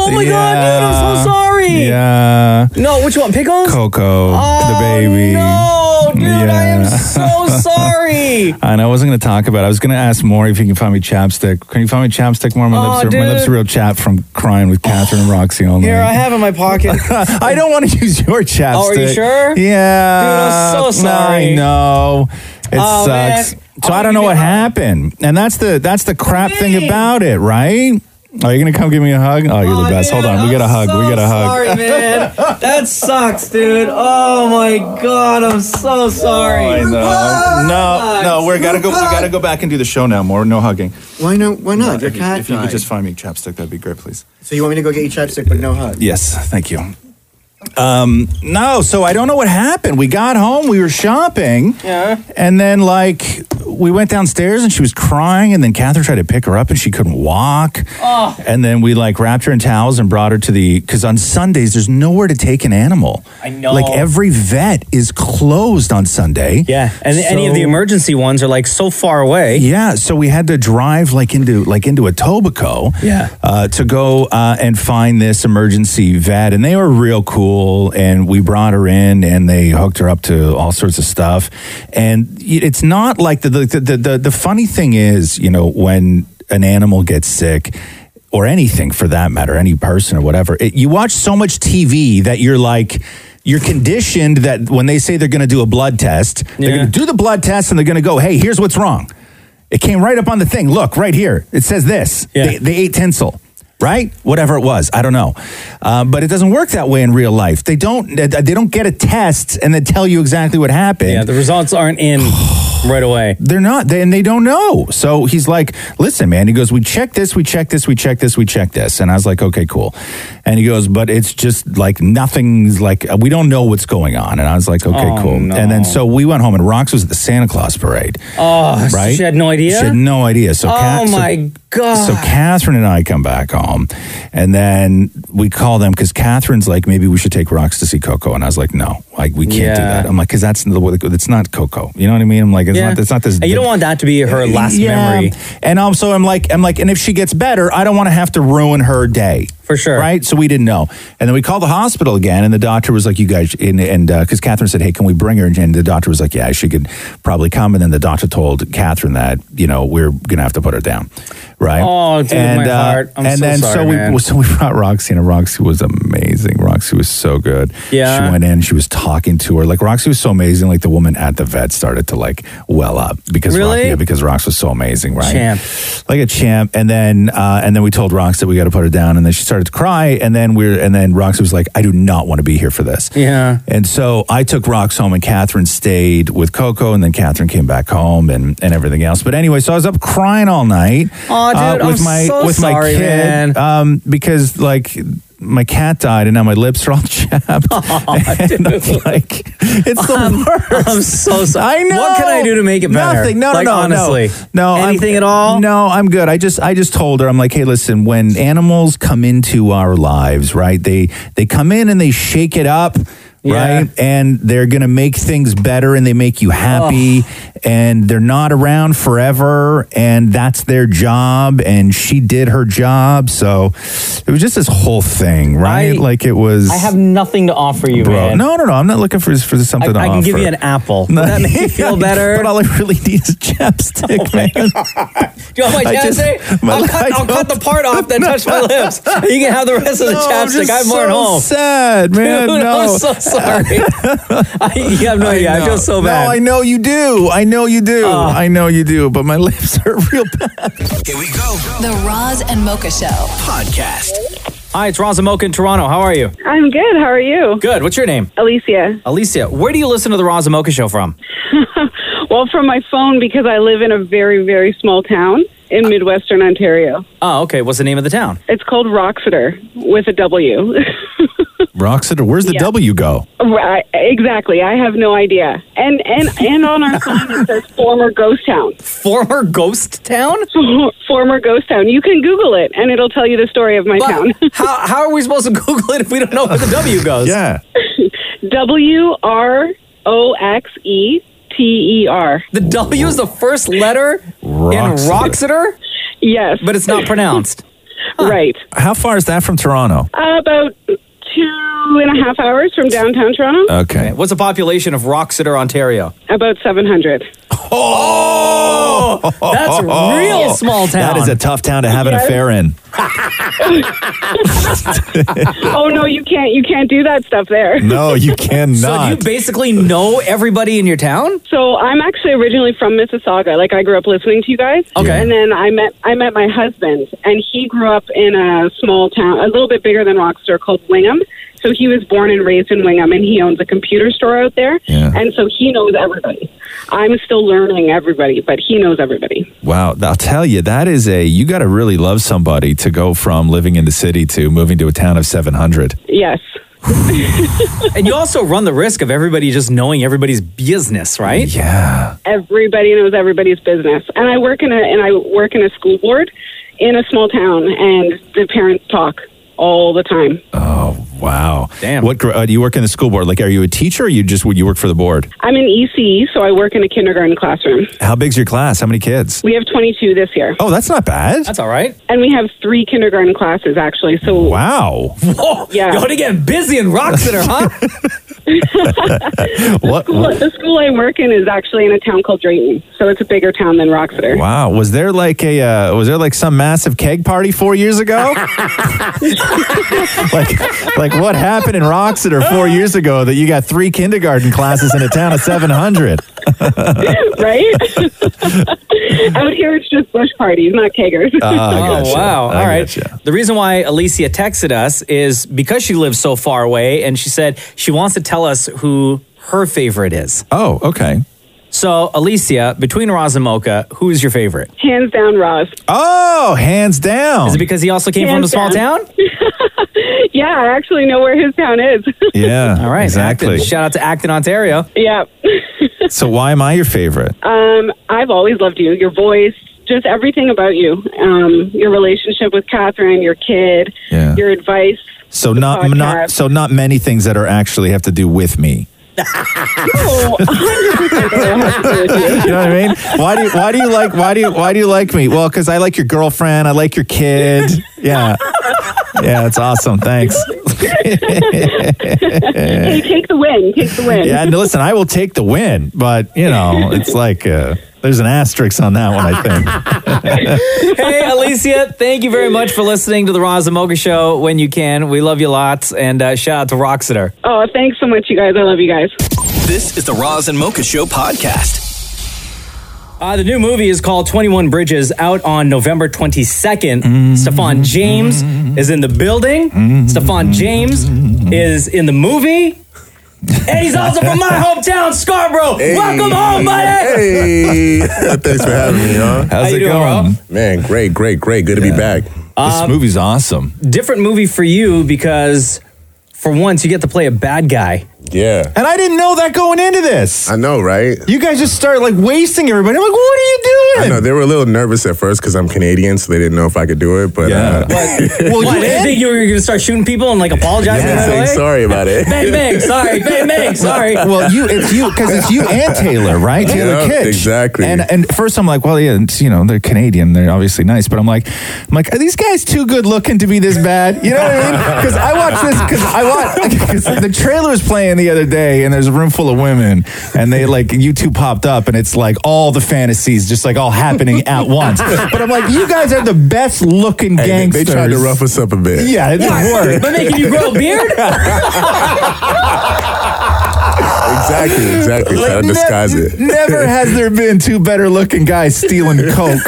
S2: Oh my god, dude, I'm so sorry.
S5: Yeah.
S2: No, which one? Pickles?
S5: Coco, the baby.
S2: No, dude, I am
S5: so
S2: Oh, sorry.
S5: and I wasn't going to talk about it. I was going to ask Maury if he can find me chapstick. Can you find me chapstick, Maury? My,
S2: Oh,
S5: lips, are, my
S2: dude.
S5: lips are real chap from crying with Catherine and Roxy all
S2: Here,
S5: night.
S2: I have in my pocket.
S5: I don't want to use your chapstick.
S2: Oh, are you sure?
S5: Yeah.
S2: Dude, I'm so sorry.
S5: I know. It
S2: Oh,
S5: sucks.
S2: man.
S5: So I don't know what happened. And that's the that's the crap thing about it, right? Are you gonna come give me a hug? Oh, you're the best. Hold on, we got a hug. we got a hug.
S2: Sorry, man. That sucks, dude. Oh my god, I'm so sorry.
S5: No, no, we're gotta go. We gotta go back and do the show now. More no hugging.
S7: Why no? Why not? Your
S5: if you,
S7: cat
S5: if you could
S7: died.
S5: just find me chapstick, that'd be great, please.
S7: So you want me to go get you chapstick, but no hug?
S5: Yes, thank you. Um, no, so I don't know what happened. We got home, we were shopping,
S2: Yeah.
S5: and then like we went downstairs and she was crying, and then Catherine tried to pick her up and she couldn't walk.
S2: Oh.
S5: And then we like wrapped her in towels and brought her to the because on Sundays there's nowhere to take an animal.
S2: I know.
S5: Like every vet is closed on Sunday.
S2: Yeah, and any of the emergency ones are like so far away.
S5: Yeah, so we had to drive like into like into Etobicoke.
S2: Yeah.
S5: uh, to go uh, and find this emergency vet, and they were real cool. And we brought her in, and they hooked her up to all sorts of stuff. And y- it's not like the the the the, the funny thing is, you know, when an animal gets sick. Or anything for that matter, any person or whatever. It, you watch so much TV that you're like, you're conditioned that when they say they're going to do a blood test, they're going to do the blood test and they're going to go, hey, here's what's wrong. It came right up on the thing. Look, right here. It says this. They, they ate tinsel, right? Whatever it was. I don't know. Uh, but it doesn't work that way in real life. They don't. They they don't get a test and then tell you exactly what happened.
S2: Yeah, the results aren't in right away.
S5: They're not, they, and they don't know. So he's like, listen, man. He goes, we checked this, we checked this, we checked this, we checked this. And I was like, okay, cool. And he goes, but it's just like nothing's like, we don't know what's going on. And I was like, okay,
S2: Oh,
S5: cool.
S2: no.
S5: And then so we went home, and Rox was at the Santa Claus parade.
S2: Oh,
S5: right?
S2: she had no idea?
S5: She had no idea. So
S2: oh
S5: Kat- so-
S2: my god.
S5: so Catherine and I come back home, and then we call them because Catherine's like, maybe we should take Rox to see Coco, and I was like, no, like we can't do
S2: Yeah.
S5: that. I'm like, because that's the it's not Coco. You know what I mean? I'm like, it's
S2: Yeah.
S5: not it's not this.
S2: And you don't want that to be her last memory.
S5: And also, I'm like, I'm like, and if she gets better, I don't want to have to ruin her day for sure, right? So we didn't know, and then we called the hospital again, and the doctor was like, "You guys," and and because Catherine said, "Hey, can we bring her?" And the doctor was like, "Yeah, she could probably come." And then the doctor told Catherine that you know we're gonna have to put her down, right?
S2: Oh, dude, my heart. I'm
S5: and
S2: so
S5: then so
S2: sorry,
S5: we
S2: man.
S5: so we brought Roxy, in, and Roxy was amazing. Roxy was so good.
S2: Yeah.
S5: she went in, she was talking to her like Roxy was so amazing. Like the woman at the vet started to like well up because Rox-
S2: Really?
S5: yeah, because Rox was so amazing, right?
S2: Champ.
S5: like a champ. And then uh, and then we told Rox that we got to put her down, and then she started to cry. And then we're and then Rox was like, I do not want to be here for this.
S2: Yeah.
S5: And so I took Rox home, and Catherine stayed with Coco, and then Catherine came back home, and, and everything else. But anyway, so I was up crying all night.
S2: Aw,
S5: Uh,
S2: dude, I'm so sorry, man.
S5: um, because like my cat died, and now my lips are all chapped. and I'm like, it's the worst.
S2: I'm so sorry.
S5: I know.
S2: What can I do to make it better?
S5: Nothing. No,
S2: Like,
S5: no, no,
S2: honestly.
S5: no. no
S2: Anything
S5: I'm,
S2: at all?
S5: No, I'm good. I just, I just told her, I'm like, hey, listen, when animals come into our lives, right? They, they come in and they shake it up. Right. And they're going to make things better and they make you happy and they're not around forever and that's their job. And she did her job. So it was just this whole thing, right? like it was.
S2: I have nothing to offer you,
S5: Bro,
S2: man.
S5: no, no, no. I'm not looking for for something. to
S2: I, I can give
S5: offer.
S2: you an apple. Would
S5: No.
S2: that make you feel better? Oh
S5: but all I really need is chapstick, man.
S2: Do you want my
S5: I just-
S2: chapstick?
S5: my
S2: I'll,
S5: lip- I
S2: cut, I'll cut the part off that touched my lips. You can have the rest of the
S5: No, I'm
S2: chapstick.
S5: just
S2: I have more at
S5: so
S2: home.
S5: Sad man.
S2: Dude,
S5: no.
S2: I'm so sorry. I, you have no idea. I,
S5: know.
S2: feel so bad. Oh.
S5: No, I know you do. I know you do. I know you do. But my lips are real bad.
S12: The Roz and Mocha Show podcast.
S2: Hi, it's Roz and Mocha in Toronto. How are you?
S18: I'm good. How are you?
S2: Good. What's your name?
S18: Alicia.
S2: Alicia, where do you listen to the Roz and Mocha show from?
S18: Well, from my phone because I live in a very, very small town in Midwestern Ontario.
S2: Oh, okay. What's the name of the town?
S18: It's called Roxeter with a W.
S5: Roxeter, where's the
S18: Yeah.
S5: W go?
S18: right, exactly. I have no idea. And and and on our sign it says former ghost town.
S2: Former ghost town?
S18: former ghost town. You can Google it and it'll tell you the story of my town.
S2: how how are we supposed to Google it if we don't know where the W goes?
S5: yeah.
S18: W R O X E T E R.
S2: The W is the first letter in Roxeter?
S18: Roxeter? Yes.
S2: But it's not pronounced.
S18: Right.
S5: How far is that from Toronto?
S18: About two and a half hours from downtown Toronto.
S5: Okay.
S2: What's the population of Roxeter, Ontario?
S18: About 700.
S2: Oh! That's real small town.
S5: Oh, That is a tough town to have an
S18: Yes.
S5: affair in.
S18: oh no, you can't you can't do that stuff there.
S5: No, you
S2: So do you basically know everybody in your town?
S18: So I'm actually originally from Mississauga. Like I grew up listening to you guys.
S2: Okay.
S18: And then I met I met my husband, and he grew up in a small town, a little bit bigger than Roxter, called Wingham. So he was born and raised in Wingham, and he owns a computer store out there. And so he knows everybody. I'm still learning everybody, but he knows everybody.
S5: Wow, I'll tell you, that is a you got to really love somebody to go from living in the city to moving to a town of 700.
S18: Yes.
S2: and you also run the risk of everybody just knowing everybody's business, right?
S5: Yeah.
S18: everybody knows everybody's business and i work in a and i work in a school board in a small town and the parents talk all the time
S5: Wow. Damn. What gr- uh, do you work in the school board? Like, are you a teacher or you just would you work for the board?
S18: i'm an ece so i work in a kindergarten classroom
S5: How big's your class? How many kids?
S18: we have 22 this year
S5: Oh, that's not bad. That's
S2: all right.
S18: and we have three kindergarten classes actually so
S5: Wow.
S2: Whoa,
S18: yeah
S2: You're getting busy in Roxeter, huh?
S5: what?
S18: Well, the school I work in is actually in a town called Drayton, so it's a bigger town than Roxeter.
S5: Wow. Was there like a uh, was there like some massive keg party four years ago? like like what happened in Roxeter four years ago that you got three kindergarten classes in a town of 700?
S18: right? Out here, it's just bush parties, not keggers.
S5: Ah,
S2: oh, wow. All right. The reason why Alicia texted us is because she lives so far away and she said she wants to tell us who her favorite is.
S5: Oh, okay.
S2: So, Alicia, between Roz and Mocha, who is your favorite?
S18: Hands down, Roz.
S5: Oh, hands down.
S2: Is it because he also came from a
S18: Hands
S2: small
S18: down.
S2: town?
S18: yeah, I actually know where his town is.
S5: Yeah.
S2: All right.
S5: Exactly.
S2: Acton. Shout out to Acton, Ontario.
S18: yeah.
S5: So why am I your favorite?
S18: Um, I've always loved you. Your voice, just everything about you. Um, your relationship with Catherine, your kid,
S5: Yeah.
S18: your advice.
S5: So not not so not many things that are actually have to do with me.
S18: Oh, 100% that I have to do with you.
S5: You know what I mean? Why do you, why do you like why do you why do you like me? Well, because I like your girlfriend. I like your kid. Yeah, yeah, it's awesome. Thanks.
S18: Hey, take the win. Take the win.
S5: Yeah, and listen, I will take the win, but you know, it's like uh, there's an asterisk on that one. I think.
S2: hey, Alicia, thank you very much for listening to the Roz and Mocha Show when you can. We love you lots. And uh, shout out to Roxeter.
S18: Oh, thanks so much, you guys. I love you guys.
S1: This is the Roz and Mocha Show podcast.
S2: Uh, the new movie is called 21 Bridges, out on November 22nd. Stefan James is in the building. Stefan James is in the movie. And he's also from my hometown, Scarborough. Welcome home, buddy.
S19: Hey, thanks for having me, huh?
S5: How's it going?
S19: Man, great, great, great. Good to be back.
S2: Um,
S5: this movie's awesome.
S2: Different movie for you because for once you get to play a bad guy.
S19: Yeah.
S5: And I didn't know that going into this.
S19: I know, right?
S5: You guys just start like wasting everybody. I'm like, what are you doing?
S19: I know they were a little nervous at first because I'm Canadian, so they didn't know if I could do it. But uh,
S2: Well, you didn't think you were going to start shooting people and like apologize
S19: yeah,
S2: right
S19: saying
S2: away?
S19: sorry about it.
S2: Bang, bang, sorry. Bang, bang, sorry.
S5: Well, you it's you because it's you and Taylor, right? Taylor
S19: Yeah,
S5: Kitsch.
S19: exactly.
S5: And and first I'm like, well, yeah, it's, you know, they're Canadian, they're obviously nice, but I'm like, I'm like, are these guys too good looking to be this bad? You know what I mean? Because I watch this because I watch because the trailer was playing the other day, and there's a room full of women, and they like you two popped up, and it's like all the fantasies just like all happening at once. But I'm like, you guys are the best looking
S19: Hey, they-
S5: gangsters.
S19: they tried to rough us up a bit.
S5: Yeah, it didn't work.
S2: By making you grow a beard?
S19: exactly, exactly. Try to
S5: Like,
S19: disguise
S5: nev-
S19: it.
S5: Never has there been two better looking guys stealing coke.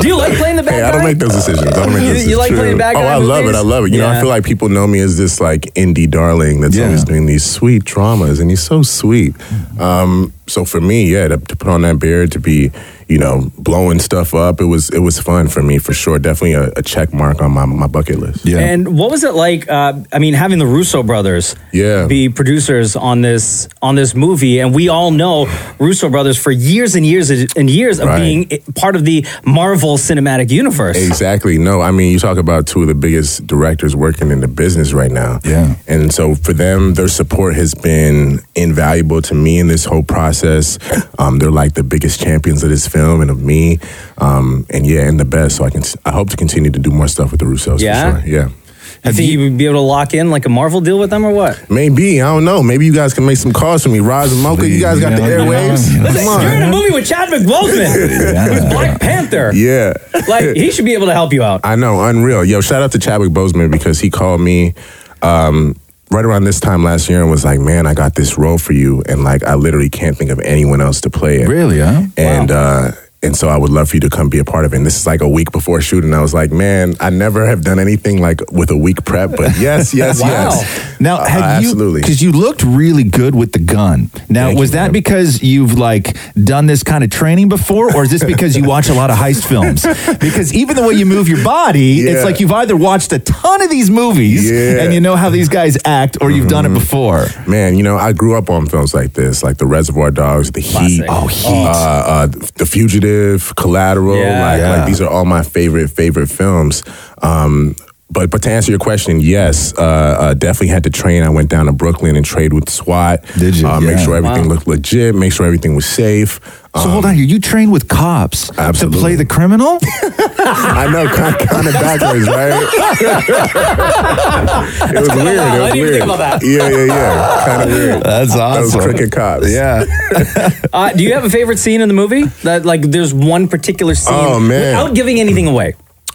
S2: Do you like playing the bad
S19: Hey, I don't make those decisions. I don't make
S2: You-
S19: those
S2: you like
S19: decisions.
S2: playing bad guy
S19: Oh, I love
S2: movies?
S19: it. I love it. You know,
S2: Yeah.
S19: I feel like people know me as this like indie darling that's always doing these sweet dramas, and he's so sweet. Um, so for me, yeah, to, to put on that beard, to be, you know, blowing stuff up, it was it was fun for me for sure. Definitely a, a check mark on my, my bucket list.
S2: And what was it like? Uh, I mean, having the Russo brothers
S19: Yeah.
S2: be producers on this on this movie, and we all know Russo brothers for years and years and years of
S19: Right.
S2: being i- part of the Marvel Cinematic Universe.
S19: Exactly. No, I mean you talk about two of the biggest directors working in the business right now. Yeah. And so for them, their support has been invaluable to me in this whole process. Um, they're like the biggest champions of this film and of me. Um, and yeah, and the best. So I can I hope to continue to do more stuff with the Russos
S2: Yeah?
S19: for sure. Yeah.
S2: You think you would be able to lock in like a Marvel deal with them or what?
S19: Maybe. I don't know. Maybe you guys can make some calls for me. Roz and Mocha, you guys got the airwaves.
S2: Listen,
S19: Come on.
S2: you're in a movie with Chadwick Boseman, who's Black Panther.
S19: Yeah.
S2: Like, he should be able to help you out.
S19: I know, unreal. Yo, shout out to Chadwick Boseman because he called me um, right around this time last year and was like, "Man, I got this role for you, and like, I literally can't think of anyone else to play it." Really? Huh? And uh, and so I would love for you to come be a part of it. And this is like a week before shooting. I was like, "Man, I never have done anything like with a week prep, but yes, yes, yes."
S16: Now,
S19: Uh,
S16: had you,
S19: absolutely.
S16: because you looked really good with the gun. Now, was that because you've like done this kind of training before, or is this because you watch a lot of heist films? Because even the way you move your body,
S19: Yeah.
S16: it's like you've either watched a ton of these movies
S19: Yeah. Mm-hmm.
S16: and you know how these guys act, or you've done it before.
S19: Man, you know, I grew up on films like this, like The Reservoir Dogs, The Heat, oh, Heat, uh, uh, The Fugitive, Collateral.
S16: Yeah.
S19: Like,
S16: Yeah.
S19: like these are all my favorite favorite films. Um, but but to answer your question, yes, uh, uh, definitely had to train. I went down to Brooklyn and trade with SWAT. Did you? Uh, Make
S16: Yeah.
S19: sure everything
S16: Wow.
S19: looked legit. Make sure everything was safe. Um,
S16: So hold on here. You train with cops to play the criminal?
S19: I know, kind, kind of backwards, right? it was weird. It was
S2: I didn't even
S19: weird.
S2: think about that.
S19: Yeah, yeah, yeah. Kind of weird.
S16: That's
S19: Those
S16: awesome.
S19: cricket cops.
S16: Yeah.
S2: Uh, do you have a favorite scene in the movie? That like, there's one particular scene.
S19: Oh, man.
S2: Without giving anything away.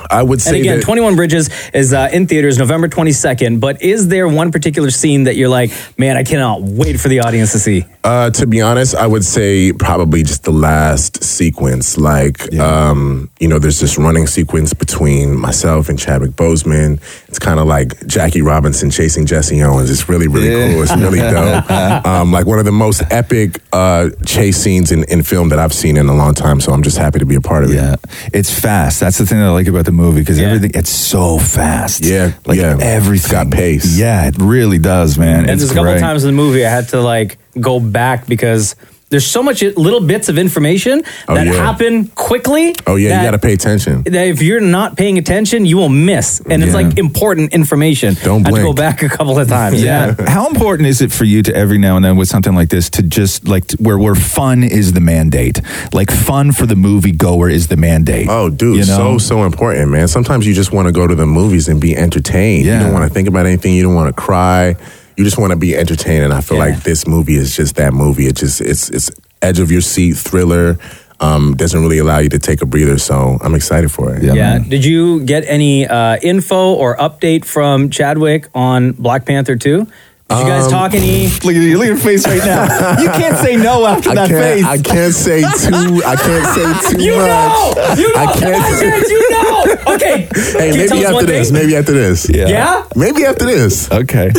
S19: I would
S2: And
S19: say
S2: again,
S19: that-
S2: 21 Bridges is uh, in theaters November 22nd. But is there one particular scene that you're like, man, I cannot wait for the audience to see?
S19: Uh, to be honest, I would say probably just the last sequence. Like, um, you know, there's this running sequence between myself and Chadwick Boseman. It's kind of like Jackie Robinson chasing Jesse Owens. It's really, really cool. It's really dope. Um, like one of the most epic uh, chase scenes in, in film that I've seen in a long time. So I'm just happy to be a part of it.
S16: It's fast. That's the thing that I like about the movie because everything it's so fast. Yeah, like everything it's got pace. Yeah, it really does, man.
S2: And
S16: it's
S2: there's a couple
S16: great.
S2: of times in the movie I had to like go back because there's so much little bits of information
S19: Oh,
S2: that
S19: yeah.
S2: happen quickly.
S19: Oh, yeah.
S2: that-
S19: you got to pay attention.
S2: that if you're not paying attention, you will miss, and it's
S16: Yeah.
S2: like important information. Don't I had to go back a couple of times.
S16: Yeah. How important is it for you to every now and then with something like this to just like to, where where fun is the mandate, like fun for the movie goer is the mandate.
S19: Oh, dude,
S16: You know?
S19: so so important, man. Sometimes you just want to go to the movies and be entertained. You don't want to think about anything. You don't want to cry. You just want to be entertained. And I feel like this movie is just that movie. It just it's it's edge of your seat thriller. Um, doesn't really allow you to take a breather. So I'm excited for it.
S2: Yeah. Did you get any uh, info or update from Chadwick on Black Panther 2? Did you guys
S19: Um,
S2: talk any?
S16: Look at, look at your face right now. You can't say no after
S19: I
S16: that
S19: can't,
S16: face.
S19: I can't say too. I can't say too
S2: You
S19: much.
S2: know! You know!
S19: I can't.
S2: you know! Okay.
S19: hey,
S2: Can you tell
S19: maybe
S2: us one
S19: after
S2: thing?
S19: this. Maybe after this.
S2: Yeah?
S19: Maybe after this.
S16: Okay.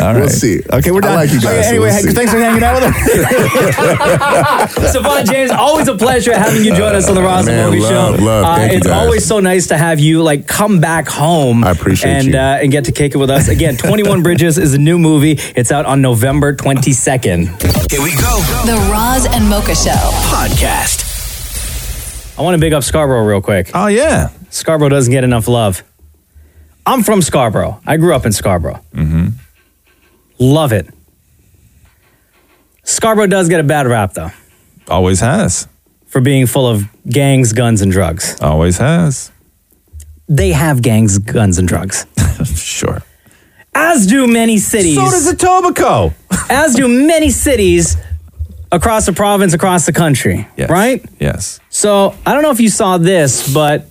S16: All right.
S19: We'll see.
S16: Okay, we're done.
S19: I like you guys.
S16: Okay,
S19: so
S16: anyway,
S19: we'll see.
S16: thanks for hanging out with us.
S2: Savant Ah, James, always a pleasure having you join us on the Ross and
S19: Man,
S2: Moby
S19: love,
S2: Show. Uh,
S19: love. Thank you,
S2: it's
S19: guys.
S2: always so nice to have you like come back home. I
S19: appreciate
S2: and,
S19: you.
S2: uh, and get to kick it with us again. Twenty One Bridges is a new movie. It's out on November twenty second.
S12: Here we go. The Roz and Mocha Show podcast.
S2: I want to big up Scarborough real quick.
S16: Oh yeah,
S2: Scarborough doesn't get enough love. I'm from Scarborough. I grew up in Scarborough.
S16: Mm-hmm.
S2: Love it. Scarborough does get a bad rap though.
S16: Always has.
S2: For being full of gangs, guns, and drugs.
S16: Always has.
S2: They have gangs, guns, and drugs.
S16: sure.
S2: As do many cities.
S16: So does Etobicoke.
S2: as do many cities across the province, across the country. Right?
S16: Yes.
S2: So I don't know if you saw this, but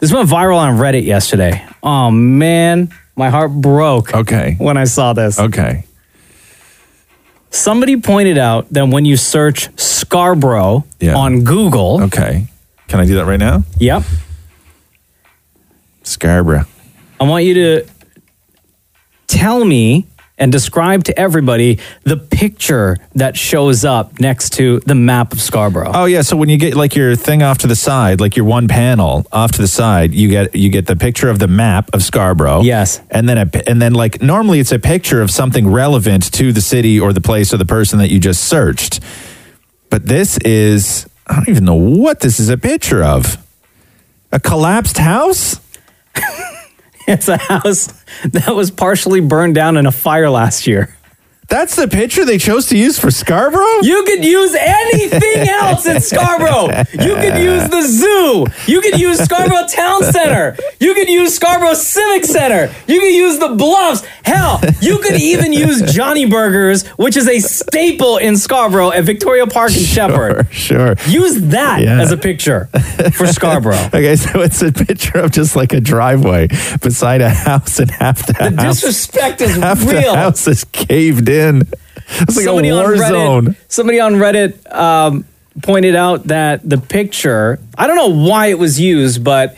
S2: this went viral on Reddit yesterday. Oh man, my heart broke.
S16: Okay.
S2: When I saw this.
S16: Okay.
S2: Somebody pointed out that when you search Scarborough on Google.
S16: Okay. Can I do that right now?
S2: Yep.
S16: Scarborough.
S2: I want you to tell me and describe to everybody the picture that shows up next to the map of Scarborough.
S5: Oh yeah, so when you get like your thing off to the side, like your one panel off to the side, you get you get the picture of the map of Scarborough. Yes, and then a, pi- and then like normally it's a picture of something relevant to the city or the place or the person that you just searched. But this is I don't even know what this is a picture of. A collapsed house.
S2: It's a house that was partially burned down in a fire last year.
S5: That's the picture they chose to use for Scarborough?
S2: You could use anything else in Scarborough. You could use the zoo. You could use Scarborough Town Center. You could use Scarborough Civic Center. You could use the Bluffs. Hell, you could even use Johnny Burgers, which is a staple in Scarborough at Victoria Park and Shepherd.
S5: Sure.
S2: Use that
S5: Yeah.
S2: as a picture for Scarborough.
S5: Okay, so it's a picture of just like a driveway beside a house, and half the,
S2: The
S5: house,
S2: disrespect is
S5: half
S2: real.
S5: the house is caved in. It's like a war
S2: Reddit,
S5: zone.
S2: Somebody on Reddit um, pointed out that the picture, I don't know why it was used, but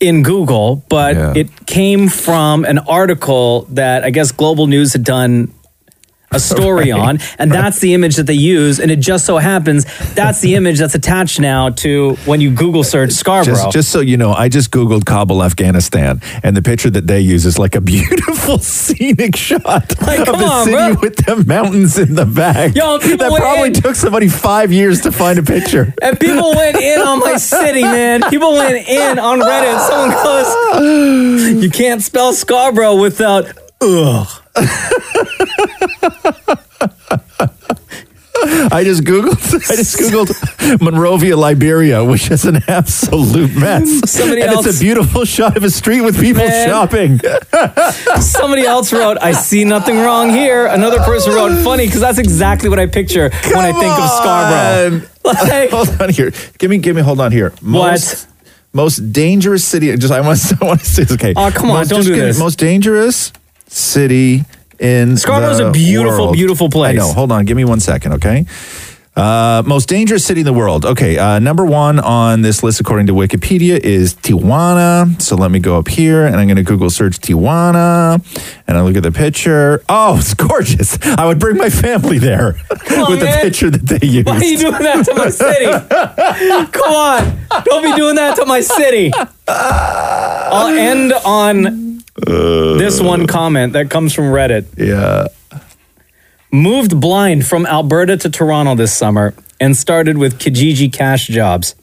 S2: in Google, but it came from an article that I guess Global News had done a story
S5: Right.
S2: on, and that's the image that they use. And it just so happens that's the image that's attached now to when you Google search Scarborough.
S5: Just, just so you know, I just googled Kabul, Afghanistan, and the picture that they use is like a beautiful scenic shot
S2: Like,
S5: of
S2: come
S5: the
S2: on,
S5: city
S2: bro.
S5: with the mountains in the back.
S2: Yo, people
S5: that
S2: went
S5: probably
S2: in-
S5: took somebody five years to find a picture.
S2: And people went in on my city, man. People went in on Reddit. Someone goes, "You can't spell Scarborough without ugh."
S5: I just googled. I just googled Monrovia, Liberia, which is an absolute mess.
S2: Somebody
S5: and
S2: else-
S5: it's a beautiful shot of a street with people
S2: Man.
S5: shopping.
S2: Somebody else wrote, "I see nothing wrong here." Another person wrote, "Funny," because that's exactly what I picture when I think of Scarborough.
S5: hold on here. Give me, give me. Hold on here. Most, Most dangerous city. Just I want. I want to say. Okay.
S2: Aw, Oh, come on,
S5: Most-
S2: don't
S5: just
S2: do
S5: give me-
S2: this.
S5: Most dangerous city in
S2: Scarborough's
S5: the
S2: a beautiful,
S5: world.
S2: beautiful place.
S5: I know. Hold on. Give me one second. Okay. Uh, most dangerous city in the world. Okay, uh, number one on this list, according to Wikipedia, is Tijuana. So let me go up here and I'm going to Google search Tijuana and I look at the picture. Oh, it's gorgeous. I would bring my family there
S2: on,
S5: with the
S2: man.
S5: picture that they used.
S2: Why are you doing that to my city? Come on, don't be doing that to my city. I'll end on this one comment that comes from Reddit.
S5: Yeah.
S2: Moved blind from Alberta to Toronto this summer and started with Kijiji cash jobs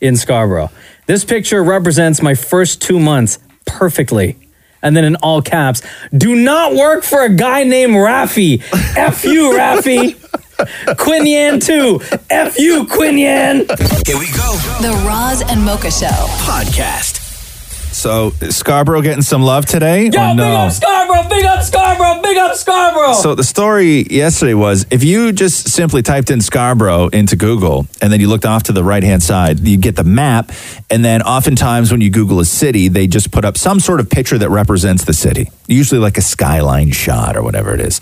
S2: in Scarborough. This picture represents my first two months perfectly. And then in all caps, do not work for a guy named Rafi. F you, Rafi. Quinn Yan too. F you, Quinn Yan.
S12: Here we go. The Roz and Mocha Show podcast.
S5: So Scarborough getting some love today? or
S2: Yo, big
S5: no?
S2: up Scarborough, big up Scarborough, big up Scarborough.
S5: So the story yesterday was if you just simply typed in Scarborough into Google and then you looked off to the right hand side, you get the map. And then oftentimes when you Google a city, they just put up some sort of picture that represents the city, usually like a skyline shot or whatever it is.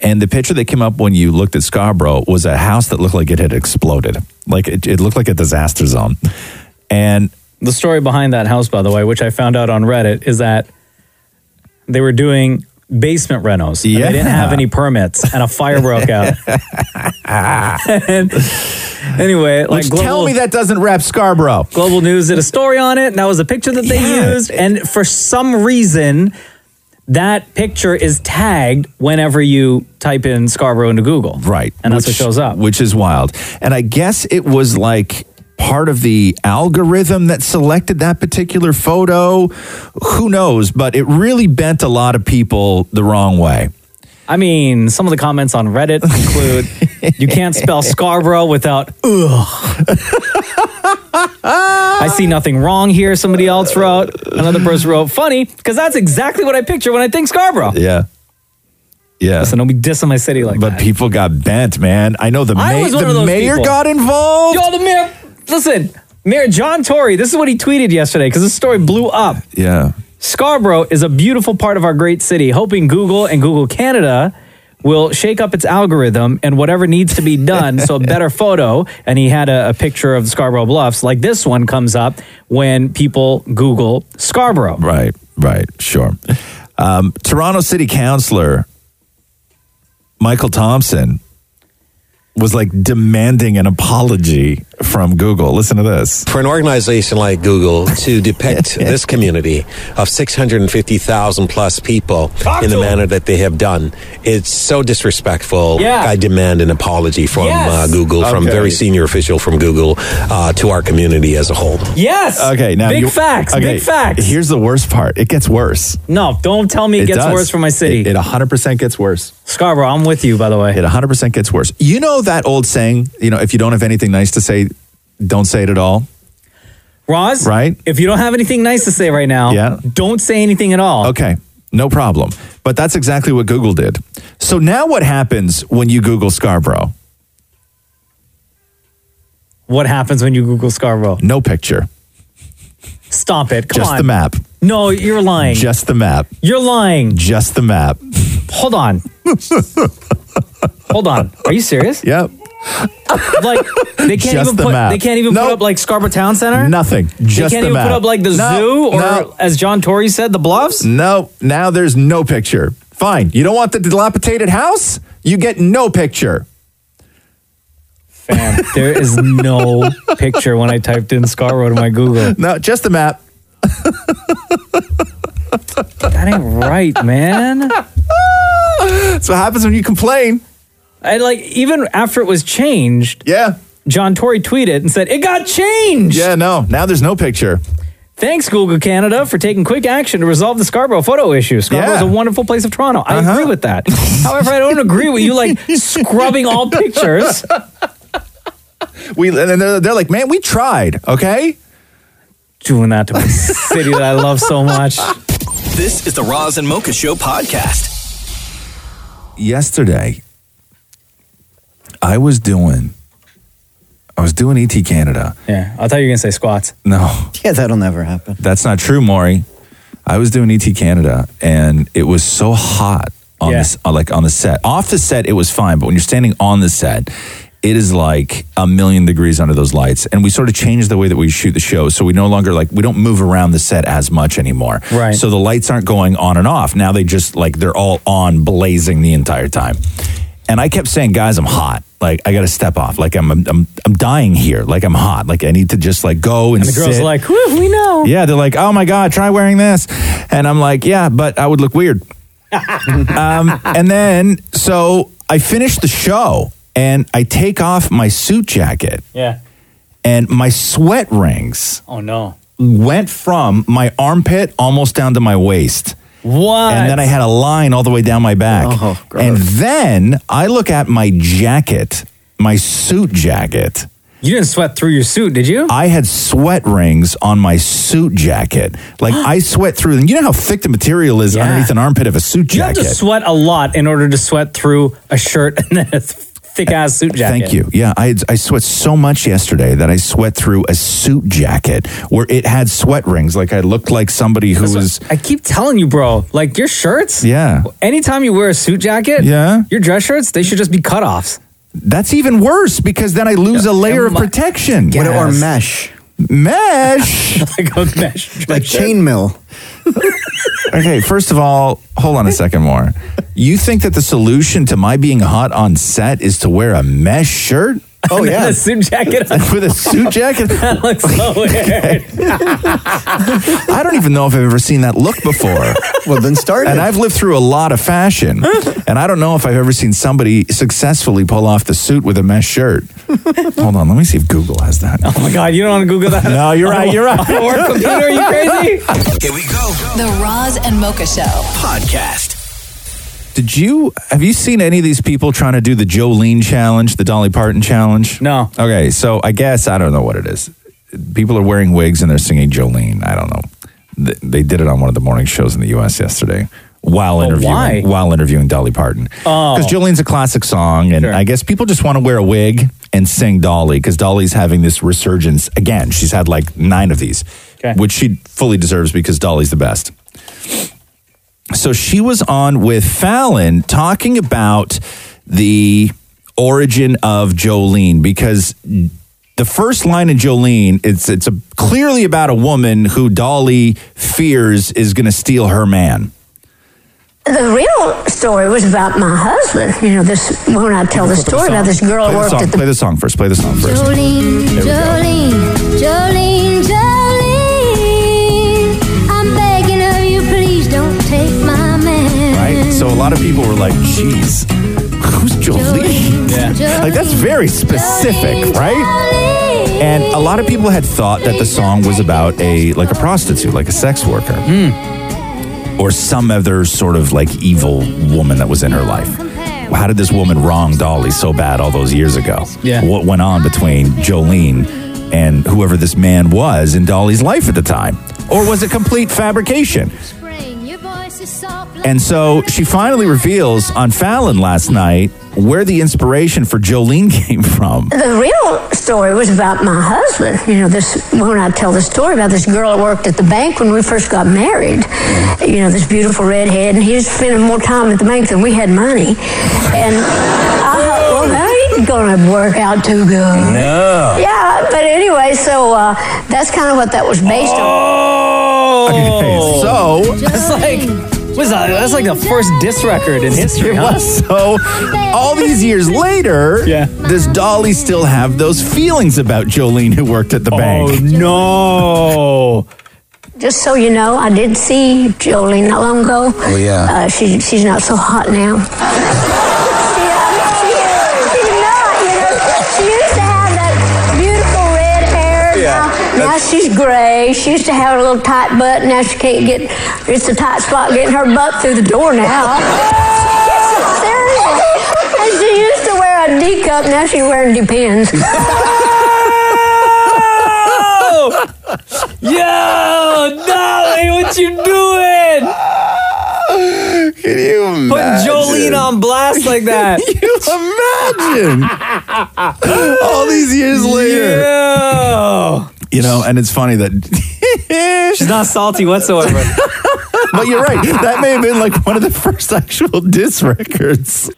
S5: And the picture that came up when you looked at Scarborough was a house that looked like it had exploded. Like it, it looked like a disaster zone. And
S2: the story behind that house, by the way, which I found out on Reddit, is that they were doing basement renos. and
S5: Yeah.
S2: they didn't have any permits, and a fire broke out. and anyway, like
S5: Which tell me that doesn't wrap Scarborough.
S2: Global News did a story on it, and that was a picture that they
S5: Yeah.
S2: used. And for some reason, that picture is tagged whenever you type in Scarborough into Google. Right. And that's what
S5: Which-
S2: shows up.
S5: which is wild. And I guess it was like part of the algorithm that selected that particular photo. Who knows? But it really bent a lot of people the wrong way.
S2: I mean, some of the comments on Reddit include you can't spell Scarborough without ugh. I see nothing wrong here, somebody else wrote. Another person wrote, funny, because that's exactly what I picture when I think Scarborough.
S5: Yeah. Yeah.
S2: Listen, don't be dissing my city like
S5: but people got bent, man. I know the,
S2: I
S5: ma-
S2: was one
S5: the
S2: of those
S5: mayor
S2: people.
S5: got involved.
S2: Yo, the mayor, listen, Mayor John Tory, this is what he tweeted yesterday because this story blew up.
S5: Yeah.
S2: Scarborough is a beautiful part of our great city, hoping Google and Google Canada will shake up its algorithm and whatever needs to be done so a better photo and he had a, a picture of scarborough bluffs like this one comes up when people google scarborough
S5: right Right, sure. Um, Toronto City Councilor Michael Thompson was like demanding an apology from Google. Listen to this.
S20: For an organization like Google to depict this community of 650,000 plus people in the manner that they have done, it's so disrespectful.
S11: Yeah.
S20: I demand an apology from
S11: Yes.
S20: uh, Google, from
S5: Okay.
S20: very senior official from Google uh, to our community as a whole.
S2: Yes.
S5: Okay, now
S2: big
S5: you-
S2: facts.
S5: okay,
S2: Big facts.
S5: Here's the worst part. It gets worse.
S2: No, don't tell me it, gets
S5: does.
S2: worse for my city.
S5: It, it 100% gets worse.
S2: Scarborough, I'm with you, by the way.
S5: It 100% gets worse. You know that old saying, you know, if you don't have anything nice to say, don't say it at all?
S2: Roz, right? If you don't have anything nice to say right now,
S5: Yeah.
S2: don't say anything at all.
S5: Okay, no problem. But that's exactly what Google did. So now what happens when you Google Scarborough?
S2: What happens when you Google Scarborough?
S5: No picture.
S2: Stop it. Come
S5: Just
S2: on.
S5: the map.
S2: No, you're lying.
S5: Just the map.
S2: You're lying.
S5: Just the map.
S2: Hold on. Hold on. Are you serious?
S5: Yep.
S2: Like they can't
S5: Just
S2: even
S5: the
S2: put
S5: map.
S2: they can't even put up like Scarborough Town Center?
S5: Nothing.
S2: they
S5: Just
S2: can't
S5: the
S2: even
S5: map.
S2: put up like the
S5: No,
S2: zoo or
S5: no.
S2: as John Tory said, the bluffs?
S5: No, now there's no picture. Fine. You don't want the dilapidated house? You get no picture.
S2: Fam, there is no picture when I typed in Scarborough to my Google.
S5: No, just the map.
S2: that ain't right, man. That's
S5: what happens when you complain.
S2: And like even after it was changed,
S5: yeah.
S2: John Tory tweeted and said, It got changed.
S5: Yeah, no. Now there's no picture.
S2: Thanks, Google Canada, for taking quick action to resolve the Scarborough photo issue. Scarborough is
S5: Yeah. Uh-huh.
S2: a wonderful place of Toronto. I agree with that. However, I don't agree with you like scrubbing all pictures.
S5: We and then they're, they're like, man, we tried, okay?
S2: Doing that to my city that I love so much.
S1: This is the Roz and Mocha Show podcast.
S5: Yesterday, I was doing, I was doing ET Canada.
S2: Yeah, I thought you were gonna say squats.
S5: No.
S7: Yeah, that'll never happen.
S5: That's not true, Maury. I was doing ET Canada, and it was so hot on this, on, like on the set. Off the set, it was fine, but when you're standing on the set, it is like a million degrees under those lights. And we sort of changed the way that we shoot the show, so we no longer like we don't move around the set as much anymore.
S2: Right.
S5: So the lights aren't going on and off. Now they just like they're all on, blazing the entire time. And I kept saying, guys, I'm hot. Like I got to step off. Like I'm, I'm, I'm dying here. Like I'm hot. Like I need to just like go and,
S2: And the girls
S5: sit.
S2: are like, Whew, we know.
S5: Yeah, they're like, oh my God, try wearing this. And I'm like, yeah, but I would look weird. um, and then, so I finish the show and I take off my suit jacket
S2: Yeah.
S5: and my sweat rings
S2: Oh no.
S5: went from my armpit almost down to my waist.
S2: What?
S5: And then I had a line all the way down my back.
S2: Oh,
S5: and then I look at my jacket, my suit jacket.
S2: You didn't sweat through your suit, did you?
S5: I had sweat rings on my suit jacket. Like I sweat through them. You know how thick the material is underneath an armpit of a suit
S2: You have
S5: jacket.
S2: to sweat a lot in order to sweat through a shirt and then a thick ass suit jacket.
S5: Thank you. Yeah, I had, I sweat so much yesterday that I sweat through a suit jacket where it had sweat rings. Like I looked like somebody who was
S2: I keep telling you, bro. Like your shirts.
S5: Yeah.
S2: Anytime you wear a suit jacket, yeah, your dress shirts they should just be cutoffs.
S5: That's even worse because then I lose a layer of protection.
S7: What- or mesh.
S5: Mesh.
S2: like a mesh.
S7: Like chainmail.
S5: okay, first of all, hold on a second more. You think that the solution to my being hot on set is to wear a mesh shirt?
S2: And then a suit jacket
S5: with a suit jacket.
S2: that looks so weird.
S5: I don't even know if I've ever seen that look before.
S7: well, then start.
S5: And I've lived through a lot of fashion, and I don't know if I've ever seen somebody successfully pull off the suit with a mesh shirt. Hold on, let me see if Google has that.
S2: oh my god, you don't want to Google that.
S5: No, you're right. You're right.
S2: On a work computer, are you crazy?
S12: The Roz and Mocha Show podcast.
S5: Did you have you seen any of these people trying to do the Jolene challenge, the Dolly Parton challenge?
S2: No.
S5: Okay, so I guess I don't know what it is. People are wearing wigs and they're singing Jolene. I don't know. Th- They did it on one of the morning shows in the U.S. yesterday while interviewing
S2: Oh, why?
S5: while interviewing Dolly Parton.
S2: Oh.
S5: because Jolene's a classic song, and I guess people just want to wear a wig and sing Dolly because Dolly's having this resurgence again. She's had like nine of these, which she fully deserves because Dolly's the best. So she was on with Fallon talking about the origin of Jolene because The first line in Jolene, it's it's a, clearly about a woman who Dolly fears is going to steal her man.
S11: The real story was about my husband. You know, this when I tell the story about this girl
S5: Play the
S11: worked
S5: song,
S11: at the
S5: play the song first. Play the song first.
S21: Jolene,
S5: There we go.
S21: Jolene, Jolene, Jolene. I'm begging of you, please don't take my man.
S11: Mm.
S5: Right? So a lot of people were like, "Jeez, who's Jolene?"
S21: Yeah.
S5: Like that's very specific, right? And a lot of people had thought that the song was about a like a prostitute, like a sex worker. Or some other sort of like evil woman that was in her life. How did this woman wrong Dolly so bad all those years ago?
S2: Yeah.
S5: What went on between Jolene and whoever this man was in Dolly's life at the time? Or was it complete fabrication? And so she finally reveals on Fallon last night where the inspiration for Jolene came from.
S11: The real story was about my husband. You know, this when I tell the story about this girl that worked at the bank when we first got married. You know, this beautiful redhead, and he was spending more time at the bank than we had money. And I thought, well, that ain't gonna work out too good.
S21: No.
S11: Yeah, but anyway, so uh, that's kind of what that was based on.
S5: Oh,
S2: so that's like was that? That's like the first diss record in history.
S5: It
S2: huh?
S5: was so. All these years later, does Dolly still have those feelings about Jolene who worked at the bank? Oh
S11: Just so you know, I did see Jolene not long ago.
S5: Oh, yeah.
S11: Uh, she, she's not so hot now. She used to have that beautiful red hair.
S21: Yeah,
S11: Now, now she's gray. She used to have a little tight butt. Now she can't get. It's a tight spot getting her butt through the door now. Seriously. And she used to wear a D cup. Now she's wearing Depends.
S2: Yo, Dolly, what you doing?
S5: Can you imagine?
S2: Putting Jolene on blast like that.
S5: you imagine? all these years later. You know, and it's funny that
S2: Yeah. She's not salty whatsoever.
S5: but you're right. That may have been like one of the first actual diss records.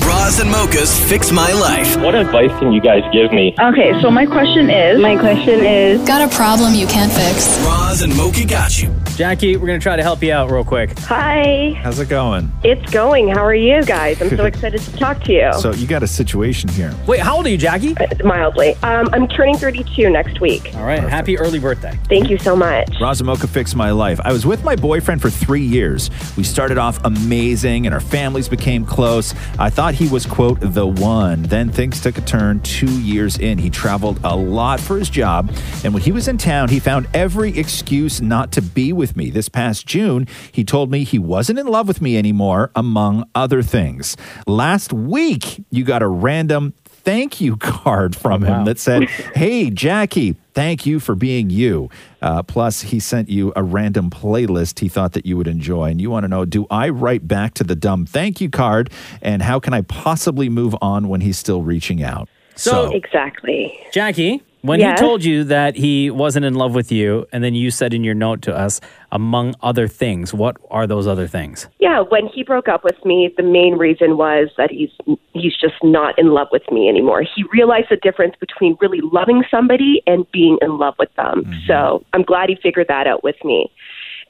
S1: Bras and mochas fix my life.
S13: What advice can you guys give me?
S12: Okay, so my question is. My question is. Got a problem you can't fix?
S1: Bras and mocha got you.
S2: Jackie, we're gonna try to help you out real quick.
S22: Hi.
S16: How's it going?
S22: It's going. How are you guys? I'm so excited to talk to you. Uh,
S16: So you got a situation here.
S2: Wait, how old are you, Jackie?
S22: Mildly. Um, I'm turning 32 next week.
S2: All right. Happy early birthday.
S22: Thank you so much.
S5: Razamoka fixed my life. I was with my boyfriend for three years. We started off amazing and our families became close. I thought he was, quote, the one. Then things took a turn two years in. He traveled a lot for his job. And when he was in town, he found every excuse not to be with me. This past June, he told me he wasn't in love with me anymore, among other things. Last week, you got a random thank you card from him that said, Hey, Jackie, thank you for being you. Uh, plus, he sent you a random playlist he thought that you would enjoy. And you want to know, do I write back to the dumb thank you card? And how can I possibly move on when he's still reaching out?
S2: So-
S22: exactly.
S2: Jackie, when
S22: Yes?
S2: he told you that he wasn't in love with you, and then you said in your note to us, among other things, what are those other things?
S22: Yeah, when he broke up with me, the main reason was that he's he's just not in love with me anymore. He realized the difference between really loving somebody and being in love with them. So I'm glad he figured that out with me.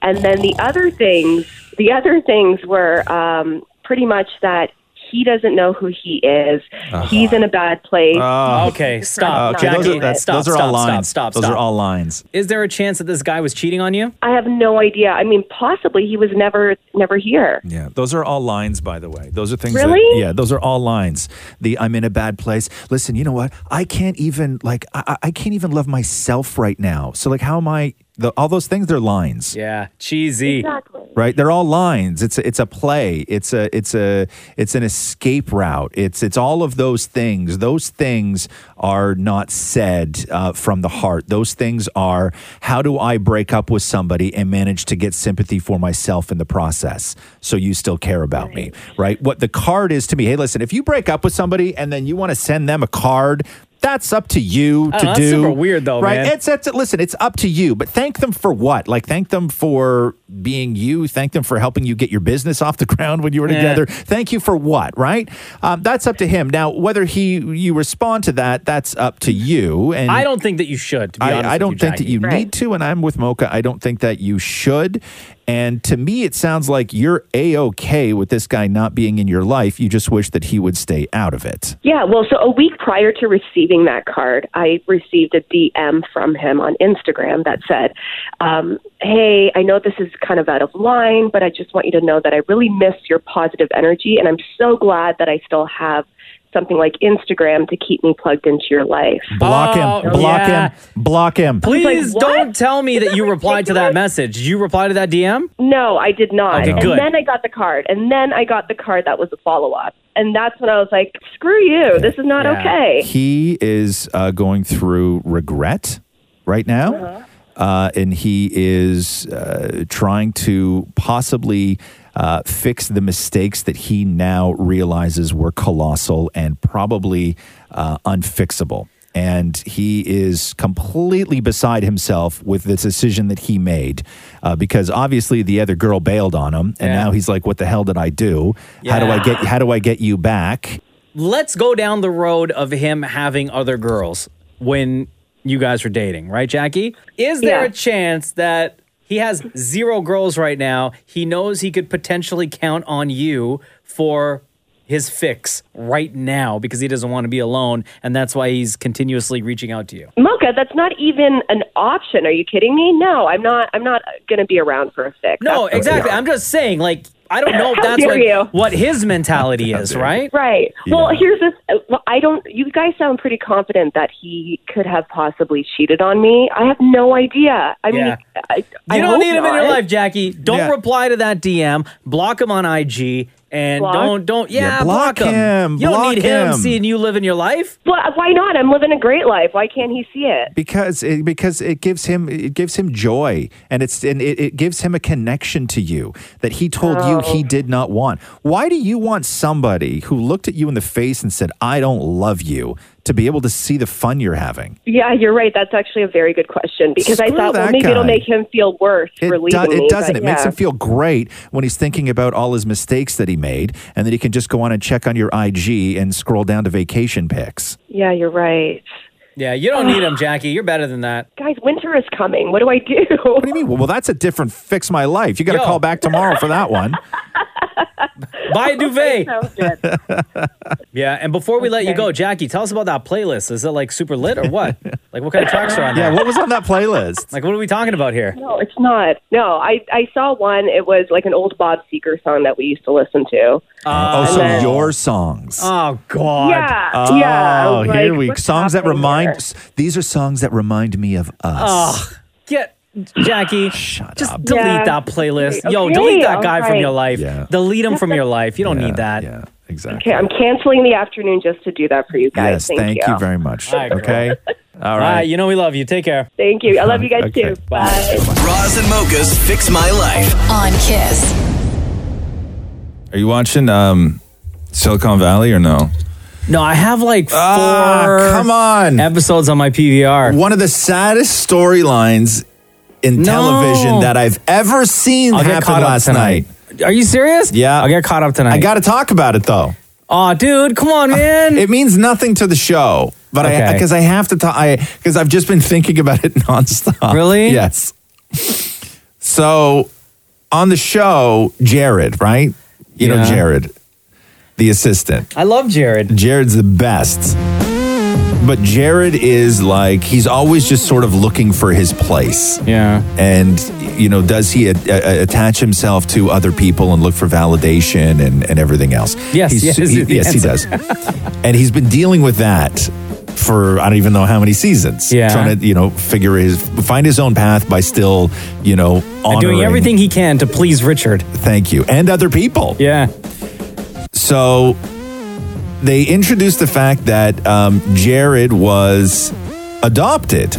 S22: And then the other things, the other things were um, pretty much that he doesn't know who he is. He's in a bad place.
S2: okay, stop.
S22: Uh-huh. Oh. Okay,
S2: Jackie,
S22: those are- that's-
S2: stop,
S22: those are all
S2: stop,
S22: lines.
S2: Stop, stop,
S22: Those are
S2: stop.
S22: all
S5: lines.
S2: Is there a chance that this guy was cheating on you?
S22: I have no idea. I mean, possibly he was never never here.
S5: Yeah, those are all lines, by the way. Those are things. That,
S22: Really?
S5: yeah, those are all lines. The I'm in a bad place. Listen, you know what? I can't even like I, I- I can't even love myself right now. So like, how am I? The, all those things they're lines.
S2: Yeah, cheesy.
S5: Right? They're all lines. It's a, it's a play. It's a it's a it's an escape route. It's it's all of those things. Those things are not said uh, from the heart. Those things are how do I break up with somebody and manage to get sympathy for myself in the process? So you still care about me, right? What the card is to me. Hey, listen, if you break up with somebody and then you want to send them a card That's up to you
S2: Oh,
S5: to
S2: that's
S5: do.
S2: super weird though,
S5: right?
S2: man.
S5: It's, it's listen. It's up to you, but thank them for what? Like thank them for being you. Thank them for helping you get your business off the ground when you were
S16: Yeah.
S5: together. Thank you for what? Right? Um, that's up to him. Now, whether he you respond to that, that's up to you. And
S2: I don't think that you should. To be
S5: I,
S2: honest
S5: I
S2: with
S5: don't
S2: you,
S5: think
S2: Jackie.
S5: that you need to, and I'm with Mocha. I don't think that you should. And to me, it sounds like you're a okay with this guy not being in your life. You just wish that he would stay out of it.
S22: Yeah, well, so a week prior to receiving that card, I received a DM from him on Instagram that said, um, Hey, I know this is kind of out of line, but I just want you to know that I really miss your positive energy, and I'm so glad that I still have something like Instagram to keep me plugged into your life. Uh,
S5: Block him. Block him. Block him.
S2: Oh, Please don't tell me that you replied to that message. Did you reply to that DM?
S22: No, I did not.
S2: Okay,
S22: and
S2: good.
S22: then I got the card, and then I got the card that was a follow up. And that's when I was like, screw you. This is not okay.
S5: He is uh, going through regret right now, uh
S22: Uh-huh.
S5: and he is uh, trying to possibly uh, fix the mistakes that he now realizes were colossal and probably uh, unfixable. And he is completely beside himself with this decision that he made uh, because obviously the other girl bailed on him. And now he's like, what the hell did I do? How do I
S2: Yeah.
S5: get, how do I get you back?
S2: Let's go down the road of him having other girls when you guys are dating, right, Jackie? Is there
S23: Yeah.
S2: a chance that he has zero girls right now? He knows he could potentially count on you for his fix right now because he doesn't want to be alone. And that's why he's continuously reaching out to you.
S22: Mocha, that's not even an option. Are you kidding me? No, I'm not. I'm not going to be around for a fix.
S2: No,
S22: That's for
S2: exactly.
S22: sure.
S2: I'm just saying, like, I don't know if
S22: How
S2: that's
S22: dare you.
S2: what, what his mentality is, right?
S22: Right. Well, here's this. Well, I don't. You guys sound pretty confident that he could have possibly cheated on me. I have no idea. I
S2: Yeah.
S22: mean, I, I
S2: You don't
S22: hope
S2: need him in your
S22: not.
S2: life, Jackie. Don't reply to that DM. Block him on IG and
S22: Block?
S2: don't don't
S22: Yeah,
S2: yeah,
S22: block him.
S2: You
S22: Block
S2: don't need him,
S5: him.
S2: seeing you living your life.
S22: Well, why not? I'm living a great life. Why can't he see it?
S5: because it, because it gives him it gives him joy and it's and it, it gives him a connection to you that he told you he
S22: Oh.
S5: did not want. Why do you want somebody who looked at you in the face and said I don't love you to be able to see the fun you're having?
S22: Yeah, you're right. That's actually a very good question because I
S5: Screw
S22: thought, well,
S5: that
S22: maybe it'll
S5: guy.
S22: make him feel worse for
S5: Do-
S22: leaving me.
S5: it doesn't.
S22: but
S5: It makes
S22: yeah.
S5: him feel great when he's thinking about all his mistakes that he made, and then he can just go on and check on your IG and scroll down to vacation pics.
S22: Yeah, you're right.
S2: Yeah, you don't need him, Jackie. You're better than that.
S22: Guys, winter is coming. What do I do? What do
S5: you mean? Well, that's a different fix my life. You got to call back tomorrow for that
S22: Uh,
S5: one.
S2: Buy a duvet. yeah, and before we let you go, Jackie, tell us about that playlist. Is it like super lit or what? like what kind of tracks are on
S5: Yeah,
S2: there?
S5: what was on that playlist?
S2: Like what are we talking about here?
S22: No, it's not. No, I I saw one. It was like an old Bob Seger song that we used to listen to.
S5: oh, so
S22: And then-
S5: your songs.
S2: Oh
S22: God. Yeah,
S5: Oh,
S22: yeah. I was
S5: here
S22: like,
S5: we
S22: what's
S5: songs that
S22: happening
S5: remind.
S22: here?
S5: These are songs that remind me of us.
S2: Ugh. Get Jackie, Shut just delete
S22: Yeah.
S2: that playlist.
S22: Okay,
S2: Yo, delete that
S22: all
S2: guy from
S22: right.
S2: your life. Delete him from your life. You don't need that. Yeah,
S5: exactly.
S22: Okay, I'm canceling the afternoon just to do that for you guys.
S5: yes, thank, you. very much. okay, all
S2: All
S5: right.
S2: right, you know we love you. Take care.
S22: Thank you. I love you guys
S5: Okay.
S22: too. Bye.
S1: Roz and Mocha's Fix My Life.
S12: On Kiss.
S16: Are you watching um, Silicon Valley or no?
S2: No, I have like four
S16: Ah, come on.
S2: episodes on my PVR.
S16: One of the saddest storylines in television that I've ever seen
S2: I'll get caught
S16: happen
S2: up
S16: last night.
S2: tonight. Are you serious?
S16: Yeah. I'll
S2: get caught up tonight.
S16: I got to talk about it though.
S2: Aw, dude, come on, man.
S16: It means nothing to the show, but I
S2: Okay.
S16: because I have to talk. I because I've just been thinking about it nonstop.
S2: Really?
S16: Yes. So, on the show, Jared, right? You know
S2: Yeah.
S16: Jared, the assistant.
S2: I love Jared.
S16: Jared's the best. But Jared is like he's always just sort of looking for his place.
S2: Yeah.
S16: And you know, does he a- a- attach himself to other people and look for validation and, and everything else?
S2: Yes,
S16: He's-
S2: yes,
S16: he-
S2: is the
S16: yes, he does.
S2: answer.
S16: and he's been dealing with that for I don't even know how many seasons.
S2: Yeah.
S16: Trying to you know figure his find his own path by still you know
S2: And
S16: honoring
S2: doing everything he can to please Richard.
S16: Thank you. And other people.
S2: Yeah.
S16: So they introduced the fact that um, Jared was adopted,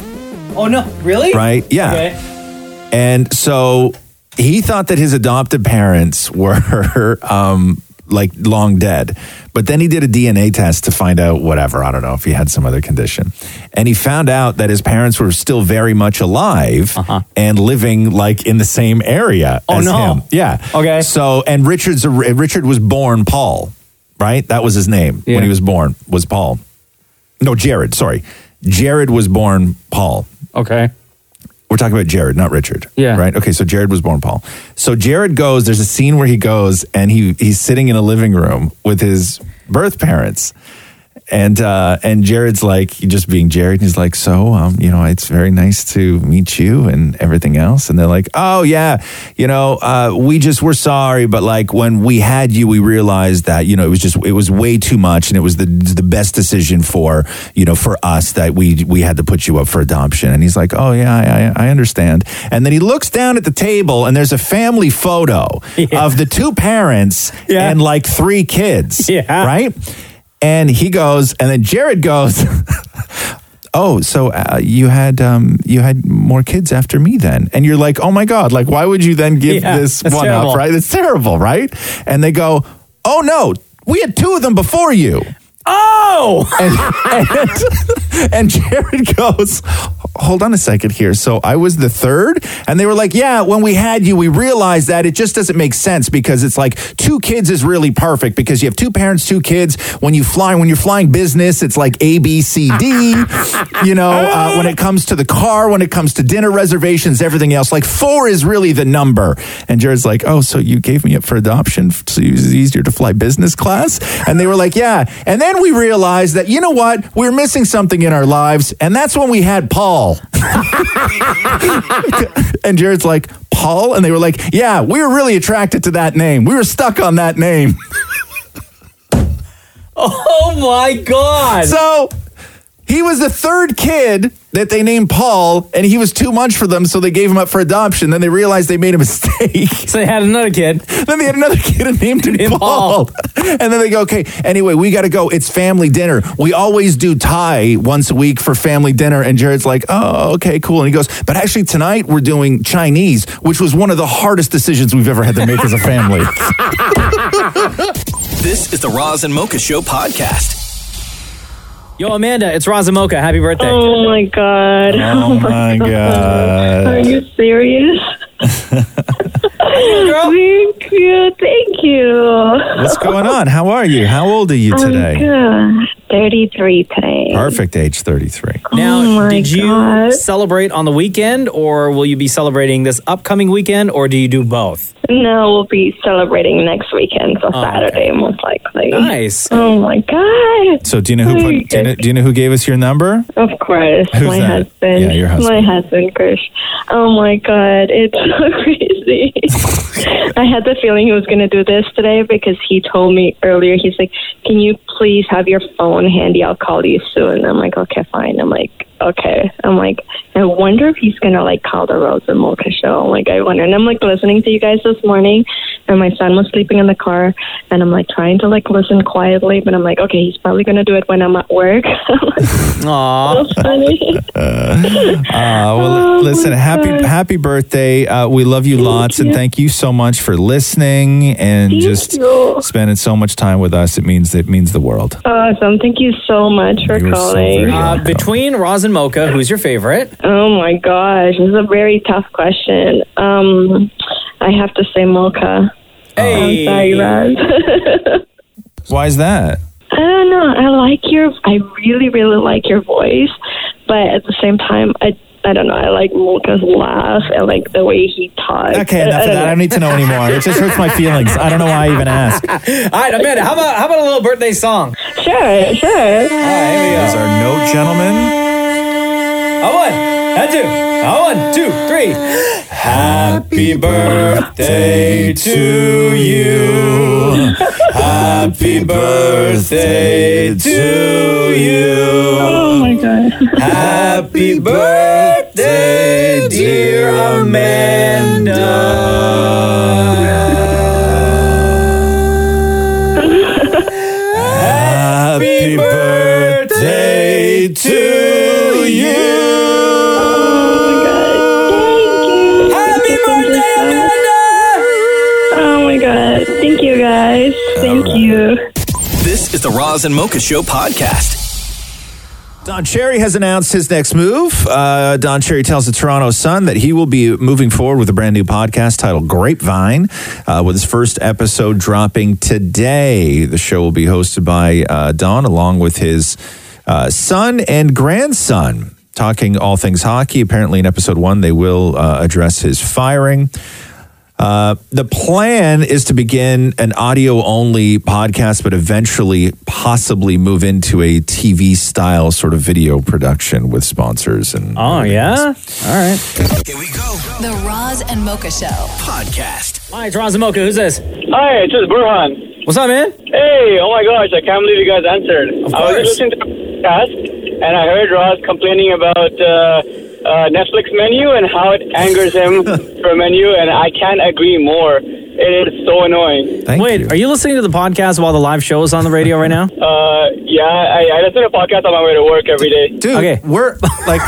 S2: Oh no, really?
S16: right? Yeah. And so he thought that his adoptive parents were um,
S5: like long dead. But then he did a DNA test to find out whatever. I don't know if he had some other condition. And he found out that his parents were still very much alive and living like in the same area
S2: Uh-huh. Oh,
S5: as
S2: no.
S5: him. Yeah. Okay. So, and Richard's a, Richard was born Paul, right? That was his name when he was born, was Paul. No, Jared, sorry. Jared was born Paul.
S2: Okay.
S5: We're talking about Jared, not Richard.
S2: Yeah.
S5: Right? Okay, so Jared was born Paul. So Jared goes, there's a scene where he goes and he he's sitting in a living room with his birth parents. And uh, and Jared's like just being Jared, and he's like, so um, you know, it's very nice to meet you and everything else. And they're like, oh yeah, you know, uh, we just were sorry, but like when we had you, we realized that you know it was just it was way too much, and it was the the best decision for you know for us that we we had to put you up for adoption. And he's like, oh yeah, I I, I understand. And then he looks down at the table, and there's a family photo of the two parents and like three kids, yeah, right. And he goes, and then Jared goes, "Oh, so uh, you had um, you had more kids after me then?" And you're like, "Oh my god! Like, why would you then give
S16: Yeah,
S5: this
S16: that's
S5: one
S16: terrible.
S5: up? Right? It's terrible, right?" And they go, "Oh no, we had two of them before you."
S2: Oh,
S5: and, and, and Jared goes, "Hold on a second here. So I was the third, and they were like, "Yeah, when we had you, we realized that it just doesn't make sense because it's like two kids is really perfect because you have two parents, two kids. When you fly, when you're flying business, it's like A, B, C, D. You know, uh, when it comes to the car, when it comes to dinner reservations, everything else, like four is really the number." And Jared's like, "Oh, so you gave me up for adoption, f- so it was easier to fly business class?" And they were like, "Yeah." And then we realized that you know what, we're missing something in our lives, and that's when we had Paul. and Jared's like, Paul? And they were like, yeah, we were really attracted to that name. We were stuck on that name.
S2: oh my God.
S5: So he was the third kid that they named Paul, and he was too much for them, so they gave him up for adoption. Then they realized they made a mistake. So
S2: they had another kid.
S5: Then they had another kid and named him Paul. And then they go, okay, anyway, we got to go. It's family dinner. We always do Thai once a week for family dinner. And Jared's like, oh, okay, cool. And he goes, but actually, tonight we're doing Chinese, which was one of the hardest decisions we've ever had to make as a family.
S1: This is the Roz and Mocha Show podcast.
S2: Yo, Amanda, it's Razamoka. Happy birthday.
S23: Oh my god.
S2: Oh my God.
S23: Are you serious? Thank you. Thank you.
S5: What's going on? How are you? How old are you
S23: I'm
S5: today?
S23: good. 33 today.
S5: Perfect age 33.
S2: Now,
S23: Oh my
S2: did you
S23: God.
S2: celebrate on the weekend, or will you be celebrating this upcoming weekend, or do you do both?
S23: No, we'll be celebrating next weekend, so Saturday, most likely.
S2: Oh, Nice.
S23: Oh my god.
S5: So do you know who put, do, you know, do you know who gave us your number?
S23: Of course,
S5: Who's
S23: my
S5: that?
S23: husband.
S5: Yeah, your husband.
S23: My husband, Krish. Oh my god, it's so crazy. I had the feeling he was going to do this today because he told me earlier. He's like, "Can you please have your phone handy? I'll call you soon." I'm like, "Okay, fine." I'm like, "Okay." I'm like, "I wonder if he's going to like call the Rose and Mocha show." I'm like, "I wonder." And I'm like listening to you guys this morning, and my son was sleeping in the car, and I'm like trying to like listen quietly, but I'm like, "Okay, he's probably going to do it when I'm at work."
S5: Aw.
S23: funny.
S5: Uh, well, listen, happy happy birthday. Uh, we love you lots, and thank you so much for listening and
S23: Thank
S5: just
S23: you.
S5: spending so much time with us. It means it means the world.
S23: Awesome. Thank you so much for calling.
S2: Uh, between Roz and Mocha, who's your favorite?
S23: oh my gosh, this is a very tough question. Um, I have to say Mocha.
S2: Hey.
S23: I'm sorry, Raz.
S5: Why is that?
S23: I don't know. I like your. I really, really like your voice, but at the same time, I. I don't know. I like Mocha's laugh and like the way he talks.
S5: Okay, enough of that. I don't need to know anymore. It just hurts my feelings. I don't know why I even ask.
S2: All right, Amanda, how about how about a little birthday song?
S23: Sure, sure.
S5: These are no gentlemen.
S2: A one, a two, a one, two, three. Happy birthday to you. Happy birthday to you.
S23: Oh my god.
S2: Happy birthday, dear Amanda.
S5: Happy birthday to
S18: Oh
S23: you. Happy birthday, Amanda! Oh my god. Thank you guys. Thank
S1: Thank you. This is the Roz and Mocha Show podcast.
S5: Don Cherry has announced his next move. Uh, Don Cherry tells the Toronto Sun that he will be moving forward with a brand new podcast titled Grapevine, uh, with his first episode dropping today. The show will be hosted by uh, Don along with his uh, son and grandson, talking all things hockey. Apparently, in episode one, they will uh, address his firing. Uh, the plan is to begin an audio only podcast, but eventually possibly move into a TV style sort of video production with sponsors. And
S2: Oh, yeah? All right.
S12: The Roz and Mocha Show
S1: podcast.
S2: Hi, it's Roz and Mocha. Who's this?
S10: Hi, it's just Burhan.
S2: What's up, man?
S10: Hey, oh my gosh, I can't believe you guys answered. I was just listening to the podcast and I heard Roz complaining about uh, uh, Netflix menu and how it angers him for menu, and I can't agree more. It is so annoying.
S2: Wait, are you listening to the podcast while the live show is on the radio right now?
S10: Uh, yeah, I, I listen to podcasts on my way to work every day.
S5: Dude, we're Er, like,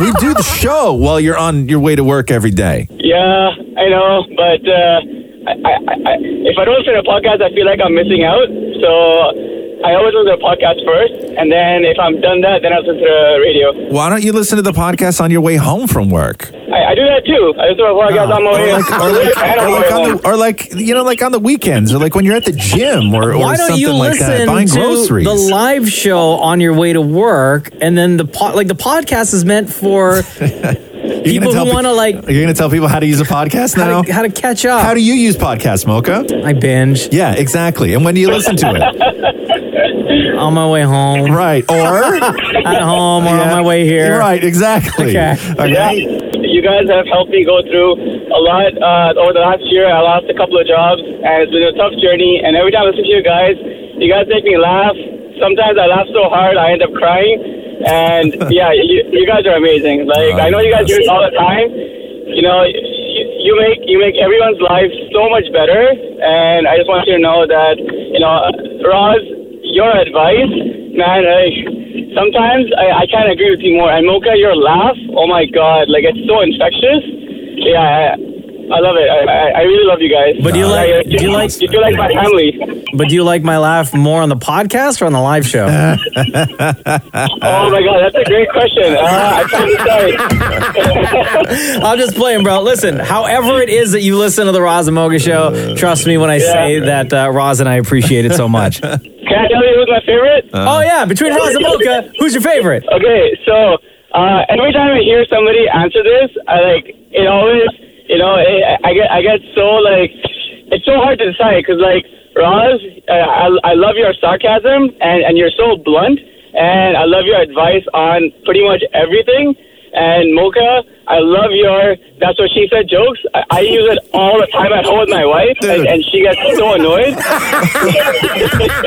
S5: we do the show while you're on your way to work every day.
S10: Yeah, I know, but uh, I, I, I, if I don't listen to a podcast, I feel like I'm missing out. So I always listen to a podcast first, and then if I'm done that, then I listen to the radio.
S5: Why don't you listen to the podcast on your way home from work?
S10: I, I do that too. I listen to a podcast on my way.
S5: Or Ah, like, or like on the, or like, you know, like on the weekends, or like when you're at the gym, or, or
S2: Why don't
S5: something
S2: you
S5: like that,
S2: listen
S5: buying
S2: to
S5: groceries.
S2: the live show on your way to work, and then the po- like the podcast is meant for people who want to like
S5: You're gonna tell people how to use a podcast
S2: How
S5: now.
S2: to- how to catch up.
S5: How do you use podcast, Mocha?
S2: I binge.
S5: Yeah, exactly. And when do you listen to it?
S2: on my way home,
S5: right? Or
S2: at home, or on my way here,
S5: right? Exactly.
S2: Okay.
S10: Yeah, you guys have helped me go through a lot uh, over the last year. I lost a couple of jobs, and it's been a tough journey. And every time I listen to you guys, you guys make me laugh. Sometimes I laugh so hard I end up crying. And yeah, you, you guys are amazing. Like I know you guys do it all the time. You know, you, you make you make everyone's life so much better. And I just want you to know that you know, Roz, your advice, man. Like, Sometimes I, I can't agree with you more. And Mocha, your laugh, oh my god, like it's so infectious. Yeah, I, I love it. I, I, I really love you guys.
S2: But do you like-
S10: you
S2: do you like-
S10: you feel like my family?
S2: But do you like my laugh more on the podcast or on the live show?
S10: Oh my god, that's a great question. Uh, I'm kinda sorry.
S2: I'm just playing, bro. Listen, however it is that you listen to the Roz and Mocha show, trust me when I say that uh, Roz and I appreciate it so much.
S10: Can I tell you who's my favorite?
S2: oh yeah, between Roz and Mocha, who's your favorite?
S10: Okay, so uh, every time I hear somebody answer this, I like it always, you know, it, I get I get so like it's so hard to decide because like Roz, uh, I I love your sarcasm and and you're so blunt, and I love your advice on pretty much everything. And Mocha, I love your that's what she said jokes. I, I use it all the time at home with my wife, and, and she gets so annoyed.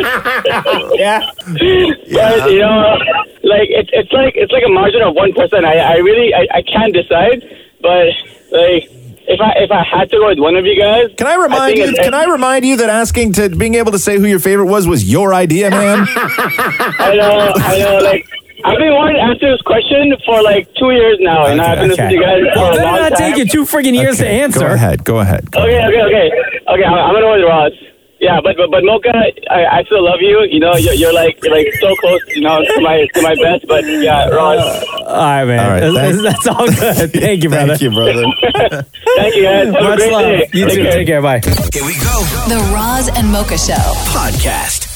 S2: yeah.
S10: But you know, like it's it's like it's like a margin of one percent. I I really I, I can't decide, but like if I if I had to go with one of you guys,
S5: Can I remind
S10: think
S5: you?
S10: it's-
S5: Can I remind you that asking to being able to say who your favorite was was your idea, man?
S10: I know, I know, like. I've been wanting to answer this question for like two years now, and I've been listening to you guys for
S2: Well,
S10: a
S2: better
S10: long
S2: not
S10: time.
S2: take you two friggin' years to answer.
S5: Go ahead. Go ahead.
S10: Okay, okay, okay, okay. I'm, I'm gonna go with Ross. Yeah, but but, but Mocha, I, I still love you. You know, you're, you're like you're like so close, you know, to my to my best. But yeah, Ross.
S2: All right, man. that's, that's all good. Thank you, brother. Thank you,
S5: brother.
S10: Thank you, guys. Have a
S2: Much
S10: great
S2: love.
S10: day.
S2: You
S10: Take
S2: too.
S10: care.
S2: Take care. Bye.
S12: The Roz and Mocha Show
S1: podcast.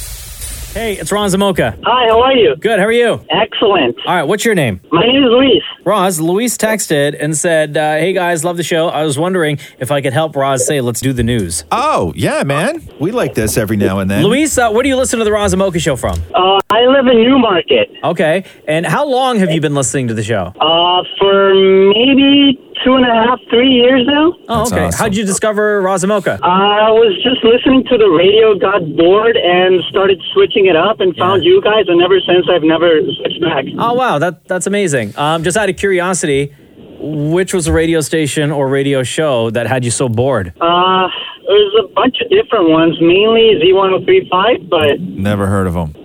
S2: Hey, it's Ron Zamoka.
S24: Hi, how are you?
S2: Good, how are you?
S24: Excellent.
S2: All right, what's your name?
S24: My name is Luis.
S2: Roz, Luis texted and said, uh, Hey guys, love the show. I was wondering if I could help Roz say, Let's do the news.
S5: Oh, yeah, man. We like this every now and then.
S2: Luis, uh, where do you listen to the Roz and Mocha show from?
S24: Uh, I live in Newmarket.
S2: Okay. And how long have you been listening to the show?
S24: Uh, for maybe two and a half, three years now.
S2: Oh, okay. How'd you discover Roz and Mocha?
S24: I was just listening to the radio, got bored, and started switching it up, and found you guys. And ever since, I've never switched back.
S2: Oh, wow. That, that's amazing. Um, just out of curiosity, which was the radio station or radio show that had you so bored?
S24: Uh, there's a bunch of different ones, mainly Z1035, but
S5: Never heard of him.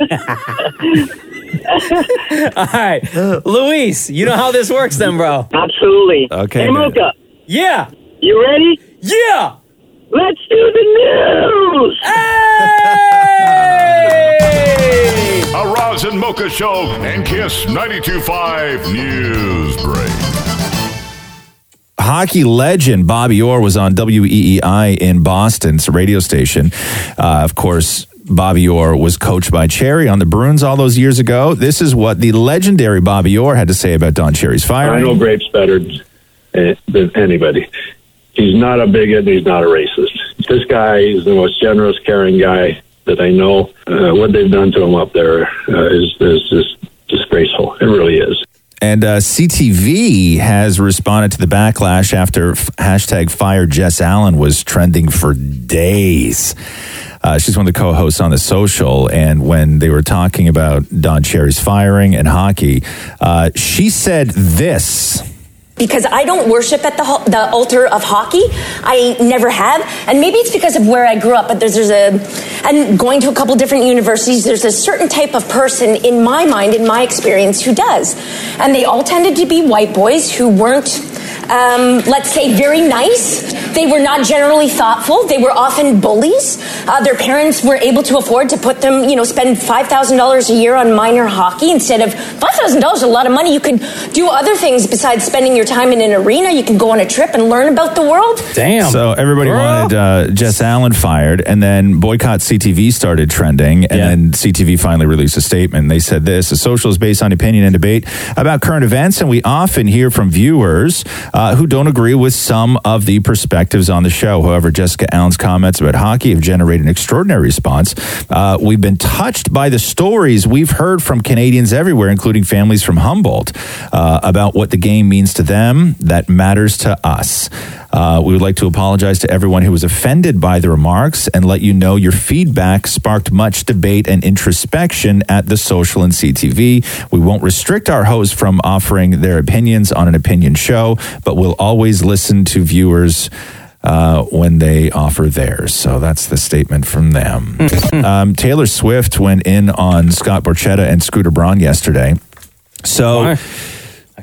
S2: All right. Luis, you know how this works then, bro.
S24: Absolutely.
S5: Okay.
S24: Hey, Mocha.
S2: Yeah.
S24: You ready?
S2: Yeah.
S10: Let's do the news.
S19: A Roz and Mocha Show and Kiss 92.5 News Break.
S5: Hockey legend Bobby Orr was on WEEI in Boston, it's a radio station. Uh, of course, Bobby Orr was coached by Cherry on the Bruins all those years ago. This is what the legendary Bobby Orr had to say about Don Cherry's
S20: I
S5: firing.
S20: know Grapes better eh, than anybody. He's not a bigot. He's not a racist. This guy is the most generous, caring guy that I know. Uh, what they've done to him up there uh, is, is just disgraceful. It really is.
S5: And uh, CTV has responded to the backlash after f- hashtag fire Jess Allen was trending for days. Uh, she's one of the co hosts on the social. And when they were talking about Don Cherry's firing and hockey, uh, she said this.
S25: because I don't worship at the, ho- the altar of hockey. I never have. And maybe it's because of where I grew up, but there's, there's a, and going to a couple different universities, there's a certain type of person in my mind, in my experience, who does. And they all tended to be white boys who weren't um, let's say, very nice. They were not generally thoughtful. They were often bullies. Uh, their parents were able to afford to put them, you know, spend $5,000 a year on minor hockey instead of $5,000 is a lot of money. You could do other things besides spending your time in an arena. You can go on a trip and learn about the world.
S1: Damn.
S5: So everybody wanted uh, Jess Allen fired, and then boycott CTV started trending, and then CTV finally released a statement. They said this: "The social is based on opinion and debate about current events, and we often hear from viewers uh, who don't agree with some of the perspectives on the show. However, Jessica Allen's comments about hockey have generated an extraordinary response. Uh, we've been touched by the stories we've heard from Canadians everywhere, including families from Humboldt, uh, about what the game means to them that matters to us." Uh, we would like to apologize to everyone who was offended by the remarks and let you know your feedback sparked much debate and introspection at the social and CTV. We won't restrict our hosts from offering their opinions on an opinion show, but we'll always listen to viewers. Uh, when they offer theirs. So that's the statement from them. um, Taylor Swift went in on Scott Borchetta and Scooter Braun yesterday. So.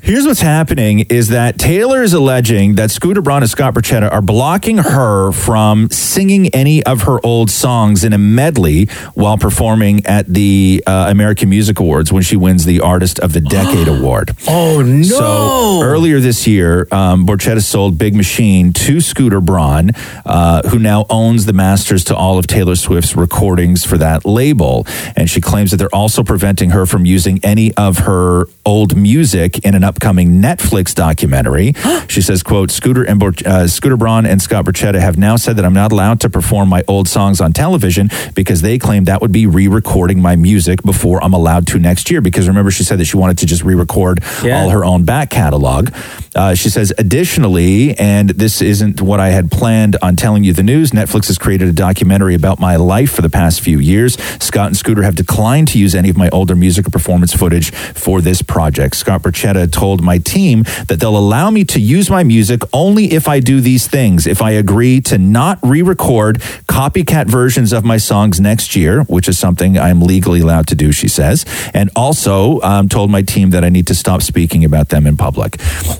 S5: Here's what's happening is that Taylor is alleging that Scooter Braun and Scott Borchetta are blocking her from singing any of her old songs in a medley while performing at the uh, American Music Awards when she wins the Artist of the Decade Award.
S1: Oh no!
S5: So earlier this year, um, Borchetta sold Big Machine to Scooter Braun, uh, who now owns the masters to all of Taylor Swift's recordings for that label. And she claims that they're also preventing her from using any of her old music in an upcoming Netflix documentary. she says, "quote Scooter and Bor- uh, Scooter Braun and Scott Borchetta have now said that I'm not allowed to perform my old songs on television because they claim that would be re-recording my music before I'm allowed to next year. Because remember, she said that she wanted to just re-record
S4: Yeah.
S5: all her." her own back catalog. Uh, she says, additionally, and this isn't what I had planned on telling you the news, Netflix has created a documentary about my life for the past few years. Scott and Scooter have declined to use any of my older music or performance footage for this project. Scott Borchetta told my team that they'll allow me to use my music only if I do these things. If I agree to not re record copycat versions of my songs next year, which is something I'm legally allowed to do, she says, and also um, told my team that I need to stop speaking about them in public.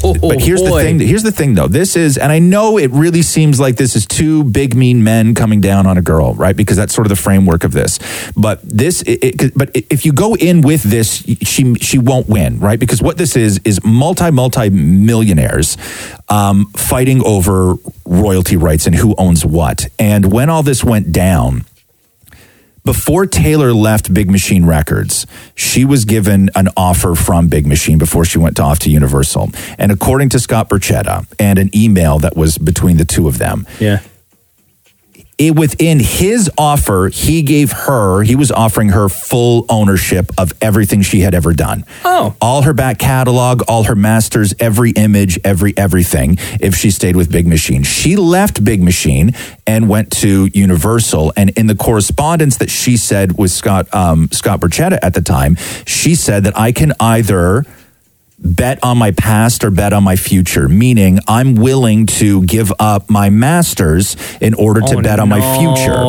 S5: but here's the
S4: boy.
S5: thing. Here's the thing, though. This is, and I know it really seems like this is two big mean men coming down on a girl, right? Because that's sort of the framework of this. But this, it, it, but if you go in with this, she she won't win, right? Because what this is is multi multi millionaires um, fighting over royalty rights and who owns what. And when all this went down before Taylor left Big Machine Records, she was given an offer from Big Machine before she went off to Universal. And according to Scott Burchetta and an email that was between the two of them,
S1: Yeah.
S5: it, within his offer, he gave her, he was offering her full ownership of everything she had ever done. Oh. All her back catalog, all her masters, every image, every everything, if she stayed with Big Machine. She left Big Machine and went to Universal. And in the correspondence that she said with Scott, um, Scott Burchetta at the time, she said that I can either
S15: bet on my past or bet on my future, meaning I'm willing to give up my master's in order to
S5: Oh,
S15: bet on my future.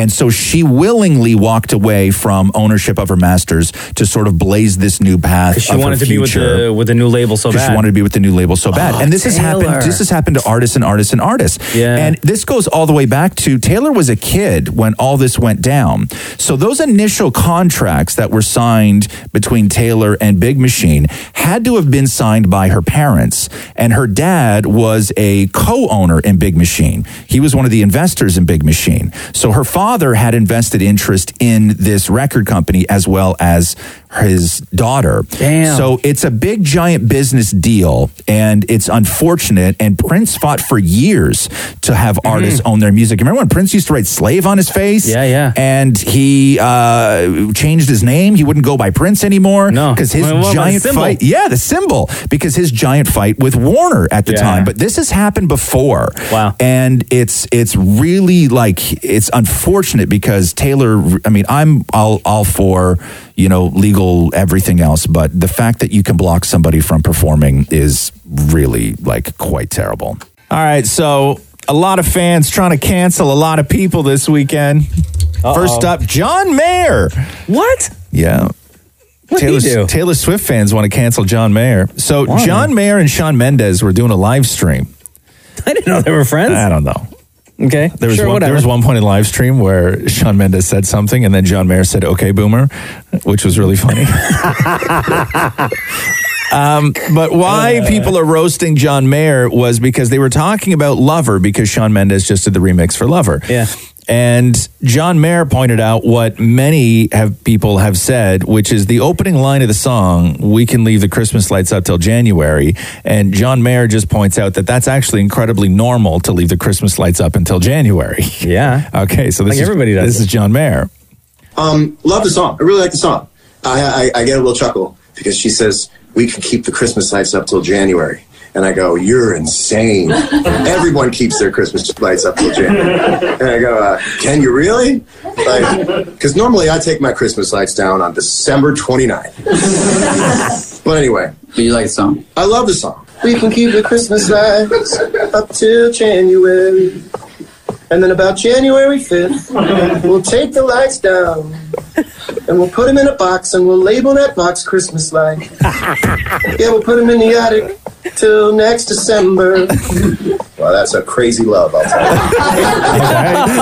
S15: And so she willingly walked away from ownership of her master's to sort of blaze this new path.
S2: She
S15: of her
S2: wanted to be with
S15: future.
S2: the with the new label so
S15: 'Cause
S2: bad.
S15: She wanted to be with the new label so bad.
S2: Oh,
S15: and this has
S2: Taylor.
S15: happened this has happened to artists and artists and artists.
S2: Yeah.
S15: And this goes all the way back to Taylor was a kid when all this went down. So those initial contracts that were signed between Taylor and Big Machine had to have been signed by her parents. And her dad was a co-owner in Big Machine. He was one of the investors in Big Machine. So her father had invested interest in this record company as well as his daughter.
S2: Damn.
S15: So it's a big giant business deal and it's unfortunate and Prince fought for years to have artists own their music. Remember when Prince used to write slave on his face? Yeah, yeah. And he uh, changed his name. He wouldn't go by Prince anymore no. cuz his
S2: Well, well, the
S15: giant
S2: symbol.
S15: fight Yeah, the symbol because his giant fight with Warner at the
S2: Yeah.
S15: time. But this has happened before. Wow. And it's it's really like it's unfortunate because Taylor I mean, I'm all all for, you know, legal everything else, but the fact that you can block somebody from performing is really like quite terrible.
S5: All right, so a lot of fans trying to cancel a lot of people this weekend. First up, John Mayer.
S2: What?
S5: Yeah.
S2: What'd he
S5: Taylor,
S2: do?
S5: Taylor Swift fans want to cancel John Mayer. So
S2: Why?
S5: John Mayer and Sean Mendez were doing a live stream.
S2: I didn't know they were friends.
S5: I don't know.
S2: Okay.
S5: There was
S2: sure,
S5: one,
S2: whatever.
S5: there was one point in live stream where Sean Mendes said something, and then John Mayer said "Okay, Boomer," which was really funny. um, but why
S2: Uh.
S5: people are roasting John Mayer was because they were talking about Lover because Sean Mendes just did the remix for Lover. Yeah. And John Mayer pointed out what many have people have said, which is the opening line of the song, "We can leave the Christmas lights up till January." And John Mayer just points out that that's actually incredibly normal to leave the Christmas lights up until January.
S2: Yeah.
S5: okay, so this is,
S14: Like everybody does
S5: This
S14: it.
S5: is John Mayer.
S14: Um, love the song. I really like the song. I, I, I get a little chuckle because she says, We can keep the Christmas lights up till January. And I go, You're insane. Everyone keeps their Christmas lights up till January. And I go, uh, Can you really? Because normally I take my Christmas lights down on December 29th. but anyway. But you like the song? I love the song. We can keep the Christmas lights up till January. And then about January 5th, we'll take the lights down and we'll put them in a box and we'll label that box Christmas light. yeah, we'll put them in the attic till next December. Well, that's a crazy love, I'll tell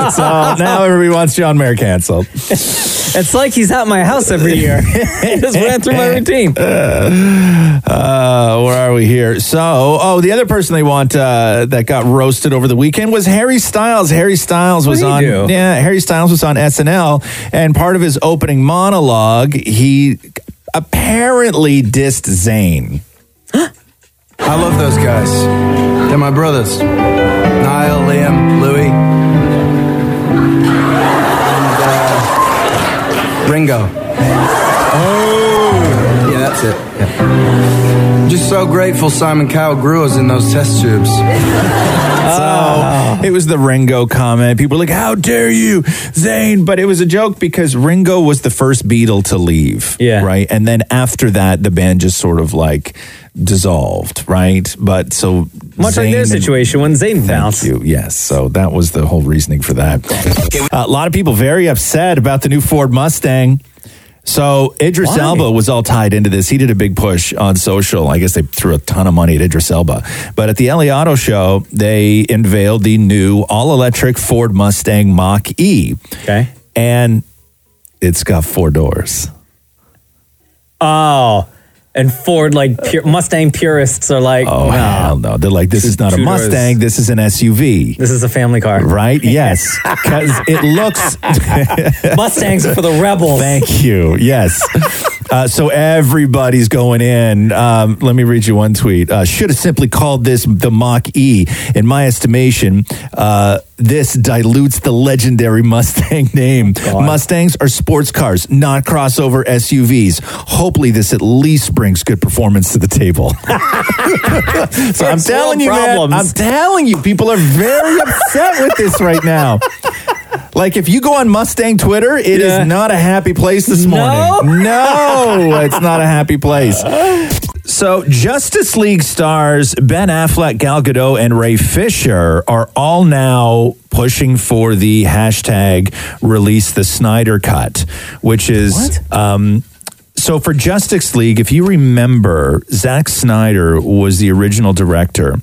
S14: you.
S5: so now everybody wants John Mayer canceled.
S2: It's like he's at my house every year. I just went through my routine.
S5: Uh, where are we here? So, oh, the other person they want uh, that got roasted over the weekend was Harry Styles. Harry Styles was on,
S2: What'd he do?
S5: yeah, Harry Styles was on SNL, and part of his opening monologue, he apparently dissed Zayn.
S7: I love those guys. They're my brothers. Niall, Liam, Louis. And, uh, Ringo. Oh! Yeah, that's it. Yeah. Just so grateful Simon Cowell grew us in those test tubes.
S5: So it was the Ringo comment. People were like, "How dare you, Zayn?" But it was a joke because Ringo was the first Beatle to leave, yeah, right. And then after that, the band just sort of like dissolved, right? But so
S2: Much like their situation
S5: when Zayn bounced, you. yes. So that was the whole reasoning for that. a lot of people very upset about the new Ford Mustang. So Idris
S2: Why?
S5: Elba was all tied into this. He did a big push on social. I guess they threw a ton of money at Idris Elba. But at the LA Auto Show, they unveiled the new all-electric Ford Mustang Mach E. Okay. And it's got four doors.
S2: Oh, and Ford like pure, Mustang purists are like, oh no.
S5: hell no! They're like, this is not a
S2: Two doors.
S5: Mustang. This is an SUV.
S2: This is a family car,
S5: right? Yes, because it looks
S2: Mustangs are for the rebels.
S5: Thank you. Yes. Uh, so everybody's going in. Um, let me read you one tweet. Uh, Should have simply called this the Mach E. In my estimation, uh, this dilutes the legendary Mustang name.
S2: Oh,
S5: Mustangs are sports cars, not crossover SUVs. Hopefully, this at least brings good performance to the table. so I'm
S2: Fix all
S5: telling you, man. I'm
S2: problems.
S5: telling you, people are very upset with this right now. Like if you go on Mustang Twitter, it is
S2: Yeah.
S5: not a happy place this
S2: No?
S5: morning. No, it's not a happy place. So, Justice League stars Ben Affleck, Gal Gadot, and Ray Fisher are all now pushing for the hashtag release the Snyder cut, which is. Um, so, for Justice League, if you remember, Zack Snyder was the original director,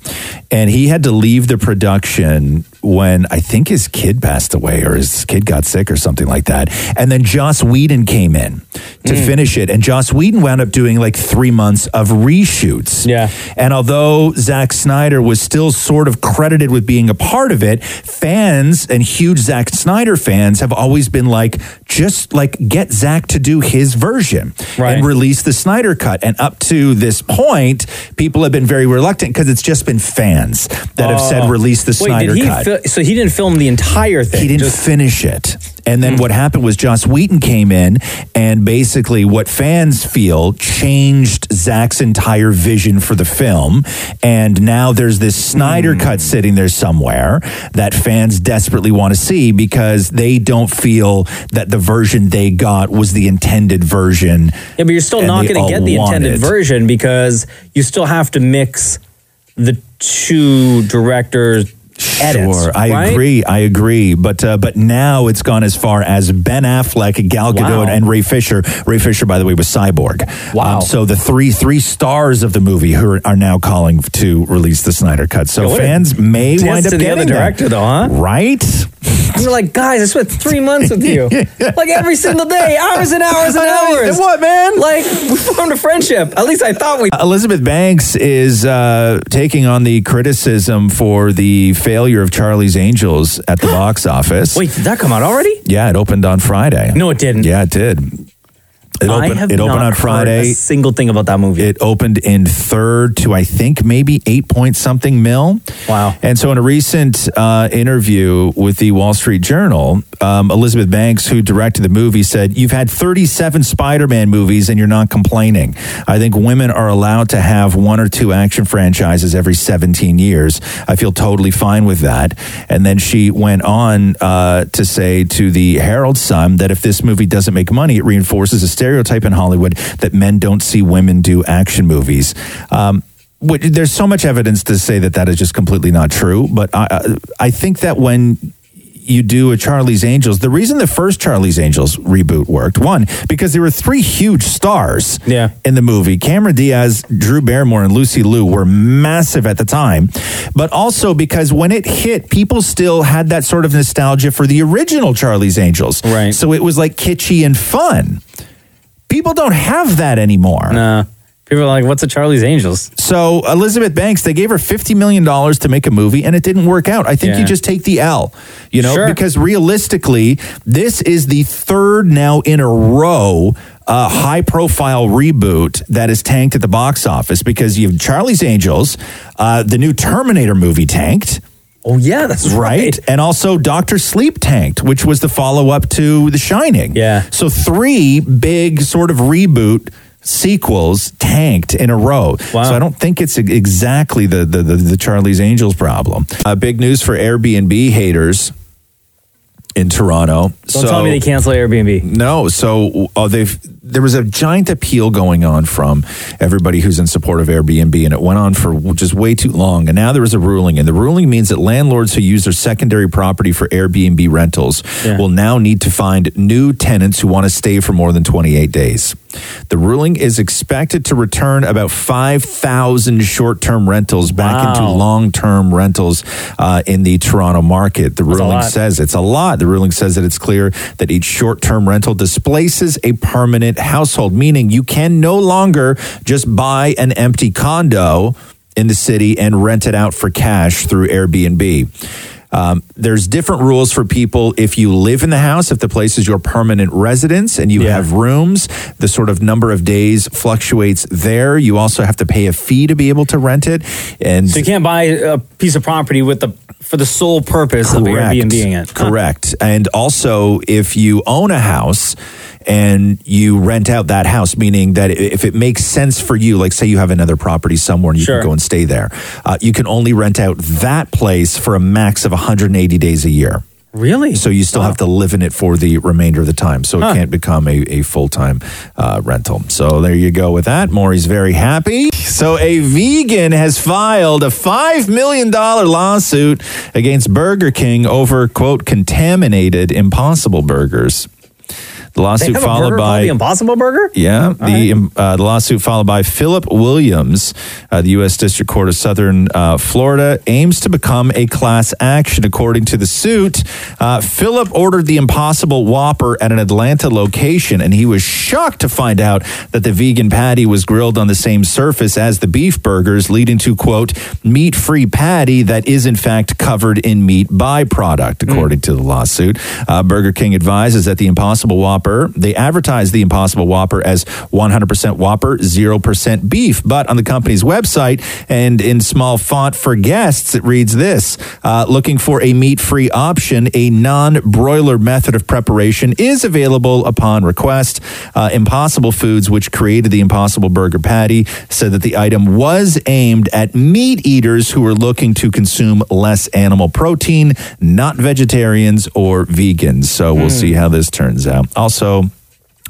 S5: and he had to leave the production when I think his kid passed away or his kid got sick or something like that. And then Joss Whedon came in to finish it. And Joss Whedon wound up doing like three months of reshoots. Yeah. And although Zack Snyder was still sort of credited with being a part of it, fans and huge Zack Snyder fans have always been like, just like get Zack to do his version and release the Snyder cut. And up to this point, people have been very reluctant because it's just been fans that have
S2: Oh.
S5: said release the
S2: Wait,
S5: Snyder
S2: did he
S5: cut.
S2: fi- so he didn't film the entire thing.
S5: He didn't finish it. And then what happened was Joss Wheaton came in and basically what fans feel changed Zach's entire vision for the film. And now there's this Snyder cut sitting there somewhere that fans desperately want to see because they don't feel that the version they got was the intended version.
S2: Yeah, but you're still
S5: And
S2: not
S5: they
S2: going
S5: all
S2: to get the
S5: want
S2: intended
S5: it.
S2: version because you still have to mix the two directors. Edits,
S5: Sure, I
S2: right?
S5: agree. I agree. But uh, but now it's gone as far as Ben Affleck, Gal Gadot,
S2: Wow.
S5: and Ray Fisher. Ray Fisher, by the way, was Cyborg. Wow. so the three three stars of the movie who are, are now calling to release the Snyder cut. So
S2: Yeah, what a
S5: fans may
S2: diss
S5: wind up
S2: to the
S5: getting
S2: other
S5: that.
S2: director, though, huh?
S5: Right?
S2: And you're like, guys, I spent three months with you, like every single day, hours and hours and
S5: I know,
S2: hours.
S5: what, man?
S2: Like we formed a friendship. At least I thought we.
S5: Elizabeth Banks is uh, taking on the criticism for the failure of Charlie's Angels at the box office.
S2: Wait, did that come out already?
S5: Yeah, it opened on Friday.
S2: No, it didn't.
S5: Yeah, it did. It
S2: I
S5: opened,
S2: have
S5: it opened
S2: not
S5: on
S2: heard
S5: Friday.
S2: a single thing about that movie.
S5: It opened in third to, I think, maybe eight point something mil. Wow. And so, in a recent uh, interview with the Wall Street Journal, um, Elizabeth Banks, who directed the movie, said, You've had 37 Spider Man movies and you're not complaining. I think women are allowed to have one or two action franchises every 17 years. I feel totally fine with that. And then she went on uh, to say to the Herald Sun that if this movie doesn't make money, it reinforces a stereotype in Hollywood that men don't see women do action movies. Um, which, there's so much evidence to say that that is just completely not true. But I, I I think that when you do a Charlie's Angels. The reason the first Charlie's Angels reboot worked, one, because there were three huge stars yeah. in the movie. Cameron Diaz, Drew Barrymore, and Lucy Liu were massive at the time, but also because when it hit, people still had that sort of nostalgia for the original Charlie's Angels. Right. So it was like kitschy and fun. People don't have that anymore.
S2: Nah. People are like, what's a Charlie's Angels?
S5: So Elizabeth Banks, they gave her fifty million dollars to make a movie, and it didn't work out. I think
S2: Yeah.
S5: you just take the L, you know,
S2: Sure.
S5: because realistically, this is the third now in a row. uh, high profile reboot that is tanked at the box office because you have Charlie's Angels, uh, the new Terminator movie tanked.
S2: Oh, yeah, that's
S5: right. And also Doctor Sleep tanked, which was the follow up to The Shining. Yeah. So three big sort of reboot sequels tanked in a row. So I don't think it's e- exactly the the, the, the Charlie's Angels problem. Uh, big news for Airbnb haters in Toronto.
S2: Don't tell me they cancel Airbnb.
S5: No, so uh, they've there was a giant appeal going on from everybody who's in support of Airbnb, and it went on for just way too long. And now there is a ruling, and the ruling means that landlords who use their secondary property for Airbnb rentals will now need to find new tenants who want to stay for more than twenty eight days. The ruling is expected to return about five thousand short term rentals back into long term rentals uh, in the Toronto market. The
S16: a
S5: ruling
S16: lot.
S5: says it's a lot. The ruling says that it's clear that each short term rental displaces a permanent household, meaning you can no longer just buy an empty condo in the city and rent it out for cash through Airbnb. Um, there's different rules for people if you live in the house, if the place is your permanent residence and you have rooms, the sort of number of days fluctuates there. You also have to pay a fee to be able to rent it. And
S2: So you can't buy a piece of property with the for the sole purpose of Airbnbing it.
S5: Correct. And also, if you own a house and you rent out that house, meaning that if it makes sense for you, like say you have another property somewhere and you
S2: Sure.
S5: can go and stay there, uh, you can only rent out that place for a max of 180 days a year. Really? So you still have to live in it for the remainder of the time. So it can't become a, a full time uh, rental. So there you go with that. Maury's very happy. So a vegan has filed a $5 million lawsuit against Burger King over, quote, contaminated impossible burgers. The lawsuit
S2: have a
S5: followed
S2: burger called
S5: by
S2: the Impossible Burger.
S5: yeah, the, um, uh, the lawsuit followed by Philip Williams, uh, the U.S. District Court of Southern uh, Florida, aims to become a class action. According to the suit, uh, Philip ordered the Impossible Whopper at an Atlanta location, and he was shocked to find out that the vegan patty was grilled on the same surface as the beef burgers, leading to quote meat-free patty that is in fact covered in meat byproduct, according to the lawsuit. Uh, Burger King advises that the Impossible Whopper, they advertise the Impossible Whopper as 100% Whopper, 0% beef. But on the company's website and in small font for guests, it reads this uh, looking for a meat free option, a non broiler method of preparation is available upon request. Uh, Impossible Foods, which created the Impossible Burger Patty, said that the item was aimed at meat eaters who were looking to consume less animal protein, not vegetarians or vegans. So we'll see how this turns out. Also,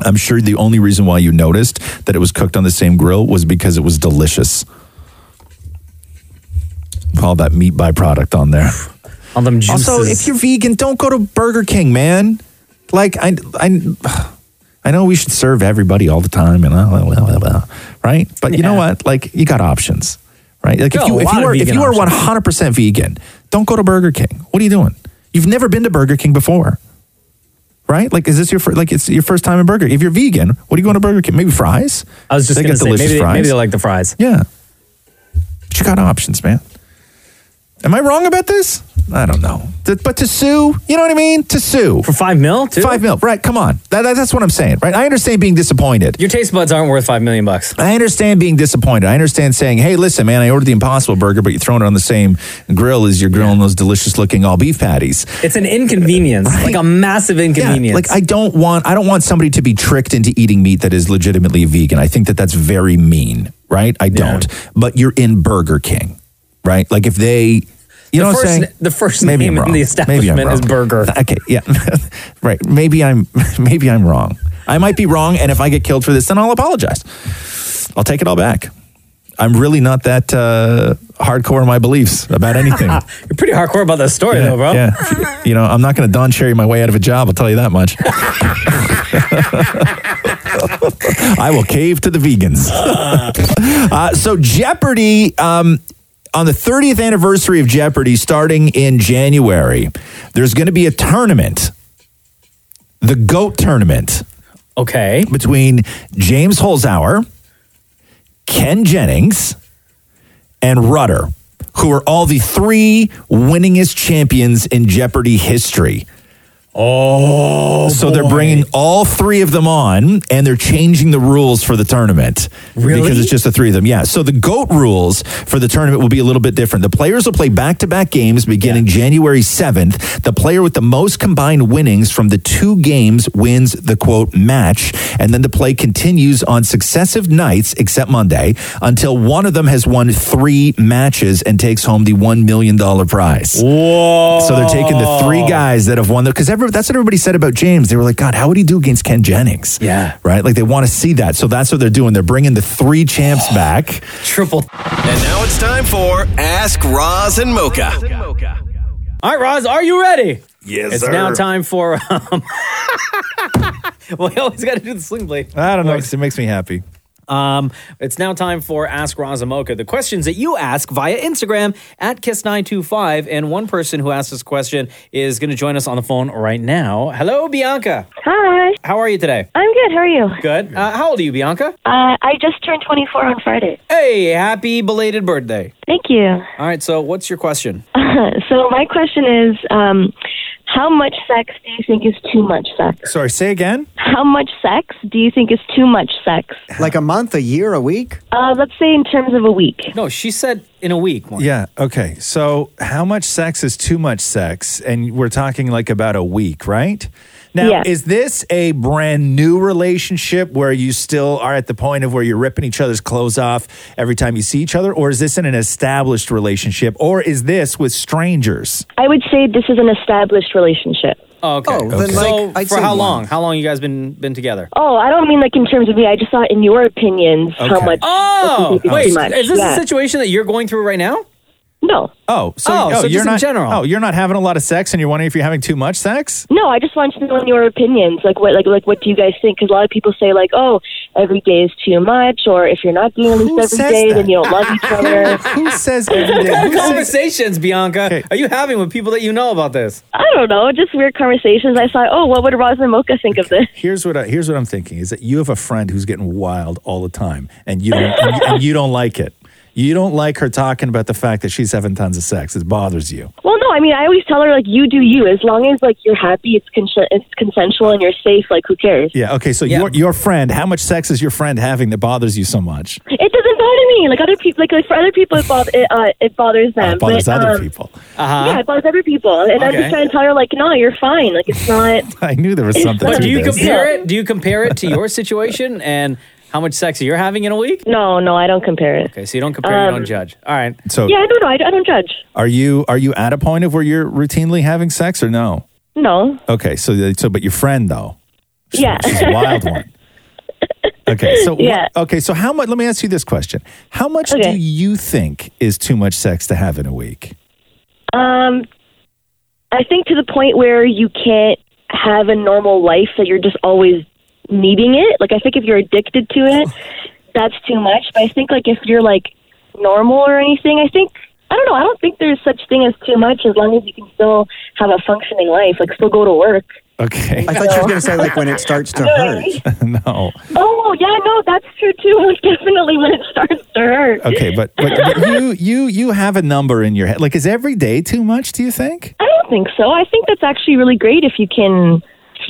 S5: I'm sure the only reason why you noticed that it was cooked on the same grill was because it was delicious. With all that meat byproduct on there.
S2: All them
S5: Also,
S2: juices.
S5: if you're vegan, don't go to Burger King, man. Like I, I, I know we should serve everybody all the time, and uh, blah, blah, blah, blah, blah, right? But you know what? Like you got options, right? Like
S16: There
S5: if
S16: are
S5: you
S16: a
S5: if
S16: lot
S5: you
S16: of
S5: are if
S16: vegan
S5: you are
S16: options.
S5: 100 percent vegan, don't go to Burger King. What are you doing? You've never been to Burger King before, right? Like is this your fir- like it's your first time in Burger? If you're vegan, what are you going to Burger King? Maybe fries.
S2: I was just
S5: They
S2: gonna
S5: get
S2: say
S5: delicious
S2: maybe they,
S5: fries.
S2: maybe they like the fries.
S5: Yeah. But you got options, man. Am I wrong about this? I don't know. Th- But to sue, you know what I mean? To sue. For
S2: five mil?
S5: Five mil. Right. Come on. That, that- that's what I'm saying, right? I understand being disappointed.
S2: Your taste buds aren't worth five million bucks.
S5: I understand being disappointed. I understand saying, hey, listen, man, I ordered the Impossible Burger, but you're throwing it on the same grill as you're grilling those delicious looking all beef patties.
S2: It's an inconvenience, like a massive inconvenience.
S5: Like I don't want I don't want somebody to be tricked into eating meat that is legitimately vegan. I think that that's very mean, right? I don't. But you're in Burger King, right? Like if they you
S2: The
S5: know what
S2: first
S5: I'm
S2: na-
S5: saying?
S2: the first
S5: Maybe
S2: name
S5: I'm wrong.
S2: in the
S5: Maybe I'm
S2: establishment is
S5: wrong.
S2: Burger.
S5: Okay, yeah. right. Maybe I'm maybe I'm wrong. I might be wrong and if I get killed for this then I'll apologize. I'll take it all back. I'm really not that uh, hardcore in my beliefs about anything.
S2: You're pretty hardcore about that story, though, bro.
S5: Yeah. You know, I'm not going to Don Cherry my way out of a job. I'll tell you that much. I will cave to the vegans. uh, so, Jeopardy. Um, on the 30th anniversary of Jeopardy, starting in January, there's going to be a tournament, the GOAT tournament.
S2: Okay.
S5: Between James Holzhauer, Ken Jennings, and Rudder, who are all the three winningest champions in Jeopardy history. Oh, so they're bringing all three of them on, and they're changing the rules for the tournament
S16: Really?
S5: because it's just the three of them. Yeah. So the goat rules for the tournament will be a little bit different. The players will play back-to-back games beginning January seventh. The player with the most combined winnings from the two games wins the quote match, and then the play continues on successive nights except Monday until one of them has won three matches and takes home the one million dollar prize.
S2: Whoa!
S5: So they're taking the three guys that have won the because that's what everybody said about James. They were like, God, how would he do against Ken Jennings? Yeah, right. Like they want to see that. So that's what they're doing. They're bringing the three champs back.
S2: Triple.
S1: And now it's time for Ask Roz and Mocha.
S2: All right, Roz, are you ready?
S1: Yes,
S2: It's
S1: sir.
S2: now time for. Um, well, you always got to do the sling blade.
S5: I don't know. It makes me happy.
S2: Um, it's now time for Ask Razamoka. The questions that you ask via Instagram at Kiss925. And one person who asked this question is going to join us on the phone right now. Hello, Bianca.
S15: Hi.
S2: How are you today?
S15: I'm good. How are you?
S2: Good. Uh, how old are you, Bianca?
S15: Uh, I just turned 24 on Friday.
S2: Hey, happy belated birthday.
S15: Thank you.
S2: All right, so what's your question?
S15: so my question is, um, how much sex do you think is too much sex?
S5: Sorry, say again.
S15: How much sex do you think is too much sex?
S7: Like a month, a year, a week?
S15: Uh, let's say in terms of a week.
S2: No, she said in a week.
S5: Yeah. Okay. So how much sex is too much sex? And we're talking like about a week, right? Now,
S26: Yeah.
S5: is this a brand new relationship where you still are at the point of where you're ripping each other's clothes off every time you see each other, or is this in an established relationship, or is this with strangers?
S26: I would say this is an established relationship.
S2: Oh, okay.
S5: Oh, then,
S2: so
S5: like, I'd
S2: for
S5: say
S2: how
S5: one.
S2: long? How long you guys been been together?
S26: Oh, I don't mean like in terms of me. I just thought in your opinions how much.
S2: Oh,
S26: this is
S2: wait.
S26: too much.
S2: Is this
S26: Yeah.
S2: a situation that you're going through right now?
S26: No.
S5: Oh, so,
S2: Oh, so
S5: you're
S2: just in
S5: not
S2: general.
S5: Oh, you're not having a lot of sex, and you're wondering if you're having too much sex.
S26: No, I just want to know your opinions. Like what, like, like what do you guys think? Because a lot of people say like, oh, every day is too much, or if you're not doing
S5: Who
S26: this
S5: says
S26: every day,
S5: that?
S26: then you don't love each other.
S5: Who says
S2: What kind of conversations, Bianca, are you having with people that you know about this?
S26: I don't know, just weird conversations. I thought, oh, what would Roz and Mocha think of this?
S5: Here's what I, here's what I'm thinking is that you have a friend who's getting wild all the time, and you don't, and, you- and you don't like it. You don't like her talking about the fact that she's having tons of sex. It bothers you.
S26: Well, no, I mean, I always tell her like, you do you. As long as like you're happy, it's consen- it's consensual, and you're safe. Like, who cares?
S5: Yeah. Okay. So your your friend, how much sex is your friend having that bothers you so much?
S26: It doesn't bother me. Like other people, like, like for other people, it, bother, it, uh, it bothers them.
S5: It bothers
S26: but,
S5: other
S26: um,
S5: people.
S2: Uh-huh.
S26: Yeah, it bothers other people. And I'm
S2: Okay.
S26: just trying to tell her, like, no, you're fine. Like, it's not.
S5: I knew there was something.
S2: But
S5: to
S2: do you
S5: this.
S2: compare it? Do you compare it to your situation and how much sex you're having in a week?
S26: Oh, No, no, I don't compare it.
S2: Okay, so you don't compare, you
S26: Um,
S2: don't judge. All right.
S5: So
S26: yeah, I don't know. I, I don't judge.
S5: are you are you at a point of where you're routinely having sex or no?
S26: No.
S5: Okay. So so but your friend though.
S26: Yeah.
S5: She's a wild one. Okay. So
S26: Yeah.
S5: okay, so how much let me ask you this question. How much do you think is too much sex to have in a week?
S26: Um, I think to the point where you can't have a normal life that you're just always needing it. Like I think if you're addicted to it, that's too much. But I think like if you're like normal or anything, I think I don't know. I don't think there's such thing as too much as long as you can still have a functioning life, like still go to work.
S5: Okay.
S7: I thought you were going to say like when it starts to hurt.
S5: no.
S26: Oh yeah, no, that's true too. Definitely when it starts to hurt.
S5: Okay, but, but, but you you you have a number in your head. Like is every day too much, do you think?
S26: I don't think so. I think that's actually really great if you can,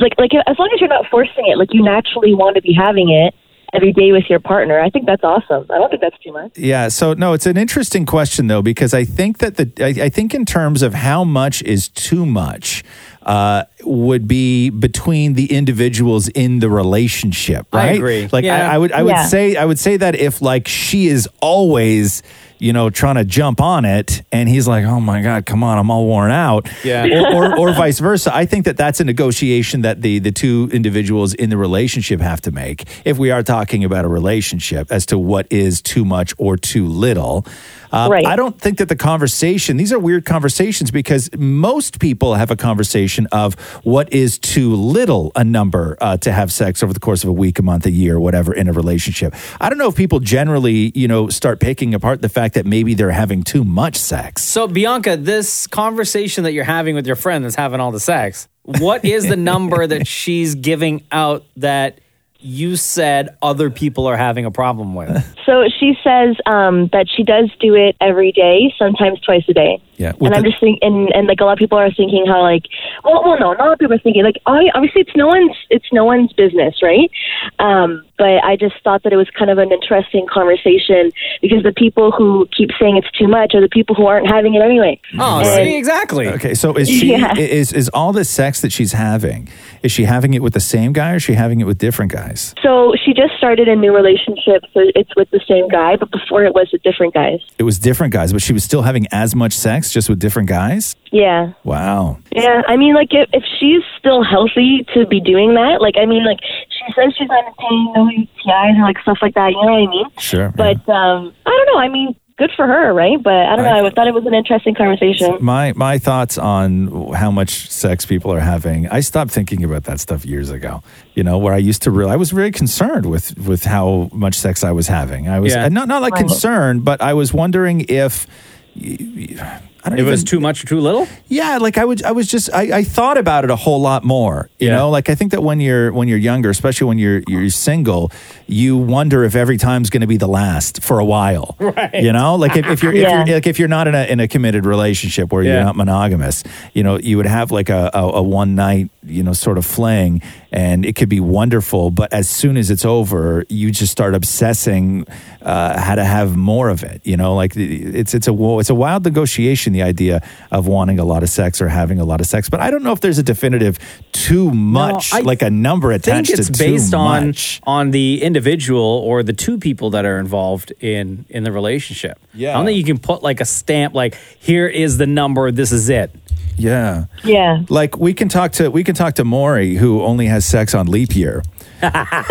S26: like, like as long as you're not forcing it, like you naturally want to be having it every day with your partner. I think that's awesome. I don't think that's too much.
S5: Yeah. So no, it's an interesting question though because I think that the I, I think in terms of how much is too much uh, would be between the individuals in the relationship.
S2: I
S5: Right.
S2: agree.
S5: Like
S2: Yeah.
S5: I, I would I would
S2: Yeah.
S5: say I would say that if like she is always you know trying to jump on it and he's like oh my god come on i'm all worn out
S2: Yeah.
S5: or, or, or vice versa i think that that's a negotiation that the the two individuals in the relationship have to make if we are talking about a relationship as to what is too much or too little um,
S18: Right.
S5: i don't think that the conversation these are weird conversations because most people have a conversation of what is too little a number uh, to have sex over the course of a week a month a year whatever in a relationship i don't know if people generally you know start picking apart the fact that maybe they're having too much sex
S2: So Bianca, this conversation that you're having with your friend that's having all the sex, what is the number that she's giving out that you said other people are having a problem with?
S26: So she says um, that she does do it every day, sometimes twice a day.
S5: Yeah.
S26: and I'm just thinking, and, and like a lot of people are thinking how like, well, well, no, not a lot of people are thinking like, I, obviously it's no one's, it's no one's business, right? Um, but I just thought that it was kind of an interesting conversation because the people who keep saying it's too much are the people who aren't having it anyway.
S2: Oh,
S26: And-
S2: see, exactly.
S5: Okay, so is she
S26: Yeah.
S5: is is all the sex that she's having? Is she having it with the same guy or is she having it with different guys?
S26: So she just started a new relationship, so it's with the same guy, but before it was with different guys.
S5: It was different guys, but she was still having as much sex just with different guys?
S26: Yeah.
S5: Wow.
S26: Yeah, I mean, like, if, if she's still healthy to be doing that, like, I mean, like, she says she's not obtaining no UTIs or, like, stuff like that, you know what I mean?
S5: Sure.
S26: But, um, I don't know, I mean, good for her, right? But I don't know, I thought it was an interesting conversation.
S5: My my thoughts on how much sex people are having. I stopped thinking about that stuff years ago. You know, where I used to real I was very concerned with with how much sex I was having. I was
S2: Yeah.
S5: and not not like
S2: Right.
S5: concerned, but I was wondering if I don't
S2: If it was
S5: even-
S2: too much or too little?
S5: Yeah, like I would I was just I, I thought about it a whole lot more. You
S2: Yeah.
S5: know, like I think that when you're when you're younger, especially when you're you're single, you wonder if every time's gonna be the last for a while.
S2: Right.
S5: You know, like if, if you're if
S2: Yeah.
S5: you're like if you're not in a in a committed relationship where you're
S2: Yeah.
S5: not monogamous, you know, you would have like a, a, a one night, you know, sort of fling and it could be wonderful, but as soon as it's over, you just start obsessing uh, how to have more of it. You know, like it's it's a wo- it's a wild negotiation pushing the idea of wanting a lot of sex or having a lot of sex. But I don't know if there's a definitive too much,
S2: I
S5: like a number
S2: I think
S5: attached
S2: it's
S5: to
S2: based
S5: too
S2: on
S5: much.
S2: on the individual or the two people that are involved in in the relationship. Yeah, I don't think you can put like a stamp like here is the number, this is it.
S5: Yeah.
S26: Yeah.
S5: Like we can talk to we can talk to Maury who only has sex on leap year.
S7: I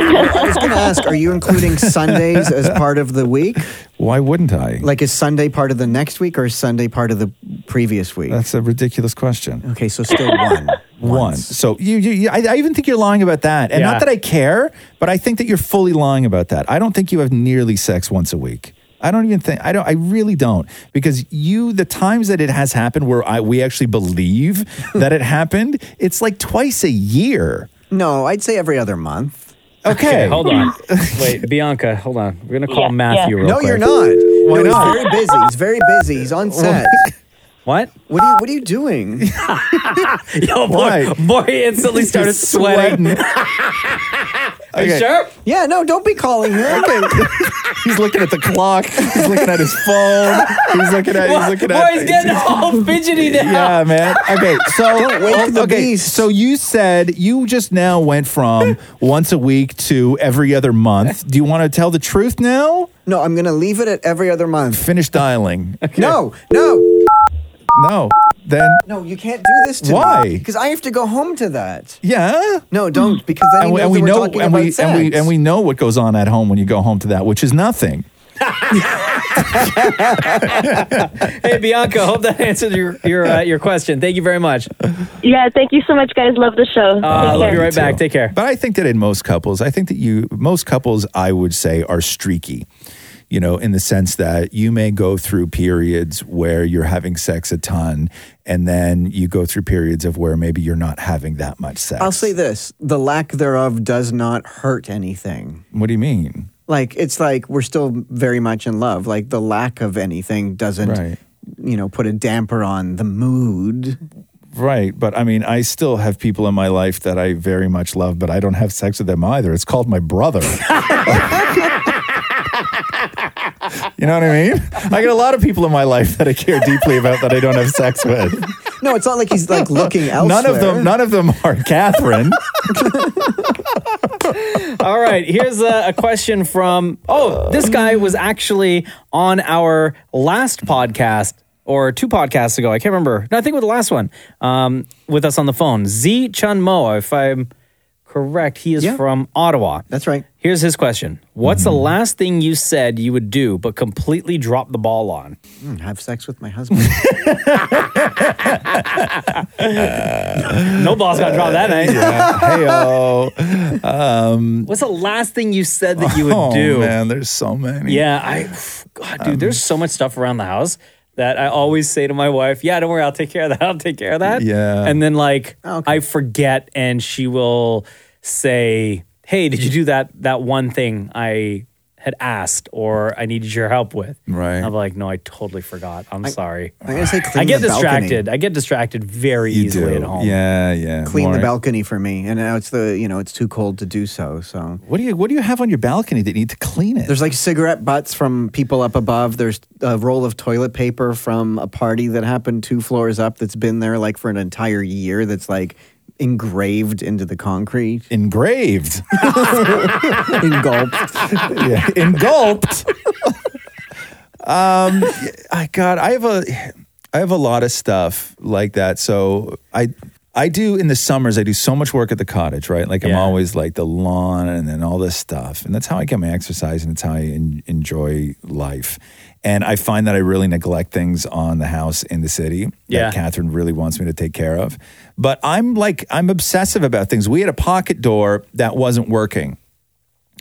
S7: was going to ask, are you including Sundays as part of the week?
S5: Why wouldn't I?
S7: Like, is Sunday part of the next week or is Sunday part of the previous week? That's
S5: a ridiculous question.
S7: Okay, so still one.
S5: One. So you, you, you I, I even think you're lying about that, and
S7: Yeah.
S5: not that I care, but I think that you're fully lying about that. I don't think you have nearly sex once a week. I don't even think I don't. I really don't because you the times that it has happened where I we actually believe that it happened, it's like twice a year.
S7: No, I'd say every other month.
S5: Okay,
S2: hold on. Wait, Bianca, hold on. We're gonna call
S7: Yeah,
S2: Matthew.
S7: yeah.
S2: Real
S7: No,
S2: quick.
S7: you're not. Why No, he's not? very busy. He's very busy. He's on set.
S2: What?
S7: What are you, what are you doing?
S2: Yo, boy, boy instantly started sweating.
S7: Are
S2: you sure?
S7: Yeah, no, don't be calling her.
S5: he's looking at the clock. He's looking at his phone. He's looking at. He's
S2: Boy-
S5: looking at.
S2: boy's getting all fidgety now.
S5: Yeah, man. Okay, so oh,
S2: Don't wake the
S5: okay, so you said you just now went from once a week to every other month. Do you want to tell the truth now?
S7: No, I'm going to leave it at every other month.
S5: Finish dialing.
S7: No, no.
S5: No. Then
S7: No, you can't do this to
S5: Why?
S7: Because I have to go home to that.
S5: Yeah.
S7: No, don't, because then he
S5: and we, and we
S7: knows that we're
S5: know
S7: talking
S5: and
S7: about
S5: we, and we
S7: sex.
S5: and we know what goes on at home when you go home to that, which is nothing.
S2: hey, Bianca, hope that answers your your uh, your question. Thank you very much.
S26: Yeah, thank you so much, guys. Love the show.
S2: Uh,
S26: Take
S2: love
S26: care.
S2: you right back. Take care.
S5: But I think that in most couples, I think that you most couples I would say are streaky. You know, in the sense that you may go through periods where you're having sex a ton, and then you go through periods of where maybe you're not having that much sex.
S7: I'll say this the lack thereof does not hurt anything.
S5: What do you mean?
S7: Like, it's like we're still very much in love. Like, the lack of anything doesn't, you know, put a damper on the mood.
S5: Right. But I mean, I still have people in my life that I very much love, but I don't have sex with them either. It's called my brother. you know what I mean? I got a lot of people in my life that I care deeply about that I don't have sex with.
S7: No, it's not like he's like looking elsewhere.
S5: None of them none of them are Catherine.
S2: All right, here's a, a question from. Oh, this guy was actually on our last podcast or two podcasts ago. I can't remember. No, I think it was the last one. Um, with us on the phone, Z Chun Moa. If I'm correct, he is from Ottawa.
S7: That's right.
S2: Here's his question: What's the last thing you said you would do but completely dropped the ball on?
S7: Mm, have sex with my husband.
S2: no ball's gonna drop that night.
S5: Yeah. Hey, um,
S2: What's the last thing you said that you would
S5: oh,
S2: do?
S5: man, there's so many.
S2: Yeah, I, God, dude, there's so much stuff around the house that I always say to my wife, "Yeah, don't worry, I'll take care of that. I'll take care of that."
S5: Yeah.
S2: and then like I forget, and she will say, "Hey, did you do that that one thing I had asked or I needed your help with?"
S5: Right.
S2: I'm like, "No, I totally forgot. I'm sorry."
S7: I'm gonna say
S2: I
S7: clean
S2: get
S7: the balcony.
S2: distracted. I get distracted very easily at home.
S5: Yeah, yeah.
S7: Clean
S5: Maury.
S7: the balcony for me, and now it's the you know it's too cold to do so. So
S5: What do you what do you have on your balcony that you need to clean it?
S7: there's like cigarette butts from people up above. There's a roll of toilet paper from a party that happened two floors up that's been there like for an entire year. That's like engraved into the concrete.
S5: Engraved.
S7: Engulfed.
S5: yeah, engulfed. um, I God, I have a, I have a lot of stuff like that. So I, I do in the summers. I do so much work at the cottage, right? Like I'm always like the lawn and then all this stuff, and that's how I get my exercise and it's how I en- enjoy life. And I find that I really neglect things on the house in the city
S2: Yeah.
S5: that Catherine really wants me to take care of. But I'm like, I'm obsessive about things. We had a pocket door that wasn't working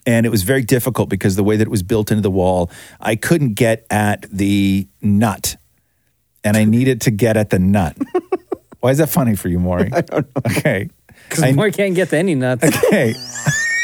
S5: and it was very difficult because the way that it was built into the wall, I couldn't get at the nut, and I needed to get at the nut. Why is that funny for you, Maury? I don't know. Okay,
S2: because Maury can't get to any nuts.
S5: Okay,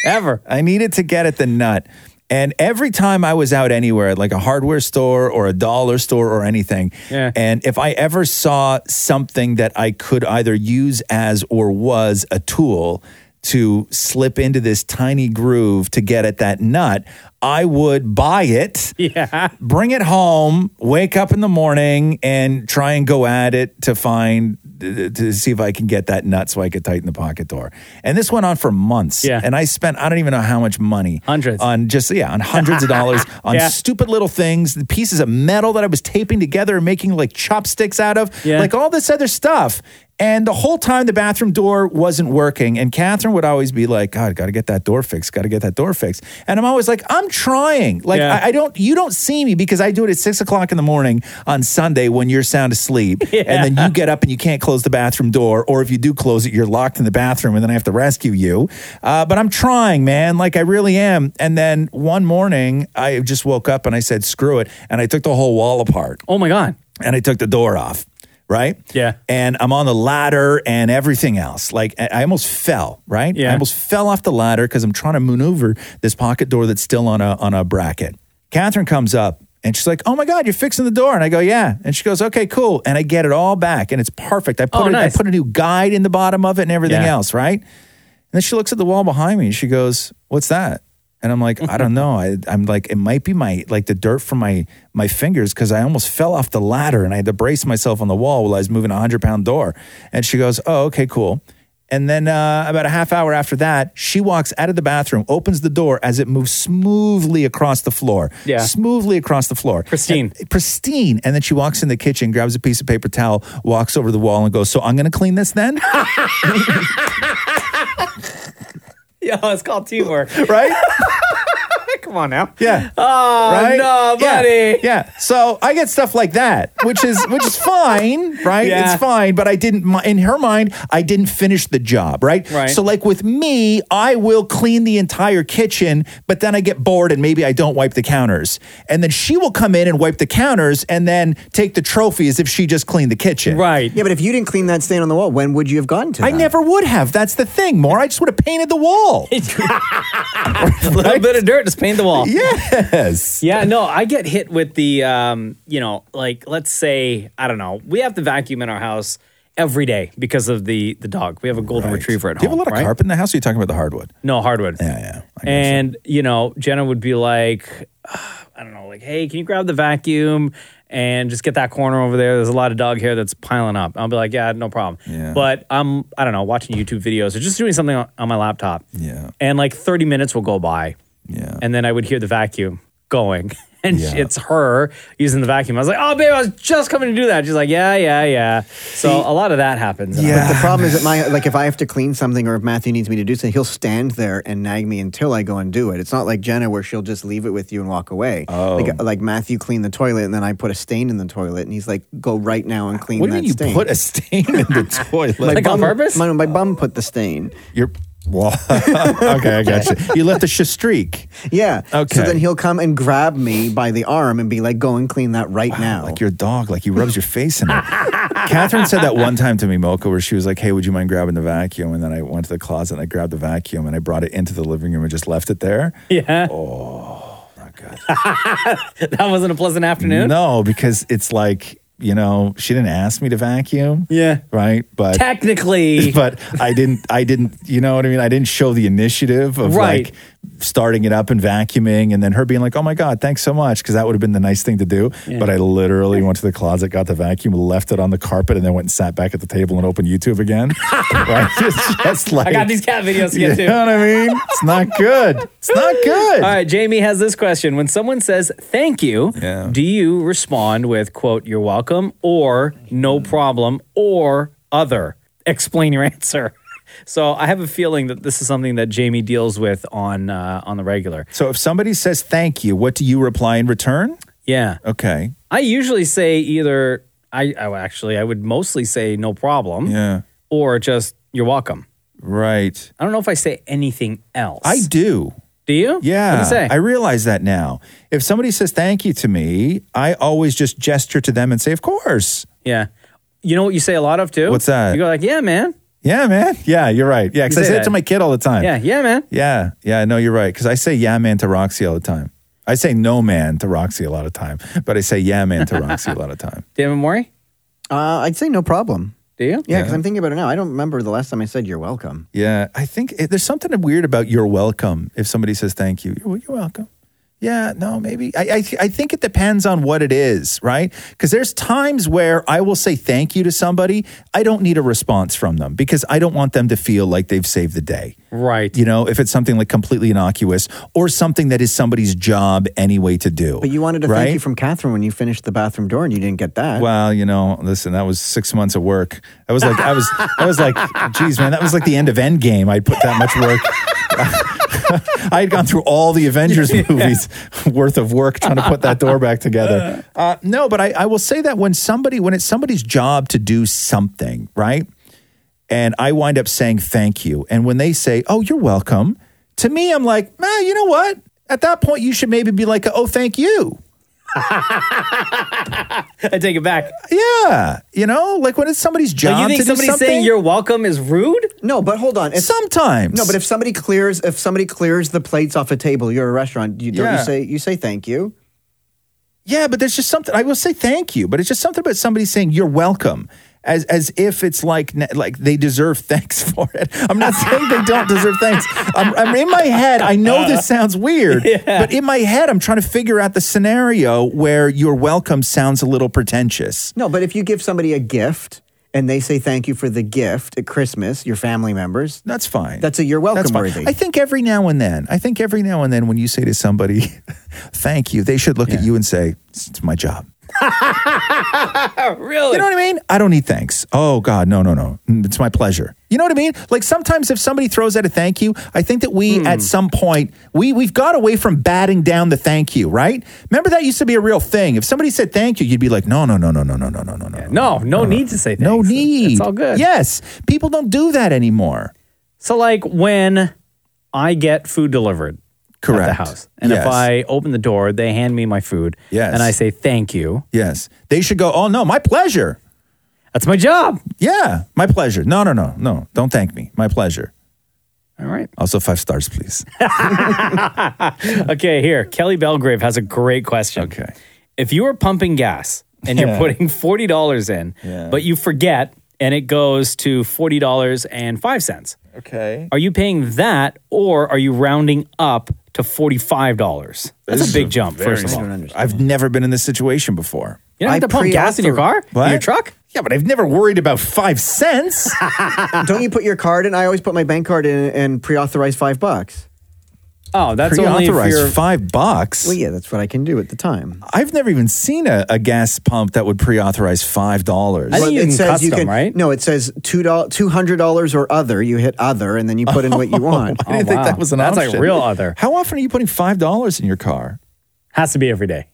S2: ever.
S5: I needed to get at the nut. And every time I was out anywhere, at like a hardware store or a dollar store or anything,
S2: Yeah.
S5: and if I ever saw something that I could either use as or was a tool, to slip into this tiny groove to get at that nut, I would buy it,
S2: yeah.
S5: bring it home, wake up in the morning, and try and go at it to find to see if I can get that nut so I could tighten the pocket door. And this went on for months.
S2: Yeah.
S5: And I spent I don't even know how much money
S2: Hundreds.
S5: on just yeah on hundreds of dollars on
S2: Yeah.
S5: stupid little things, the pieces of metal that I was taping together and making like chopsticks out of,
S2: Yeah.
S5: like all this other stuff. And the whole time the bathroom door wasn't working. And Catherine would always be like, God, got to get that door fixed. Got to get that door fixed. And I'm always like, I'm trying. Like,
S2: Yeah.
S5: I, I don't, you don't see me because I do it at six o'clock in the morning on Sunday when you're sound asleep. And then you get up and you can't close the bathroom door. Or if you do close it, you're locked in the bathroom and then I have to rescue you. Uh, but I'm trying, man. Like, I really am. And then one morning, I just woke up and I said, screw it. And I took the whole wall apart.
S2: Oh, my God.
S5: And I took the door off. Right?
S2: Yeah.
S5: and I'm on the ladder and everything else. Like I I almost fell, right?
S2: Yeah.
S5: I almost fell off the ladder because I'm trying to maneuver this pocket door that's still on a on a bracket. Catherine comes up and she's like, "Oh my God, you're fixing the door!" And I go, "Yeah." And she goes, "Okay, cool." And I get it all back and it's perfect. I put
S2: Oh,
S5: it,
S2: nice.
S5: I put a new guide in the bottom of it and everything
S2: Yeah.
S5: else, right? And then she looks at the wall behind me and she goes, "What's that?" And I'm like, "I don't know. I, I'm like, it might be my like the dirt from my my fingers because I almost fell off the ladder and I had to brace myself on the wall while I was moving a hundred pound door." And she goes, "Oh, okay, cool." And then uh, about a half hour after that, she walks out of the bathroom, opens the door as it moves smoothly across the floor.
S2: Yeah.
S5: Smoothly across the floor. Pristine. pristine. And then she walks in the kitchen, grabs a piece of paper towel, walks over to the wall, and goes, So I'm going to clean this then?
S2: Yo, it's called teamwork.
S5: right?
S2: Come on now.
S5: Yeah.
S2: Oh,
S5: right?
S2: no,
S5: Yeah,
S2: buddy.
S5: Yeah. So I get stuff like that, which is which is fine, right?
S2: Yeah.
S5: It's fine, but I didn't mi- in her mind, I didn't finish the job, right?
S2: Right.
S5: So like with me, I will clean the entire kitchen, but then I get bored and maybe I don't wipe the counters. And then she will come in and wipe the counters and then take the trophy as if she just cleaned the kitchen.
S2: Right.
S7: Yeah, but if you didn't clean that stain on the wall, when would you have gotten to
S5: I never would have. That's the thing, more. I just would have painted the wall.
S2: A little bit of dirt, just paint the wall.
S5: Yes.
S2: Yeah, no, I get hit with the, um, you know, like let's say I don't know, we have to vacuum in our house every day because of the the dog. We have a golden retriever at
S5: Do you have
S2: home.
S5: a lot of
S2: right?
S5: carpet in the house or are you talking about the hardwood?
S2: No hardwood. Yeah,
S5: yeah.
S2: And you know, Jenna would be like, "Ah, I don't know, like, hey, can you grab the vacuum and just get that corner over there? There's a lot of dog hair that's piling up. I'll be like, yeah, no problem. But I'm, I don't know, watching YouTube videos or just doing something on, on my laptop. Yeah. And like 30 minutes will go by. Yeah. And then I would hear the vacuum going. And she- it's her using the vacuum. I was like, oh, babe, I was just coming to do that. She's like, yeah, yeah, yeah. So a lot of that happens. And I'm
S7: But
S2: like,
S7: the problem is that my like if I have to clean something or if Matthew needs me to do something, he'll stand there and nag me until I go and do it. It's not like Jenna where she'll just leave it with you and walk away. Oh. Like, like Matthew cleaned the toilet and then I put a stain in the toilet and he's like, "Go right now and clean
S5: What do
S7: that
S5: you mean you
S7: stain."
S5: put a stain in the toilet?
S7: My bum- My, my bum put the stain.
S5: Your well, okay, I got you. You left a sh- streak.
S7: Yeah.
S5: Okay.
S7: So then he'll come and grab me by the arm and be like, "Go and clean that right now." Like
S5: your dog, like he rubs your face in it. Catherine said that one time to me, Mocha, where she was like, "Hey, would you mind grabbing the vacuum?" And then I went to the closet and I grabbed the vacuum and I brought it into the living room and just left it there.
S2: yeah. Oh, not good. that wasn't a pleasant afternoon.
S5: No, because it's like you know she didn't ask me to vacuum.
S2: Yeah.
S5: Right. But
S2: Technically.
S5: but I didn't. I didn't. You know what I mean? I didn't show the initiative of
S2: Right.
S5: like starting it up and vacuuming, and then her being like, "Oh my god, thanks so much," because that would have been the nice thing to do.
S2: Yeah.
S5: But I literally went to the closet, got the vacuum, left it on the carpet, and then went and sat back at the table and opened YouTube again. right? It's just like
S2: I got these cat videos to get
S5: You
S2: to.
S5: know what I mean? It's not good. It's not good.
S2: All right, Jamie has this question. When someone says thank you, do you respond with quote you're welcome or no problem or other? Explain your answer. So I have a feeling that this is something that Jamie deals with on uh, on the regular.
S5: So if somebody says thank you, what do you reply in return?
S2: Yeah.
S5: Okay.
S2: I usually say either I, I actually I would mostly say no problem.
S5: Yeah.
S2: Or just you're welcome.
S5: Right.
S2: I don't know if I say anything else.
S5: I do.
S2: Do you?
S5: Yeah.
S2: What do you say?
S5: I realize that now. If somebody says thank you to me, I always just gesture to them and say, of course.
S2: Yeah. You know what you say a lot of too?
S5: What's that?
S2: You go like, yeah, man.
S5: Yeah, man. Yeah, you're right. Yeah, because I
S2: You say
S5: say it
S2: that.
S5: to my kid all the time.
S2: Yeah, yeah, man.
S5: Yeah, yeah, no, you're right. Because I say yeah, man to Roxy all the time. I say no, man to Roxy a lot of time, but I say yeah, man to Roxy a lot of time.
S2: Damon Mori?
S7: Uh, I'd say no problem.
S2: Do you?
S7: Yeah, because I'm thinking about it now. I don't remember the last time I said you're welcome.
S5: Yeah, I think it, there's something weird about you're welcome if somebody says thank you. You're, you're welcome. Yeah, no, maybe. I, I, I think it depends on what it is, right? Because there's times where I will say thank you to somebody. I don't need a response from them because I don't want them to feel like they've saved the day.
S2: Right.
S5: You know, if it's something like completely innocuous or something that is somebody's job anyway to do.
S7: But you wanted to
S5: right?
S7: thank you from Catherine when you finished the bathroom door and you didn't get that.
S5: Well, you know, listen, that was six months of work. I was like, I was, I was like, geez, man, that was like the end of Endgame. I put that much work. I had gone through all the Avengers movies worth of work trying to put that door back together. Uh, no, but I, I will say that when somebody, when it's somebody's job to do something, right? And I wind up saying thank you. And when they say, oh, you're welcome, to me, I'm like, man, you know what? At that point, you should maybe be like, oh, thank you.
S2: I take it back.
S5: Yeah, you know, like when it's somebody's job.
S2: you think
S5: to do
S2: somebody
S5: something-
S2: saying you're welcome is rude?
S7: No, but hold on. If-
S5: Sometimes.
S7: No, but if somebody clears if somebody clears the plates off a table, you're a restaurant. You don't
S5: Yeah.
S7: you say you say thank you.
S5: Yeah, but there's just something. I will say thank you, but it's just something about somebody saying you're welcome, as as if it's like ne- like they deserve thanks for it. I'm not saying they don't deserve thanks. I'm, I'm in my head. I know
S7: Uh-huh.
S5: this sounds weird, but in my head, I'm trying to figure out the scenario where you're welcome sounds a little pretentious.
S7: No, but if you give somebody a gift and they say thank you for the gift at Christmas, your family members,
S5: that's fine.
S7: That's a you're welcome
S5: That's fine.
S7: worthy.
S5: I think every now and then, I think every now and then, when you say to somebody, "Thank you," they should look at you and say, "It's my job."
S2: really?
S5: You know what I mean? I don't need thanks. Oh God, no, no, no. Mm, It's my pleasure. You know what I mean? Like sometimes if somebody throws out a thank you, I think that we at some point we we've got away from batting down the thank you, right? Remember that used to be a real thing. If somebody said thank you, you'd be like, no, no, no, no, no, no, no, no, no, no.
S2: No, no need to say thanks.
S5: No need.
S2: It's all good.
S5: Yes. People don't do that anymore.
S2: So, like when I get food delivered at the house, and if
S5: Yes.
S2: I open the door, they hand me my food,
S5: Yes.
S2: and I say thank you.
S5: Yes. They should go, oh no, my pleasure.
S2: That's my job.
S5: Yeah, my pleasure. No, no, no, no. Don't thank me. My pleasure.
S2: All right.
S5: Also five stars, please.
S2: okay, here. Kelly Belgrave has a great question. Okay. If you are pumping gas and you're
S5: Yeah.
S2: putting $40 in,
S5: Yeah.
S2: but you forget and it goes to $40.05,
S5: Okay.
S2: are you paying that or are you rounding up to $45? That's a big jump, first of all.
S5: I've never been in this situation before.
S2: You don't have to pump gas in your car? In your truck?
S5: Yeah, but I've never worried about five cents.
S7: don't you put your card in? I always put my bank card in and pre-authorize five bucks.
S2: Oh,
S5: that's only if Pre-authorized you're- five bucks.
S7: Well, yeah, that's what I can do at the time.
S5: I've never even seen a, a gas pump that would pre-authorize five dollars.
S7: But it says you can- No, it says two dollars, two hundred dollars or other. You hit other, and then you put in what you want.
S5: Oh,
S2: Oh,
S7: Oh,
S5: I didn't think that was an option. How often are you putting five dollars in your car?
S2: Has to be every day.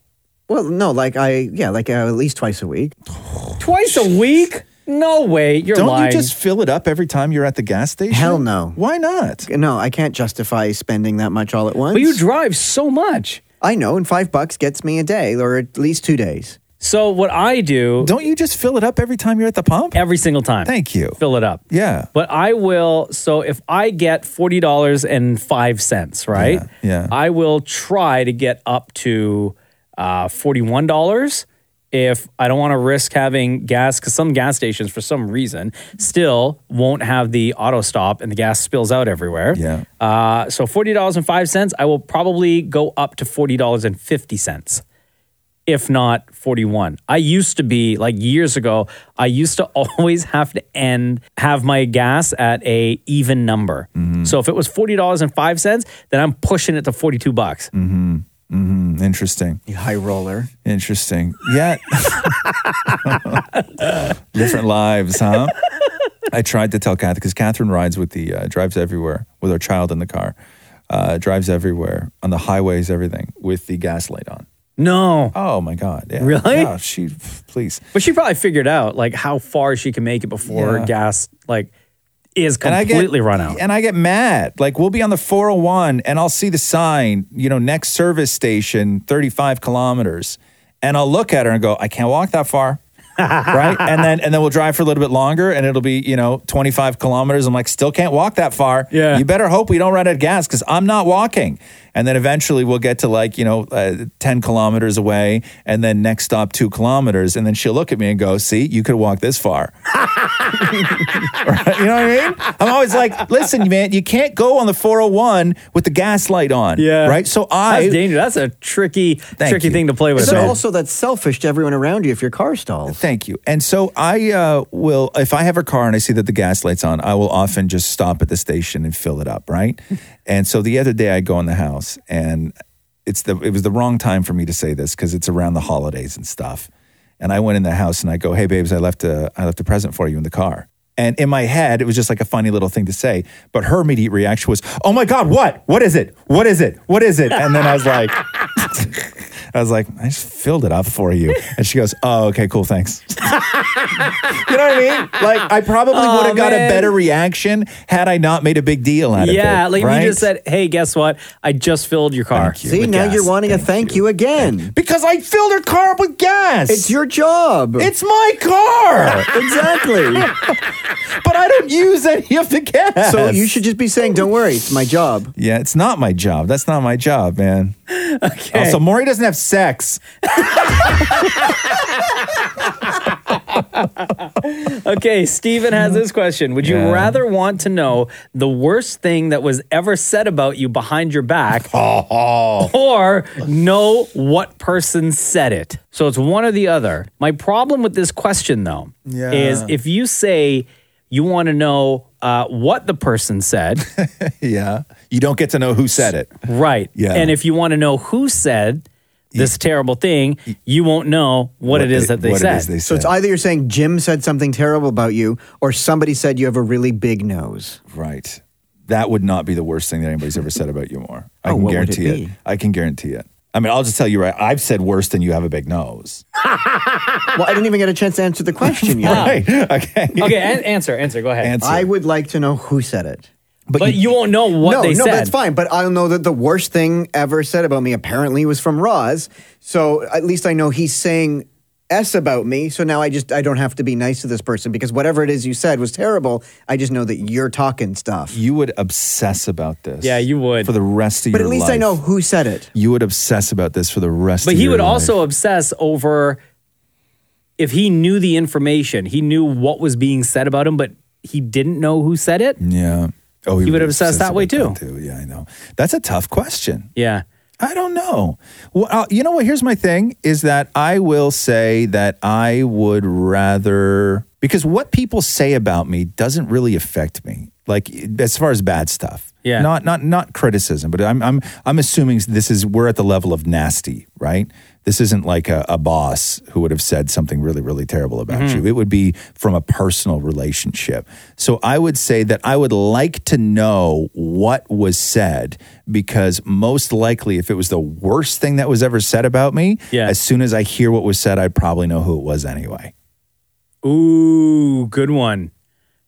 S7: Well, no, like I, yeah, like uh, at least twice a week.
S2: Twice a week? No way, you're
S5: Don't
S7: lying.
S5: you just fill it up every time you're at the gas station?
S7: Hell no.
S5: Why not?
S7: No, I can't justify spending that much all at once. But
S2: you drive so much.
S7: I know, and five bucks gets me a day, or at least two days.
S2: So what I do?
S5: Don't you just fill it up every time you're at the pump?
S2: Every single time.
S5: Thank you.
S2: Fill it up.
S5: Yeah.
S2: But I will. So if I get forty dollars and five cents, right?
S5: Yeah, yeah.
S2: I will try to get up to uh, forty-one dollars if I don't want to risk having gas because some gas stations, for some reason, still won't have the auto stop and the gas spills out everywhere.
S5: Yeah.
S2: Uh, so forty dollars and five cents. I will probably go up to forty dollars and fifty cents if not 41. I used to be like years ago, I used to always have to end have my gas at a even number.
S5: Mm-hmm.
S2: So if it was $40.05, then I'm pushing it to 42 bucks.
S5: Mm-hmm. Mm-hmm. Interesting.
S7: high roller.
S5: Interesting. Yeah. Different lives, huh? I tried to tell Catherine because Catherine rides with the uh, drives everywhere with our child in the car, uh, drives everywhere on the highways, everything with the gas light on.
S2: No.
S5: Oh my God. Yeah.
S2: Really?
S5: Yeah, she please.
S2: But she probably figured out like how far she can make it before
S5: Yeah.
S2: gas like is
S5: And I get-
S2: completely run out.
S5: And I get mad. Like we'll be on the 401 and I'll see the sign, you know, next service station, 35 kilometers. And I'll look at her and go, I can't walk that far. right? And then and then we'll drive for a little bit longer and it'll be, you know, 25 kilometers. I'm like, still can't walk that far. Yeah. You better hope we don't run out of gas because I'm not walking. and then eventually we'll get to like you know uh, ten kilometers away, and then next stop two kilometers, and then she'll look at me and go, "See, you could walk this far." Right? You know what I mean? I'm always like, "Listen, man, you can't go on the 401 with the gas light on." Yeah, right. So I
S2: That's dangerous. That's a tricky, tricky
S5: you.
S2: thing to play with.
S5: So
S2: man.
S5: also
S7: that's selfish to everyone around you if your car stalls.
S5: Thank you. And so I uh, will, if I have a car and I see that the gas light's on, I will often just stop at the station and fill it up, right? and so the other day I go in the house and it's the it was the wrong time for me to say this because it's around the holidays and stuff. And I went in the house and I go, "Hey babes, I left a I left a present for you in the car." And in my head, it was just like a funny little thing to say. But her immediate reaction was, "Oh my god, what? What is it? What is it? What is it?" And then I was like, I was like, "I just filled it up for you." And she goes, "Oh, okay, cool, thanks." you know what I mean? Like I probably
S2: Aw,
S5: would have got
S2: man.
S5: a better reaction had I not made a big deal out of it.
S2: yeah, like
S5: right?
S2: you just said, hey, guess what? I just filled your car.
S7: See, now you're wanting a thank you, again.
S5: Because I filled her car up with gas.
S7: It's your job.
S5: It's my car.
S7: exactly.
S5: but I don't use any of the gas.
S7: So you should just be saying, don't worry, it's my job.
S5: Yeah, it's not my job. That's not my job, man. Okay. Also, Maury doesn't have sex.
S2: okay, Steven has this question. Would you
S18: Yeah.
S2: rather want to know the worst thing that was ever said about you behind your back or know what person said it? So it's one or the other. My problem with this question, though,
S16: Yeah.
S2: is if you say you want to know uh, what the person said,
S5: yeah, you don't get to know who said it.
S2: Right.
S5: Yeah.
S2: And if you want to know who said this terrible thing, you won't know what, it is that they said.
S7: So it's either you're saying Jim said something terrible about you, or somebody said you have a really big nose.
S5: Right. That would not be the worst thing that anybody's ever said about you, more. I
S7: Oh,
S5: can
S7: what would it
S5: guarantee it,
S7: be?
S5: I can guarantee it. I mean, I'll just tell you right. I've said worse than you have a big nose.
S7: well, I didn't even get a chance to answer the question yet.
S5: Right. Okay.
S2: okay, an- answer, answer. Go ahead.
S7: I would like to know who said it.
S2: But, you, won't know what
S7: no,
S2: they
S7: no,
S2: said.
S7: that's fine. But I'll know that the worst thing ever said about me apparently was from Roz. So at least I know he's saying S about me. So now I just I don't have to be nice to this person because whatever it is you said was terrible. I just know that you're talking stuff.
S5: You would obsess about this.
S2: Yeah, you would.
S5: For the rest of
S7: But
S5: your
S7: at least I
S5: life.
S7: know who said it.
S5: You would obsess about this for the rest
S2: But
S5: of
S2: he
S5: your
S2: would
S5: life.
S2: also obsess over if he knew the information, he knew what was being said about him, but he didn't know who said it.
S5: Yeah. Oh,
S2: he, would
S5: would
S2: obsess
S5: obsess
S2: that way too.
S5: Yeah, I know. That's a tough question.
S2: Yeah.
S5: I don't know. Well, uh, you know what? Here's my thing is that I will say that I would rather, because what people say about me doesn't really affect me, like as far as bad stuff.
S16: Yeah.
S5: Not, not, not criticism, but I'm, I'm, I'm assuming this is, we're at the level of nasty, right? This isn't like a, a boss who would have said something really, really terrible about
S16: Mhm.
S5: you. It would be from a personal relationship. So I would say that I would like to know what was said because most likely, if it was the worst thing that was ever said about me,
S2: Yeah.
S5: as soon as I hear what was said, I'd probably know who it was anyway.
S2: Ooh, good one.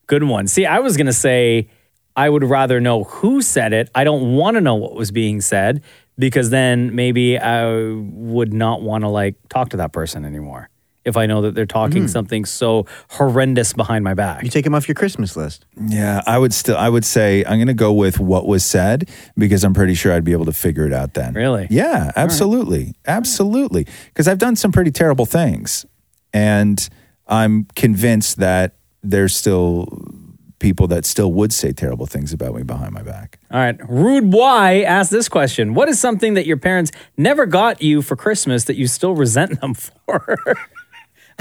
S2: Good one. See, I was going to say I would rather know who said it. I don't want to know what was being said because then maybe I would not want to like talk to that person anymore if I know that they're talking
S7: Mm.
S2: something so horrendous behind my back. You
S7: take him off your Christmas list.
S5: Yeah, I would still, I would say I'm going to go with what was said because I'm pretty sure I'd be able to figure it out then.
S2: Really?
S5: Yeah, absolutely. Absolutely. Because I've done some pretty terrible things. And I'm convinced that there's still people that still would say terrible things about me behind my back.
S2: All right. Rude Y asked this question What is something that your parents never got you for Christmas that you still resent them for?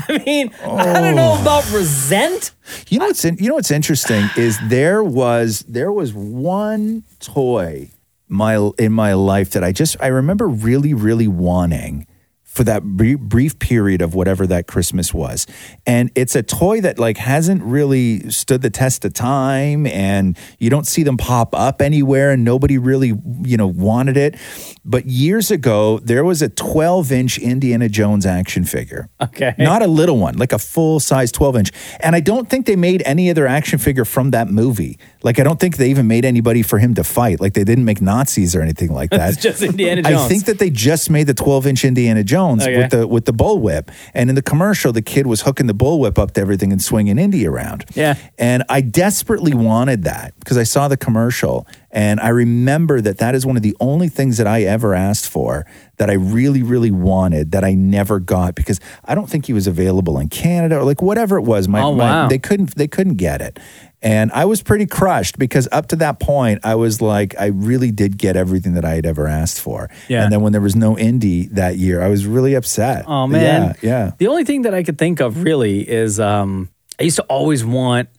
S2: I mean, I don't know about resent.
S5: Oh. You know what's in, you know what's interesting is there was there was one toy my in my life that I just I remember really really wanting for that brief, brief period of whatever that Christmas was. And it's a toy that like hasn't really stood the test of time and you don't see them pop up anywhere and nobody really, you know, wanted it. But years ago, there was a 12-inch Indiana Jones action figure.
S2: Okay.
S5: Not a little one, like a full size 12 inch. And I don't think they made any other action figure from that movie. Like, I don't think they even made anybody for him to fight. Like, they didn't make Nazis or anything like that.
S2: It's just Indiana
S5: I
S2: Jones.
S5: think that they just made the 12 inch Indiana Jones
S2: Okay.
S5: with the with the bullwhip, and in the commercial, the kid was hooking the bullwhip up to everything and swinging Indy around.
S2: Yeah.
S5: And I desperately wanted that because I saw the commercial and I remember that that is one of the only things that I ever asked for that I really, really wanted that I never got because I don't think he was available in Canada or like whatever it was. My,
S2: Oh,
S5: my-
S2: wow.
S5: they couldn't they couldn't get it. And I was pretty crushed because up to that point I was like I really did get everything that I had ever asked for.
S2: Yeah.
S5: And then when there was no indie that year, I was really upset.
S2: Oh man,
S5: Yeah. yeah.
S2: The only thing that I could think of really is um, I used to always want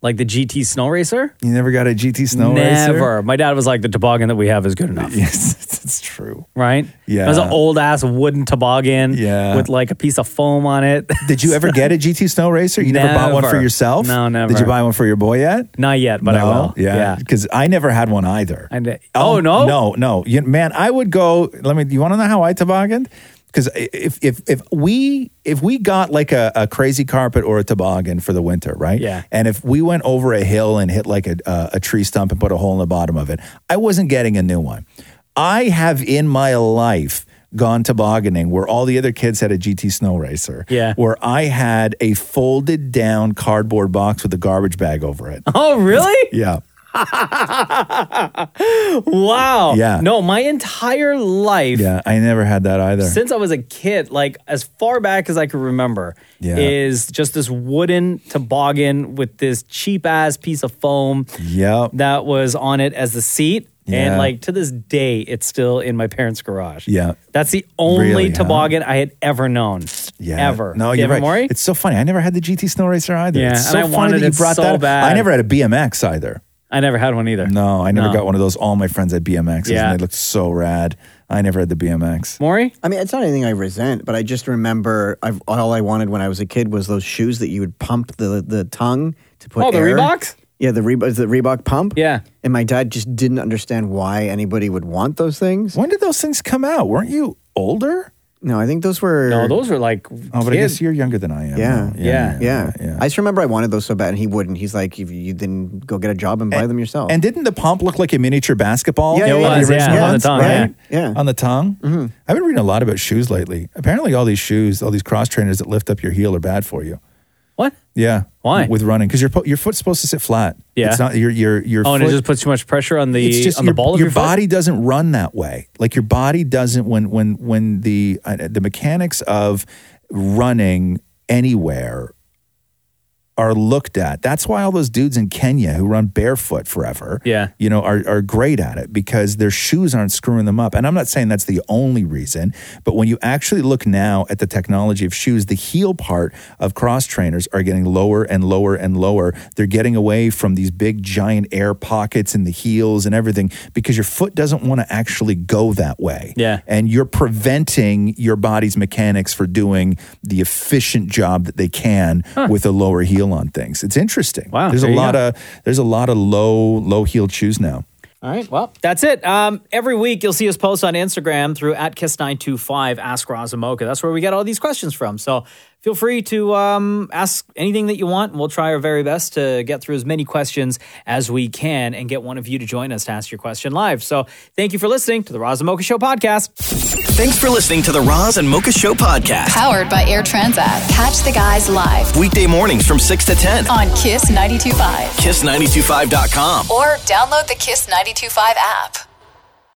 S2: like the GT Snow Racer.
S5: You never got a GT Snow
S2: Never.
S5: Racer?
S2: My dad was like, the toboggan that we have is good enough.
S5: Yes, it's true.
S2: Right?
S5: Yeah.
S2: It was an old ass wooden toboggan
S5: Yeah.
S2: with like a piece of foam on it.
S5: Did you ever get a GT Snow Racer? You never, bought one for
S2: Never.
S5: yourself?
S2: No, never.
S5: Did you buy one for your boy yet?
S2: Not yet, but I
S5: No?
S2: will.
S5: Yeah. Because I never had one either.
S2: And, uh, oh, no?
S5: No, no. You, man, I would go. Let me, you want to know how I tobogganed? Because if, if, if we if we got like a, a crazy carpet or a toboggan for the winter, right?
S2: Yeah.
S5: And if we went over a hill and hit like a, a, a tree stump and put a hole in the bottom of it, I wasn't getting a new one. I have in my life gone tobogganing where all the other kids had a GT Snow Racer.
S2: Yeah.
S5: Where I had a folded down cardboard box with a garbage bag over it.
S2: Oh, really?
S5: Yeah.
S2: Wow.
S5: Yeah.
S2: No, my entire life
S5: Yeah. I never had that either.
S2: since I was a kid, like as far back as I can remember,
S5: Yeah.
S2: is just this wooden toboggan with this cheap ass piece of foam
S5: Yep.
S2: that was on it as the seat.
S5: Yeah.
S2: And like to this day, it's still in my parents' garage.
S5: Yeah.
S2: That's the only
S5: Really, huh?
S2: toboggan I had ever known. Yeah. Ever.
S5: No,
S2: Do you
S5: you're
S2: have a
S5: right.
S2: Maury?
S5: It's so funny. I never had the GT Snow Racer either.
S2: Yeah,
S5: It's so
S2: and I
S5: funny
S2: wanted
S5: that you
S2: it
S5: brought
S2: so
S5: that. up. I
S2: bad.
S5: never had a BMX either.
S2: I never had one either.
S5: No, I never
S2: No.
S5: got one of those. All my friends had BMXs
S7: Yeah.
S5: and they looked so rad. I never had the BMX.
S2: Maury?
S7: I mean, it's not anything I resent, but I just remember I've, all I wanted when I was a kid was those shoes that you would pump the the tongue to put.
S2: Oh, the
S7: air.
S2: Reeboks?
S7: Yeah, the Reebok, the Reebok pump.
S2: Yeah.
S7: And my dad just didn't understand why anybody would want those things.
S5: When did those things come out? Weren't you older?
S7: No, I think those were.
S2: No, those were like. Oh,
S5: but I guess you're younger than I am.
S7: Yeah.
S5: Yeah.
S7: Yeah. I just remember I wanted those so bad, and he wouldn't. He's like, if you didn't go get a job and buy them yourself.
S5: And didn't the pump look like a miniature basketball?
S7: Yeah, Yeah, it yeah, was,
S5: the
S7: yeah.
S5: original
S7: Yeah, on the
S5: ones,
S7: tongue,
S5: right? Mm-hmm.
S7: yeah. Yeah.
S5: On the tongue? I've been reading a lot about shoes lately. Apparently, all these shoes, all these cross trainers that lift up your heel are bad for you.
S2: What?
S5: Yeah.
S2: Why?
S5: With running. Because your, po- your foot's supposed to sit flat.
S2: Yeah.
S5: It's not your, your, your
S2: oh, and
S5: foot-
S2: it just puts too much pressure on the,
S5: it's just
S2: on
S5: your,
S2: the ball of
S5: your,
S2: your, foot?
S5: body doesn't run that way. Like your body doesn't when when when the uh, the mechanics of running anywhere are looked at. That's why all those dudes in Kenya who run barefoot forever,
S2: Yeah.
S5: you know, are are great at it because their shoes aren't screwing them up. And I'm not saying that's the only reason, but when you actually look now at the technology of shoes, the heel part of cross trainers are getting lower and lower and lower. They're getting away from these big giant air pockets in the heels and everything because your foot doesn't want to actually go that way.
S2: Yeah.
S5: And you're preventing your body's mechanics for doing the efficient job that they can with a lower heel on things. It's interesting.
S2: Wow,
S5: There's a
S2: there you
S5: lot
S2: go.
S5: of there's a lot of low low heeled shoes now.
S2: All right. Well, that's it. Um, every week you'll see us post on Instagram through at Kiss925 Ask Roz and Mocha. That's where we get all these questions from. So feel free to um, ask anything that you want, and we'll try our very best to get through as many questions as we can and get one of you to join us to ask your question live. So thank you for listening to the Roz and Mocha Show podcast.
S1: Thanks for listening to the Roz and Mocha Show podcast.
S12: Powered by Air Transat. Catch the guys live
S1: Weekday mornings from 6 to 10.
S2: Uh.
S12: on Kiss 92.5
S1: Kiss925.com.
S12: or download the Kiss 92.5 app.